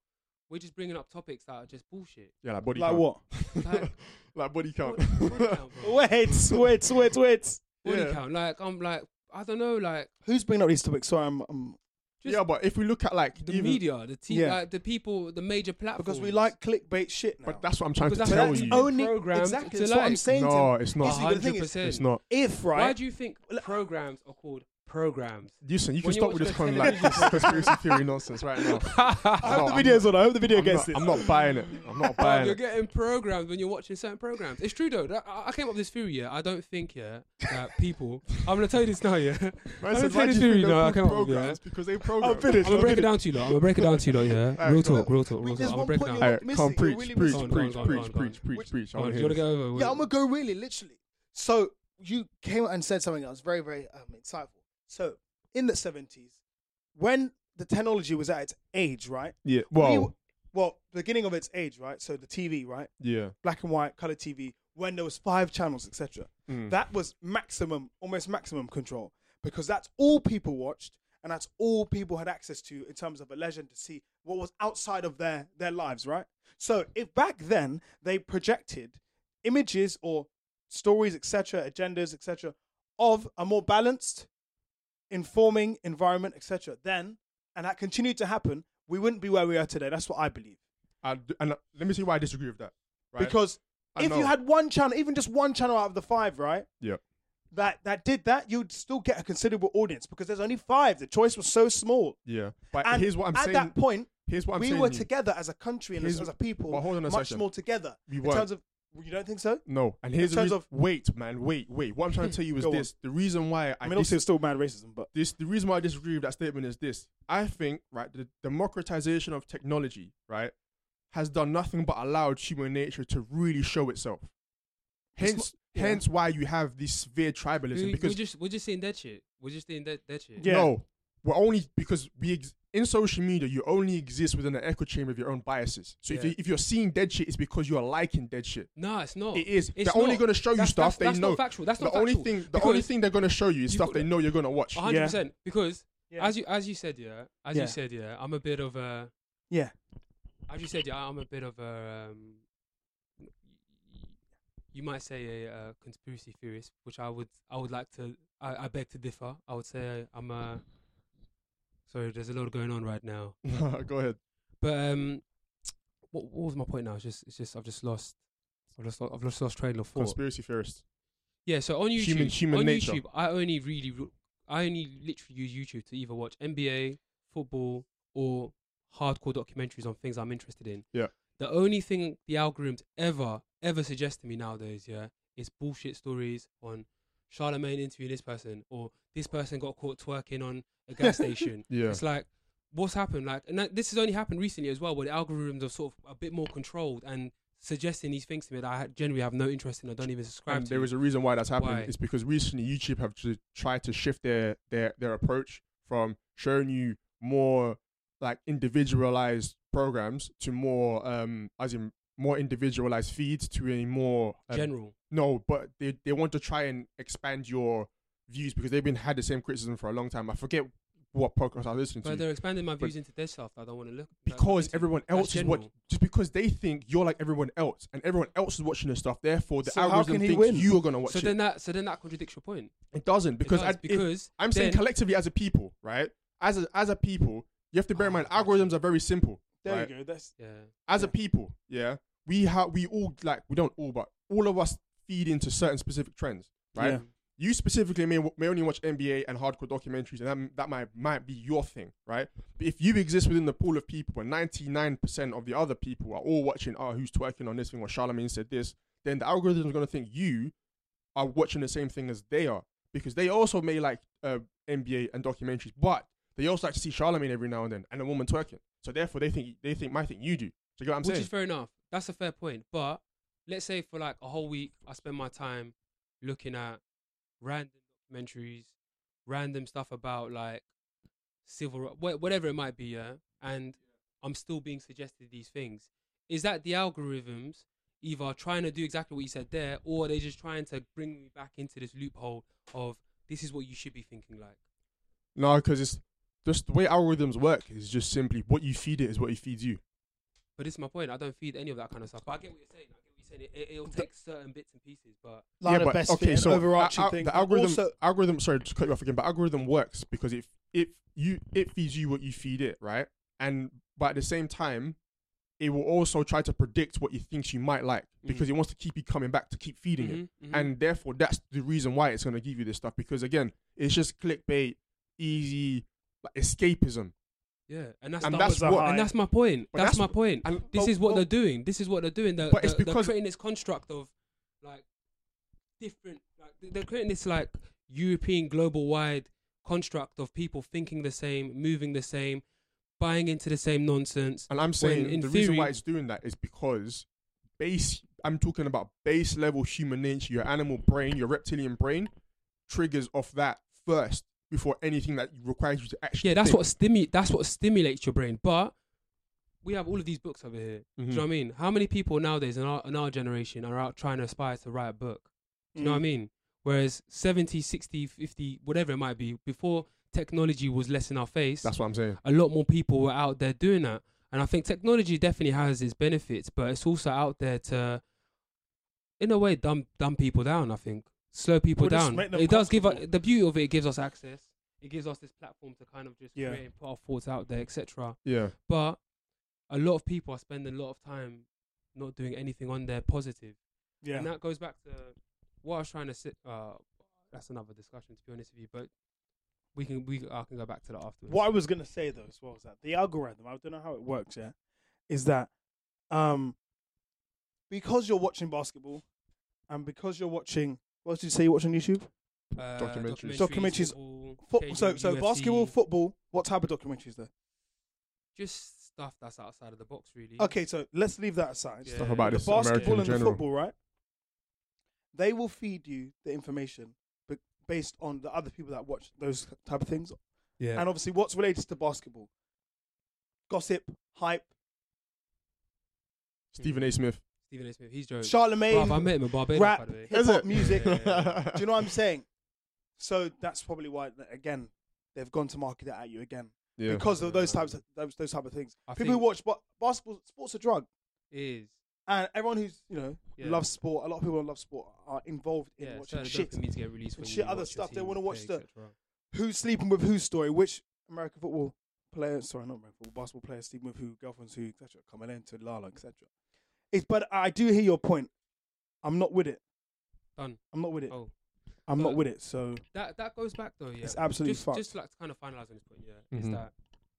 we're just bringing up topics that are just bullshit.
Yeah, like body
Like
count.
what?
Like-
like body count.
Body- body count, bro.
Wait, wait, wait, wait.
Body
Yeah.
count, like, I'm like, I don't know, like
Who's bringing up these topics? Sorry, I'm, I'm
Just
yeah, but if we look at like
the
even-
media, the t-
Yeah.
like, the people, the major platforms.
because we like clickbait shit now.
But that's what I'm trying
Because
to
that's
tell
what
you.
own-
only
programmed
exactly
to
that's what I'm
like.
saying. to
No,
him.
it's
You see,
not.
the thing
hundred
is,
percent.
It's not.
If
Why
right,
do you think programs are called programs?
Listen, you can
When you
stop with
watch
this
the
con- like
television
this conspiracy theory nonsense right now. I hope
on. I hope the video
I'm not, I'm not buying it. I'm not
Bruv,
buying
you're
it.
getting programmed when you're watching certain programs. It's true though. That, I I came up with this theory. Yeah, I don't think yeah that people. I'm gonna tell you this now. Yeah,
Man
I'm
said,
gonna
why
tell you this
do you
theory.
think
No, I
they
came
put
up with it.
programs? Because they program.
I'm gonna break it down to you lot. I'm gonna break it down to you lot. Yeah,
Alright,
real
go
talk, real talk, real talk.
There's
I'm
one
gonna break it down.
point you're
Alright,
missing.
come
You're
preach,
really
preach,
missing.
preach,
Go on, go on, go
preach,
on, go on.
preach, preach, preach. I
Go on,
want to
do you
hear
wanna
this.
go over? with
Yeah,
it?
I'm gonna go really literally. So you came out and said something that was very, very um, insightful. So in the seventies, when the technology was at its age, right?
Yeah.
We
Well,
w- well, beginning of its age, right? So the TV, right?
yeah.
Black and white, color TV. When there was five channels, etc.
Mm.
That was maximum, almost maximum control, because that's all people watched, and that's all people had access to in terms of a legend to see what was outside of their their lives, right? So if back then they projected images or stories, etc., agendas, etc., of a more balanced, informing environment, etc., then and that continued to happen, we wouldn't be where we are today. That's what I believe.
I d- and uh, let me see why I disagree with that. Right?
Because
I
if you
know.
had one channel, even just one channel out of the five, right?
Yeah.
That that did that, you'd still get a considerable audience because there's only five. The choice was so small.
yeah. But
And
here's what I'm
at
saying.
that point,
here's what I'm
we
saying.
were
you.
together as a country and as,
Here's-
as a people,
but hold on a
much
second.
more together.
We
in
weren't.
terms of you don't think so?
No, and here's
In
the
terms
reason.
of-
wait, man, wait, wait. What I'm trying to tell you is
Go on.
this: the reason why I,
I mean,
dis-
obviously, it's still mad racism, but
this the reason why I disagree with that statement is this. I think right the democratization of technology right has done nothing but allowed human nature to really show itself.
It's
Hence,
yeah.
hence why you have this severe tribalism
We,
because
we're just we're just seeing that shit. We're just seeing that that shit.
Yeah.
no, we're only because we ex- in social media you only exist within an echo chamber of your own biases. So if
Yeah.
you if you're seeing dead shit, it's because you are liking dead shit.
No, it's not.
It is.
It's
they're only
not.
going to show you
That's-
stuff
that's-
they
that's
know.
not factual. That's
the
not
only
factual.
thing. The only
Because-
thing they're going to show you is
You've
stuff
got-
they know you're going to watch.
100% because
Yeah.
as you as you said yeah as
Yeah.
you said yeah i'm a bit of a
Yeah.
as you said yeah i'm a bit of a um, you might say a, uh conspiracy theorist which i would i would like to I, I beg to differ i would say i'm a sorry there's a lot going on right now
Go ahead.
but um what, what was my point now it's just it's just i've just lost i've just lost, i've just lost train of thought
Conspiracy theorists.
yeah, so on YouTube,
Human- human
on
nature.
YouTube, I only really, re- I only literally use YouTube to either watch NBA, football, or hardcore documentaries on things I'm interested in.
Yeah.
The only thing the algorithms ever, ever suggest to me nowadays, yeah, is bullshit stories on Charlemagne interviewing this person or this person got caught twerking on a gas station.
Yeah.
It's like, what's happened? Like, and that, this has only happened recently as well, where the algorithms are sort of a bit more controlled and suggesting these things to me that I ha- generally have no interest in. I don't even subscribe
And
to.
there is a reason why that's happening.
Why?
It's because recently YouTube have ju- tried to shift their their their approach from showing you more like individualized programs to more um as in more individualized feeds to a more um,
general.
No, but they they want to try and expand your views because they've been had the same criticism for a long time. I forget what podcast I was listening
But
to.
they're expanding my views into their stuff that I don't want to look that I look
Because
into.
everyone
That's
else is what
general.
just because they think you're like everyone else and everyone else is watching this stuff, therefore the
So how
algorithm
can he
thinks
win?
you are gonna watch
So
it.
then that so then that contradicts your point.
It doesn't because
does,
I, if-
because
I'm saying
then-
collectively as a people, right? As a, as a people, you have to bear in
Ah,
mind
gotcha.
algorithms are very simple.
there
right?
you go. That's
Yeah.
As a
Yeah.
people, yeah, we have we all like we don't all, but all of us feed into certain specific trends, right?
Yeah.
you specifically may, may only watch NBA and hardcore documentaries, and that, that might might be your thing, right? But if you exist within the pool of people, where ninety nine percent of the other people are all watching, oh, who's twerking on this thing, or Charlamagne said this, then the algorithm is going to think you are watching the same thing as they are because they also may like uh, NBA and documentaries, but they also like to see Charlamagne every now and then and a woman twerking. So therefore, they think they think my thing you do. So you get what I'm
Which
saying?
is fair enough. That's a fair point. But let's say for like a whole week, I spend my time looking at random documentaries, random stuff about like civil, ri- wha- whatever it might be, yeah. And I'm still being suggested these things. Is that the algorithms either trying to do exactly what you said there, or are they just trying to bring me back into this loophole of this is what you should be thinking like?
No, because it's just the way algorithms work is just simply what you feed it is what it feeds you.
But this is my point. I don't feed any of that kind of stuff. But I get what you're saying. I get what you're saying. It, it'll take certain bits and pieces, but
Line of best fit and overarching
a- a-
thing.
uh, The algorithm,
Also-
algorithm. Sorry, just cut you off again. But algorithm works because if if you it feeds you what you feed it, right? And but at the same time, it will also try to predict what it thinks you might like
Mm-hmm.
because it wants to keep you coming back to keep feeding it.
Mhm, mhm.
and therefore that's the reason why it's going to give you this stuff because again it's just clickbait easy like, escapism
Yeah, and that's
And
that
that's
was-
what-
and that's my point.
But
That's,
that's
my
what-
point.
and-
this
but-
is what
but-
they're doing. This is what they're doing. They're,
But it's
they're- they're
because-
creating this construct of like different. Like they- they're creating this like European global wide construct of people thinking the same, moving the same, buying into the same nonsense.
and i'm saying
in
the reason why
theory-
it's doing that is because base i'm talking about base level human nature your animal brain your reptilian brain triggers off that first before anything that requires you to actually
Yeah, that's
think.
what stimu- That's what stimulates your brain. But we have all of these books over here.
Mm-hmm.
Do you know what I mean? How many people nowadays in our in our generation are out trying to aspire to write a book? Do you
Mm.
know what I mean? Whereas 70, 60, 50, whatever it might be, before technology was less in our face,
that's what i'm saying
a lot more people were out there doing that. And I think technology definitely has its benefits, but it's also out there to, in a way, dumb dumb people down. I think slow people
Or just
down.
make them
It does give us
comfortable.
the beauty of it. It gives us access. It gives us this platform to kind of just
Yeah.
create and put our thoughts out there, etc.
yeah
But a lot of people are spending a lot of time not doing anything on their positive.
Yeah.
And that goes back to what I was trying to sit. Uh, that's another discussion, to be honest with you. But we can we I can go back to that afterwards.
What I was gonna say though, as well, is that the algorithm. I don't know how it works. Yeah, is that um because you're watching basketball and because you're watching what else did you say you're watching on YouTube?
Uh,
Documentaries.
Documentaries,
football,
Foot-
occasional
so so
UFC,
basketball, football. What type of documentaries there?
just stuff that's outside of the box, really.
Okay, so let's leave that aside.
Yeah.
stuff about
The
this
basketball
american
and the
general
football, right? They will feed you the information, but based on the other people that watch those type of things,
Yeah.
and obviously what's related to basketball, gossip, hype,
stephen a smith
Stephen A. Smith, he's joking.
Charlemagne,
Bruv, I met him in Barbados,
rap,
by the way.
hip hop music.
Yeah, yeah,
Do you know what I'm saying? So that's probably why, that, again, they've gone to market it at you again
yeah
because of those types, of, those those type of things.
I
People who
think-
watch ba- basketball, sports a drug,
It is.
and everyone who's you know
Yeah.
loves sport. A lot of people who love sport are involved in
Yeah,
watching
certain
shit.
dopamines get released
and
when
shit,
you
other
watch your
stuff. They
team
wanna watch
play,
the-
etc..
Who's sleeping with whose story? Which American football player? Sorry, not American football. Basketball players sleeping with who? Girlfriends who? Etc. Coming into Lala, etc. It's but I do hear your point. I'm not with it.
Done.
I'm not with it.
Oh.
I'm
but-
not with it. So
That that goes back though, yeah.
it's absolutely
just,
fucked.
just like to kind of finalize on this point, yeah, is
Mhm.
that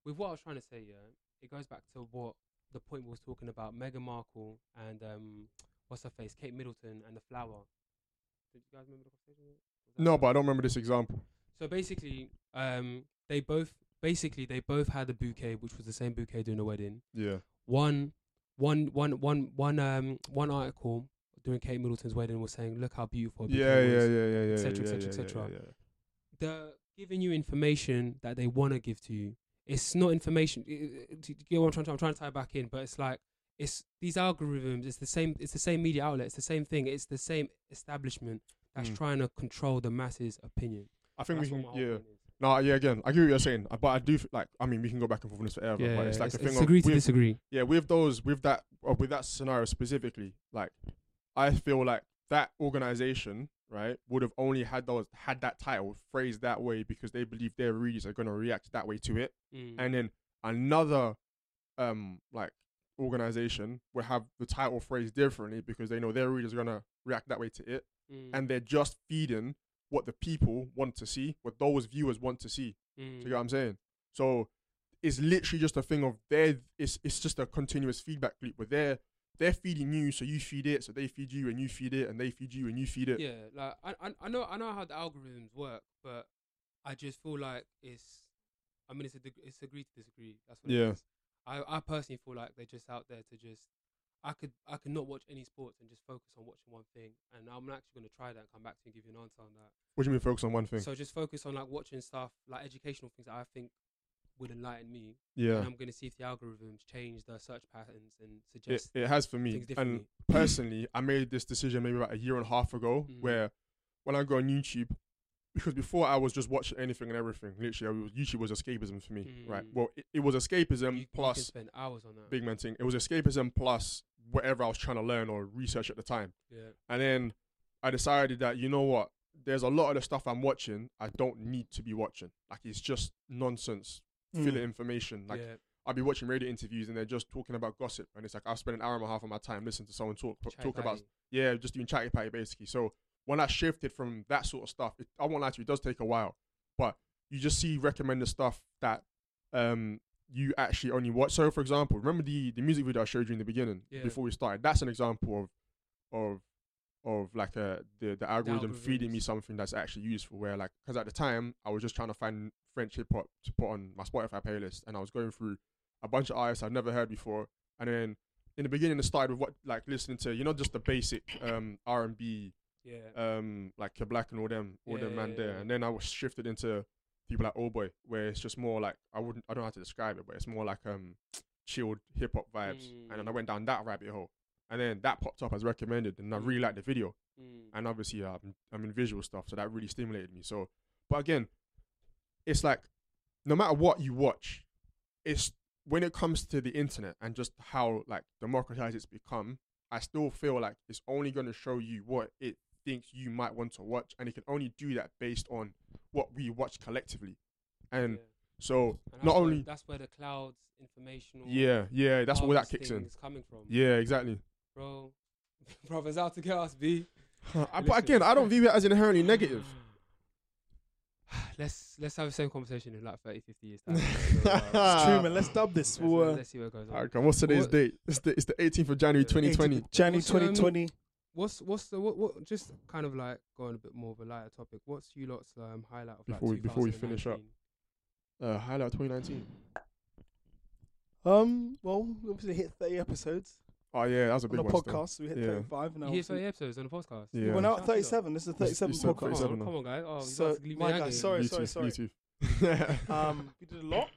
with what I was trying to say, yeah, it goes back to what the point we was talking about: Meghan Markle and um, what's her face, Kate Middleton, and the flower. Did you guys remember the conversation? Was that-
no but i don't remember this example
So basically, um, they both basically they both had a bouquet, which was the same bouquet during the wedding.
yeah
One, one, one, one, one, um, one article during Kate Middleton's wedding was saying, "Look how beautiful." a bouquet
yeah yeah yeah
was."
yeah yeah yeah,
et cetera, et
yeah,
cetera, et
yeah,
cetera.
yeah, yeah.
they're giving you information that they want to give to you. It's not information. i- i- Do you get what I'm trying to? I'm trying to tie back in, but it's like it's these algorithms. It's the same. It's the same media outlet. It's the same thing. It's the same establishment that's
Mm.
trying to control the masses' opinion.
i think
That's
we
what
can
my whole
yeah
point is.
No, yeah, again, I get what you're saying, uh, but I do f- like. I mean, we can go back and forth on this forever,
Yeah,
but it's like
it's,
the thing
it's
of
agree to
with-
disagree.
yeah, with those, with that, uh, with that scenario specifically, like, I feel like that organization, right, would have only had those had that title phrased that way because they believe their readers are going to react that way to it,
Mm.
and then another, um, like organization will have the title phrased differently because they know their readers are going to react that way to it,
Mm.
and they're just feeding what the people want to see, what those viewers want to see. Do
mm.
you get what I'm saying? So it's literally just a thing of their it's it's just a continuous feedback loop where they're they're feeding you, so you feed it, so they feed you and you feed it and they feed you and you feed it.
Yeah, like I, I, I know, I know how the algorithms work, but I just feel like it's. I mean, it's a, deg- it's agree to disagree. That's what
Yeah.
it is. I, I personally feel like they're just out there to just. I could, I could not watch any sports and just focus on watching one thing, and I'm actually going to try that and come back to you and give you an answer on that.
What do you mean focus on one thing?
So just focus on like watching stuff like educational things that I think will enlighten me,
yeah.
and I'm going to see if the algorithms change the search patterns and
It,
suggest
it has for me.
things
And
differently.
personally, I made this decision maybe about a year and a half ago
Mm.
where when I go on YouTube, because before I was just watching anything and everything. Literally, I was, YouTube was escapism for me, right?
Mm.
Well, it, it was escapism
you, you can
plus
spend hours on that.
big man thing. It was escapism plus whatever I was trying to learn or research at the time.
yeah,
And then I decided that you know what, there's a lot of the stuff I'm watching I don't need to be watching. Like it's just nonsense,
Mm.
filler information. Like
Mm. yeah,
I'll be watching radio interviews and they're just talking about gossip, and it's like I've spent an hour and a half of my time listening to someone talk
chatty
talk about
patty.
yeah, just doing chatty patty basically. So when I shifted from that sort of stuff, it, I won't lie to you, it does take a while, but you just see recommended stuff that um you actually only watch. So for example, remember the the music video I showed you in the beginning
Yeah.
before we started. That's an example of of of like uh the the algorithm feeding me
algorithms.
something that's actually useful. Where like because at the time I was just trying to find French hip hop to put on my Spotify playlist, and I was going through a bunch of artists I'd never heard before, and then in the beginning it started with what like listening to you know just the basic um R and B
yeah,
um like Kid Black and all them all
Yeah,
them man
yeah,
there,
yeah.
and then I was shifted into people like Oh Boy, where it's just more like I wouldn't I don't know how to describe it, but it's more like um chilled hip hop vibes, and then I
Mm.
went down that rabbit hole, and then that popped up as recommended, and I
Mm.
really liked the video,
mm,
and obviously I'm, I'm in visual stuff, so that really stimulated me. So, but again, it's like no matter what you watch, it's when it comes to the internet and just how like democratized it's become. I still feel like it's only going to show you what it thinks you might want to watch, and it can only do that based on what we watch collectively. And
yeah.
so,
And
not
that's where-
only
that's where the clouds informational.
yeah, yeah, that's where that
harvest
kicks
thing
in.
Is coming from,
Yeah, exactly.
bro. Brothers out to get us, B.
I- Uh, but
Listen.
again, I don't view it as inherently negative.
let's let's have the same conversation in like 30, 50 years. Time. Let's go,
It's
alright,
It's
let's-
true, man. Let's dub
let's-
this for uh,
let's see what goes on.
Alright, come on, what's today's
What-
date? It's the it's the 18th of January,
Yeah.
2020.
January
What's, um,
2020.
What's what's the what, what just kind of like going a bit more of a lighter topic? What's you lot's um highlight of
Before we-
like
before we finish up.
2019?
Uh, highlight 2019.
Um, well, we obviously hit 30 episodes
Oh yeah, that was a
on
big
the
one. still.
podcast. We hit
Yeah.
35 now.
You hear
obviously-
30 episodes on the podcast.
Yeah.
We went out
Shout out.
37. This is the
This-
37
this is the
podcast.
Oh,
37.
come on, guys. Oh, you
So,
guys leave me
my
hanging.
guy, sorry, sorry,
Bluetooth,
sorry.
Bluetooth.
Um, we did a lot.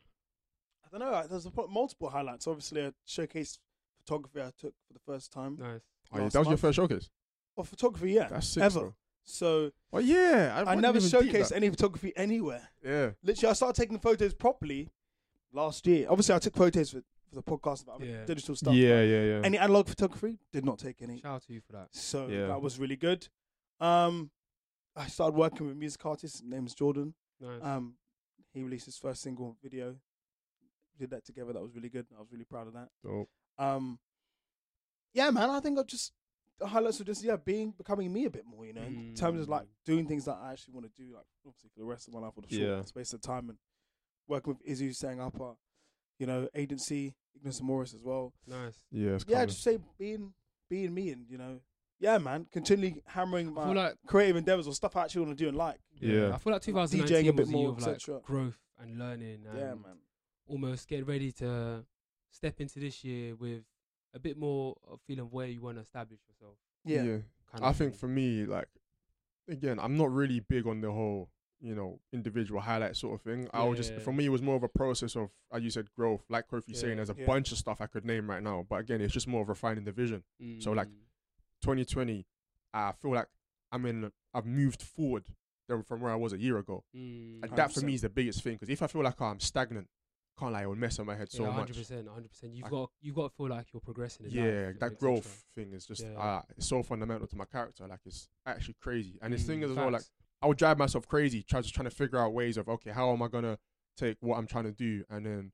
I don't know. uh, There's a po- multiple highlights. Obviously, I showcased photography I took for the first time.
Nice.
Oh, yeah,
last
that was your
month.
first showcase.
Well, photography, yeah.
That's sick.
Ever.
bro.
So
Oh yeah, I,
I never showcased
Any-
any photography anywhere.
yeah,
Literally, I started taking photos properly last year. Obviously, I took photos for, for the podcast about
Yeah.
digital stuff.
yeah, yeah, yeah.
Any analog photography? Did not take any.
Shout out to you for that.
So
Yeah.
that was really good. Um, I started working with a music artist. His name's Jordan.
Nice.
Um, he released his first single video. Did that together. That was really good. I was really proud of that.
Dope.
Um, yeah, man. I think I just the highlights were just yeah, being becoming me a bit more. You know, in terms of like
Mm.
doing things that I actually want to do. Like obviously for the rest of my life or the short
Yeah.
space of time and working with Izzy setting up our, you know, agency Ignis and Morris as well
nice.
yeah, it's
yeah,
kinda-
just say being being me and you know, yeah, man, continually hammering
I
my
feel like
creative endeavors or stuff I actually want to do and like.
Yeah.
I feel like 2019
DJing a bit
was a year
more,
of like
etc.
growth and learning. And
Yeah, man.
Almost getting ready to step into this year with a bit more of feeling of where you want to establish yourself.
Yeah,
Kind
I
of
think
thing.
for me, like, again, I'm not really big on the whole, you know, individual highlight sort of thing. I was just,
Yeah.
for me, it was more of a process of, as you said, growth. Like Kofi saying,
Yeah.
there's a
Yeah.
bunch of stuff I could name right now, but again, it's just more of refining the vision. so, like,
Mm.
2020, I feel like I'm in. I've moved forward than from where I was a year ago.
Mm.
And that for
100%.
me is the biggest thing because if I feel like I'm stagnant, can't lie, it will mess up my head so
yeah,
much.
100%, 100%. You've
I-
got you've got to feel like you're progressing. In
Yeah,
life,
that
etc.
growth thing is just
Yeah.
uh, it's so fundamental to my character. Like it's actually crazy. And this thing
Mm,
is as well, like
facts.
I would drive myself crazy, try just trying to figure out ways of okay, how am I gonna take what I'm trying to do and then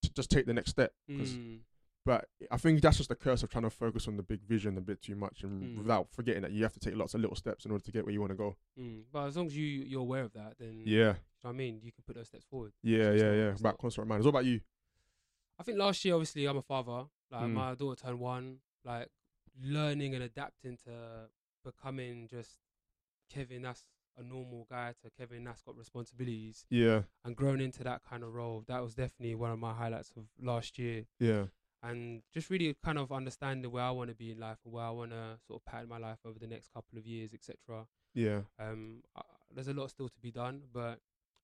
t- just take the next step because
Mm.
But I think that's just the curse of trying to focus on the big vision a bit too much, and
Mm.
without forgetting that you have to take lots of little steps in order to get where you want to go.
Mm. But as long as you you're aware of that, then you know
Yeah,
what I mean, you can put those steps forward.
yeah,
it's
yeah,
not-
yeah.
it's
About
not-
constant reminders. What about you?
I think last year, obviously, I'm a father. Like
Mm.
my daughter turned one. Like learning and adapting to becoming just Kevin. That's a normal guy to Kevin. That's got responsibilities
Yeah,
and growing into that kind of role. That was definitely one of my highlights of last year.
yeah,
and just really kind of understanding where I want to be in life or where I want to sort of pattern my life over the next couple of years, etc.
yeah,
Um, uh, there's a lot still to be done, but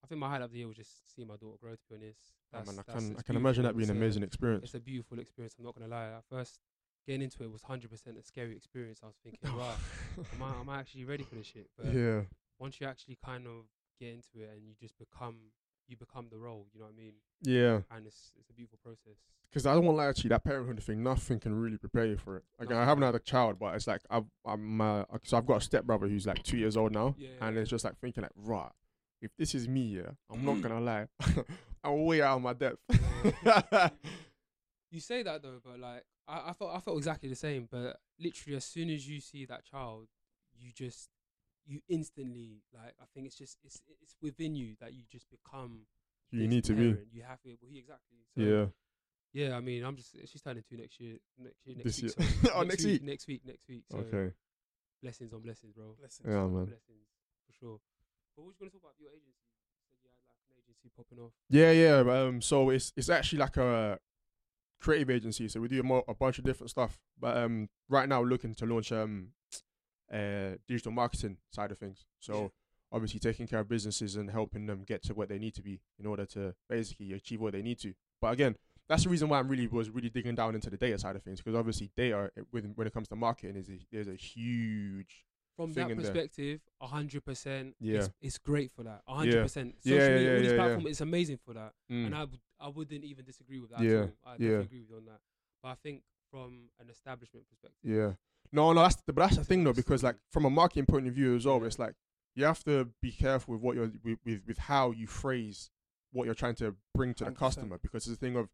I think my highlight of the year was just seeing my daughter grow. To be honest,
Oh, I, mean, I
that's-
can
it's
I can imagine that
beautiful.
being an
It's a-
amazing experience.
It's a beautiful experience. I'm not gonna lie. At first, getting into it was 100% a scary experience. I was thinking, wow, am I am I actually ready for this shit? But
yeah,
once you actually kind of get into it and you just become you become the role, you know what I mean?
yeah.
And it's it's a beautiful process.
Because I don't want to lie to you, that parenthood thing, nothing can really prepare you for it. Like I
Nothing.
haven't had a child, but it's like I've, I'm, uh, so I've got a stepbrother who's like two years old now,
Yeah, yeah,
and
yeah.
it's just like thinking like, right, if this is me, yeah, I'm not gonna lie, I'm way out of my depth.
you say that though, but like I, I felt I felt exactly the same. But literally, as soon as you see that child, you just you instantly like I think it's just it's it's within you that you just become.
you
this
need to be,
parent. You have to. Well, he exactly. So,
yeah,
Yeah, I mean, I'm just she's turning two next year. Next year. Next
This
week,
year.
sorry.
Oh, next
week,
week.
Next week. Next week. So
okay,
Blessings on blessings, bro.
Blessings.
yeah, man,
Blessings for sure. But what you gonna talk about your agency? You said you had like an agency popping off.
yeah, yeah. Um, so it's it's actually like a creative agency, so we do a, mo- a bunch of different stuff. But um, right now we're looking to launch um, uh, digital marketing side of things. So. obviously taking care of businesses and helping them get to what they need to be in order to basically achieve what they need to. But again, that's the reason why I'm really was really digging down into the data side of things because obviously data uh, with when it comes to marketing is a, there's a huge
from
thing
that
in there.
perspective, a hundred percent.
Yeah.
it's, it's great for that. A
Yeah.
hundred percent.
Yeah,
Social
yeah,
media,
yeah,
all these
yeah, yeah.
platforms, it's amazing for that. And I would, I wouldn't even disagree with that.
Yeah,
at all. I definitely
yeah.
agree with you on that. But I think from an establishment perspective,
yeah. No, no, that's the, but that's the thing though because like from a marketing point of view as well, it's like you have to be careful with what you're with with, with how you phrase what you're trying to bring to the
100%.
customer because it's a thing of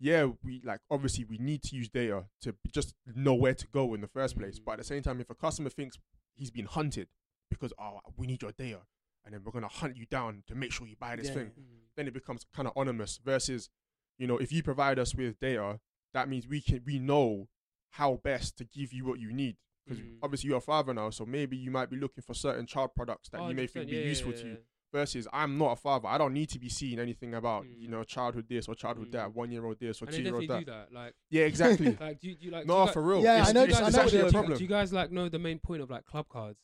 yeah, we like obviously we need to use data to b- just know where to go in the first place. But at the same time, if a customer thinks he's been hunted because oh we need your data and then we're gonna hunt you down to make sure you buy this
Yeah.
thing, then it becomes kind of anonymous. Versus, you know, if you provide us with data, that means we can we know how best to give you what you need. Because
Mm.
obviously you're a father now, so maybe you might be looking for certain child products that you may
100%,
think be
yeah, yeah,
useful
yeah,
to you.
yeah.
Versus, I'm not a father. I don't need to be seeing anything about you
Mm.
know childhood this or childhood
Mm.
that, one year old this or
And
two
they
year
definitely
old that.
do that. Like,
Yeah, exactly.
like do you, do you like? do
no,
you guys-
for real.
Yeah,
it's,
I know
It's,
that-
it's
I know
actually
what
a
they're-
problem
Do you guys like know the main point of like club cards?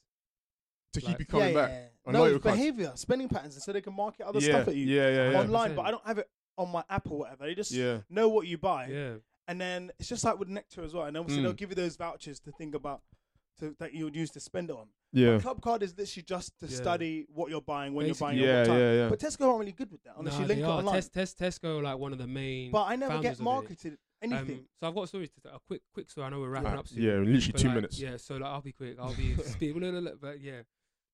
to keep
like-
you coming back. I
No,
know
it's
your cards.
behavior, spending patterns, and so they can market other
yeah,
stuff at you
yeah, yeah, yeah,
online. But
100%.
I don't have it on my app or whatever. They just
yeah.
know what you buy,
Yeah,
and then it's just like with Nectar as well. And obviously
Mm.
they'll give you those vouchers to think about to, that you'll use to spend it on.
Yeah,
Club card is literally just to
Yeah.
study what you're buying when
Basically.
you're buying it.
yeah,
all the time.
yeah, yeah.
But Tesco aren't really good with that unless
Nah,
you link
they
it
are.
online.
Tes- Tes- Tesco, like one of the main.
But I never
founders
get
of it.
marketed anything.
Um, so I've got stories to tell. A quick, quick story. I know we're wrapping
Uh,
up soon.
yeah, literally
But,
two
like,
minutes.
Yeah, so like I'll be quick. I'll be speed. well, no, no, no, But yeah,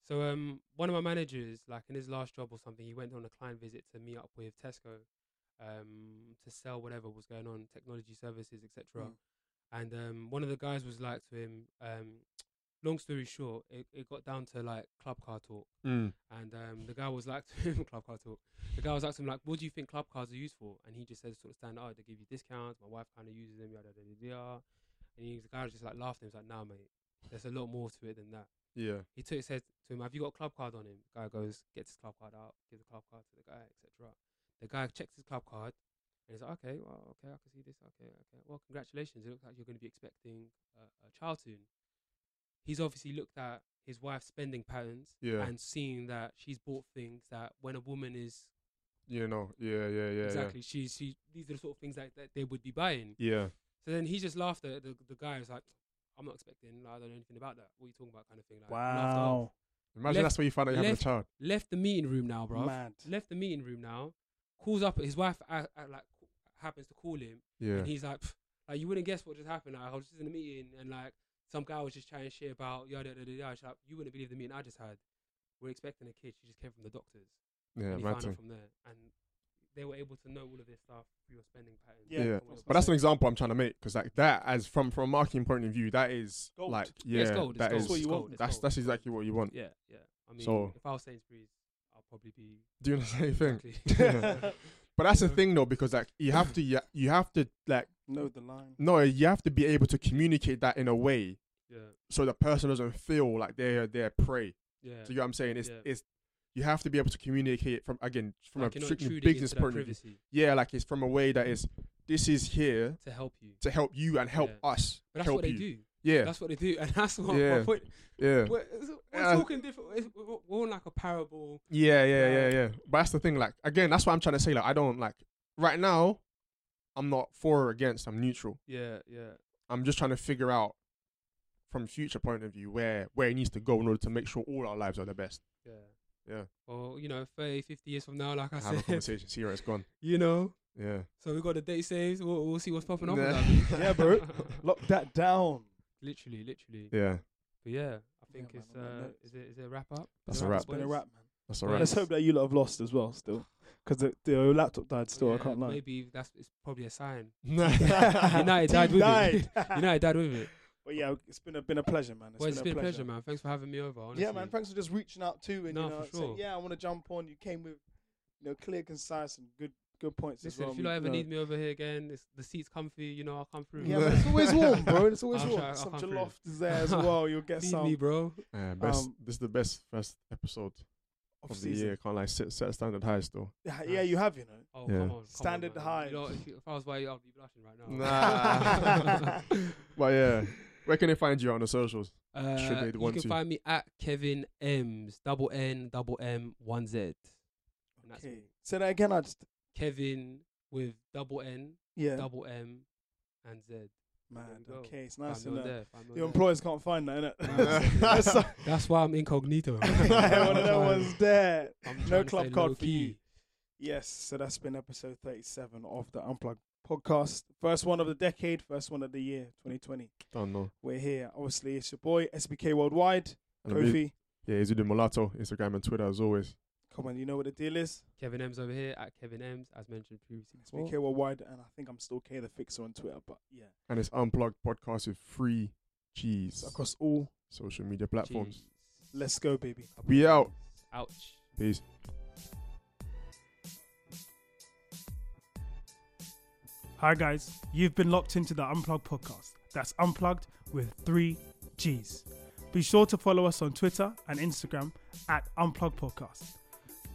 so um, one of my managers, like in his last job or something, he went on a client visit to meet up with Tesco, um, to sell whatever was going on, technology services, etc.
Mm.
And um, one of the guys was like to him, um, long story short, it, it got down to like club car talk.
Mm.
And um, the guy was like to him, club card talk. The guy was asking him like, "What do you think club cards are used for?" And he just said, "Sort of stand out. They give you discounts. My wife kind of uses them. Yada yada yada, yada." And he, the guy was just like laughing. He was like, "Nah, mate. There's a lot more to it than that."
Yeah,
He took said to him, "Have you got a club card on him?" guy goes, gets his club card out, gives the club card to the guy, etc. The guy checks his club card, and he's like, "Okay, well, okay, I can see this. Okay, okay. Well, congratulations. It looks like you're going to be expecting uh, a child soon." He's obviously looked at his wife's spending patterns
yeah,
and seeing that she's bought things that when a woman is
you know, yeah, yeah, yeah,
exactly she she these are the sort of things that, that they would be buying.
yeah, yeah.
So then he just laughed at the the guy was like, I'm not expecting, like, I don't know anything about that. What are you talking about kind of thing? Like, laughed it off.
wow,
Imagine
Left-
that's where you find out you have a
left-
child.
Left the meeting room now, bro.
mad.
Left the meeting room now. Calls up his wife at, at, like happens to call him
Yeah,
and he's like, "Pff, like you wouldn't guess what just happened. Like, I was just in a meeting and like some guy was just chatting shit about yada yada yada. yada. She's Like, you wouldn't believe the meeting I just had. We're expecting a kid. She just came from the doctors.
yeah,
and he
mad
found out
thing.
from there. And they were able to know all of this stuff through your spending patterns.
Yeah.
and
Yeah.
whatever.
But that's an example I'm trying to make because like that, as from from a marketing point of view, that is
Gold.
like
Yeah,
yeah,
it's gold, it's
that
gold,
is-
it's That's what you
gold,
want.
it's
That's
gold.
that's exactly what you want.
Yeah, yeah. I mean,
So-
if I was Sainsbury's, I'll probably be
Do you know the same thing?
exactly-
But that's the
Yeah.
thing though, because like you have to, you you have to like
know the line.
no, you have to be able to communicate that in a way
yeah,
so the person doesn't feel like they're they're prey.
yeah.
Do you know what I'm saying? It's
Yeah.
it's you have to be able to communicate from again from a
Like you're not
strictly
intruding
business
into that
point of view.
privacy
Yeah, like it's from a way that is this is here
to help you.
to help you and help
Yeah.
us.
But that's
help
what they
you.
do.
Yeah,
That's what they do, and that's what.
Yeah.
my point.
yeah.
We're, it's- we're
Uh,
talking different. it's- We're we're on like a parable.
Yeah, yeah, yeah,
Like-
yeah. But that's the thing. Like again, that's what I'm trying to say. Like I don't like right now. I'm not for or against. I'm neutral.
Yeah, yeah.
I'm just trying to figure out from future point of view where where it needs to go in order to make sure all our lives are the best.
Yeah.
Yeah.
Or, you know, 30, 50 years from now, like I,
have a
said,
conversation. See where it's gone.
you know.
Yeah.
So we got the date saves. We'll, we'll see what's popping up.
Nah.
with that.
Yeah, bro. Lock that down.
literally, literally.
Yeah.
But yeah, I think
man,
it's,
I'm on
uh,
notes.
is it, is it a wrap up?
That's a
It's
wrap.
been a
boys?
wrap, man.
That's all
Right.
Let's
right.
hope that you lot have lost as well, still, because the, the laptop died. Still, I
Yeah,
can't lie.
Maybe that's it's probably a sign.
United
died with it.
it.
United died with it.
But yeah, it's been a been a pleasure, man.
well, it's been a pleasure, man. Thanks for having me over. Honestly.
Yeah, man. Thanks for just reaching out too, and
Nah,
you know,
for
saying,
sure.
yeah, I want to jump on. You came with, you know, clear, concise, and good good points
Listen,
as well.
if you
We-
don't ever
know-
need me over here again, it's, the seat's comfy. You know, I'll come through.
yeah, man, it's always warm, bro. It's always
I'll
warm.
try- I'll
Some
come through.
jaloft is there as well. You'll get
Feed
some
me, bro.
Yeah, best.
Um,
this is the best first episode
of
of the year. Can't like set, set a standard high still.
Yeah, yeah, you have, you know.
Oh,
Yeah.
come on. Come
Standard
on, man.
high.
You know, if, you- if I was by you, I'd be blushing right now.
Nah. But yeah, where can they find you on the socials?
Uh,
Should they
you
want
can
to.
find me at Kevin M's double N double M one Z. And that's
Okay. Say that again. I just
Kevin with double N
yeah,
double M and Z.
man.
we go.
Okay, it's nice.
Nice
You know,
there. fam, you're
your
there.
employers can't find that, innit?
Nah.
That's-
That's why I'm incognito.
yeah, one of them
Trying-
was there.
I'm
No
trying to
club
stay
card
low
for you.
key.
Yes, so that's been episode 37 of the Unplugged podcast. First one of the decade, first one of the year 2020.
Don't know.
We're here. Obviously, it's your boy, SBK Worldwide.
And I'm
Kofi,
Yeah, Izzy the Mulatto, Instagram and Twitter as always.
come on, you know what the deal is.
Kevin M's over here at Kevin M's, as mentioned previously. before.
SBK Worldwide, and I think I'm still K the Fixer on Twitter, but yeah,
And it's Unplugged Podcast with free
it's
G's.
across all.
Social media platforms.
Jeez.
Let's go, baby.
We out.
Ouch.
Peace.
Hi, guys. You've been locked into the Unplugged podcast. That's Unplugged with three G's. Be sure to follow us on Twitter and Instagram at Unplugged Podcast.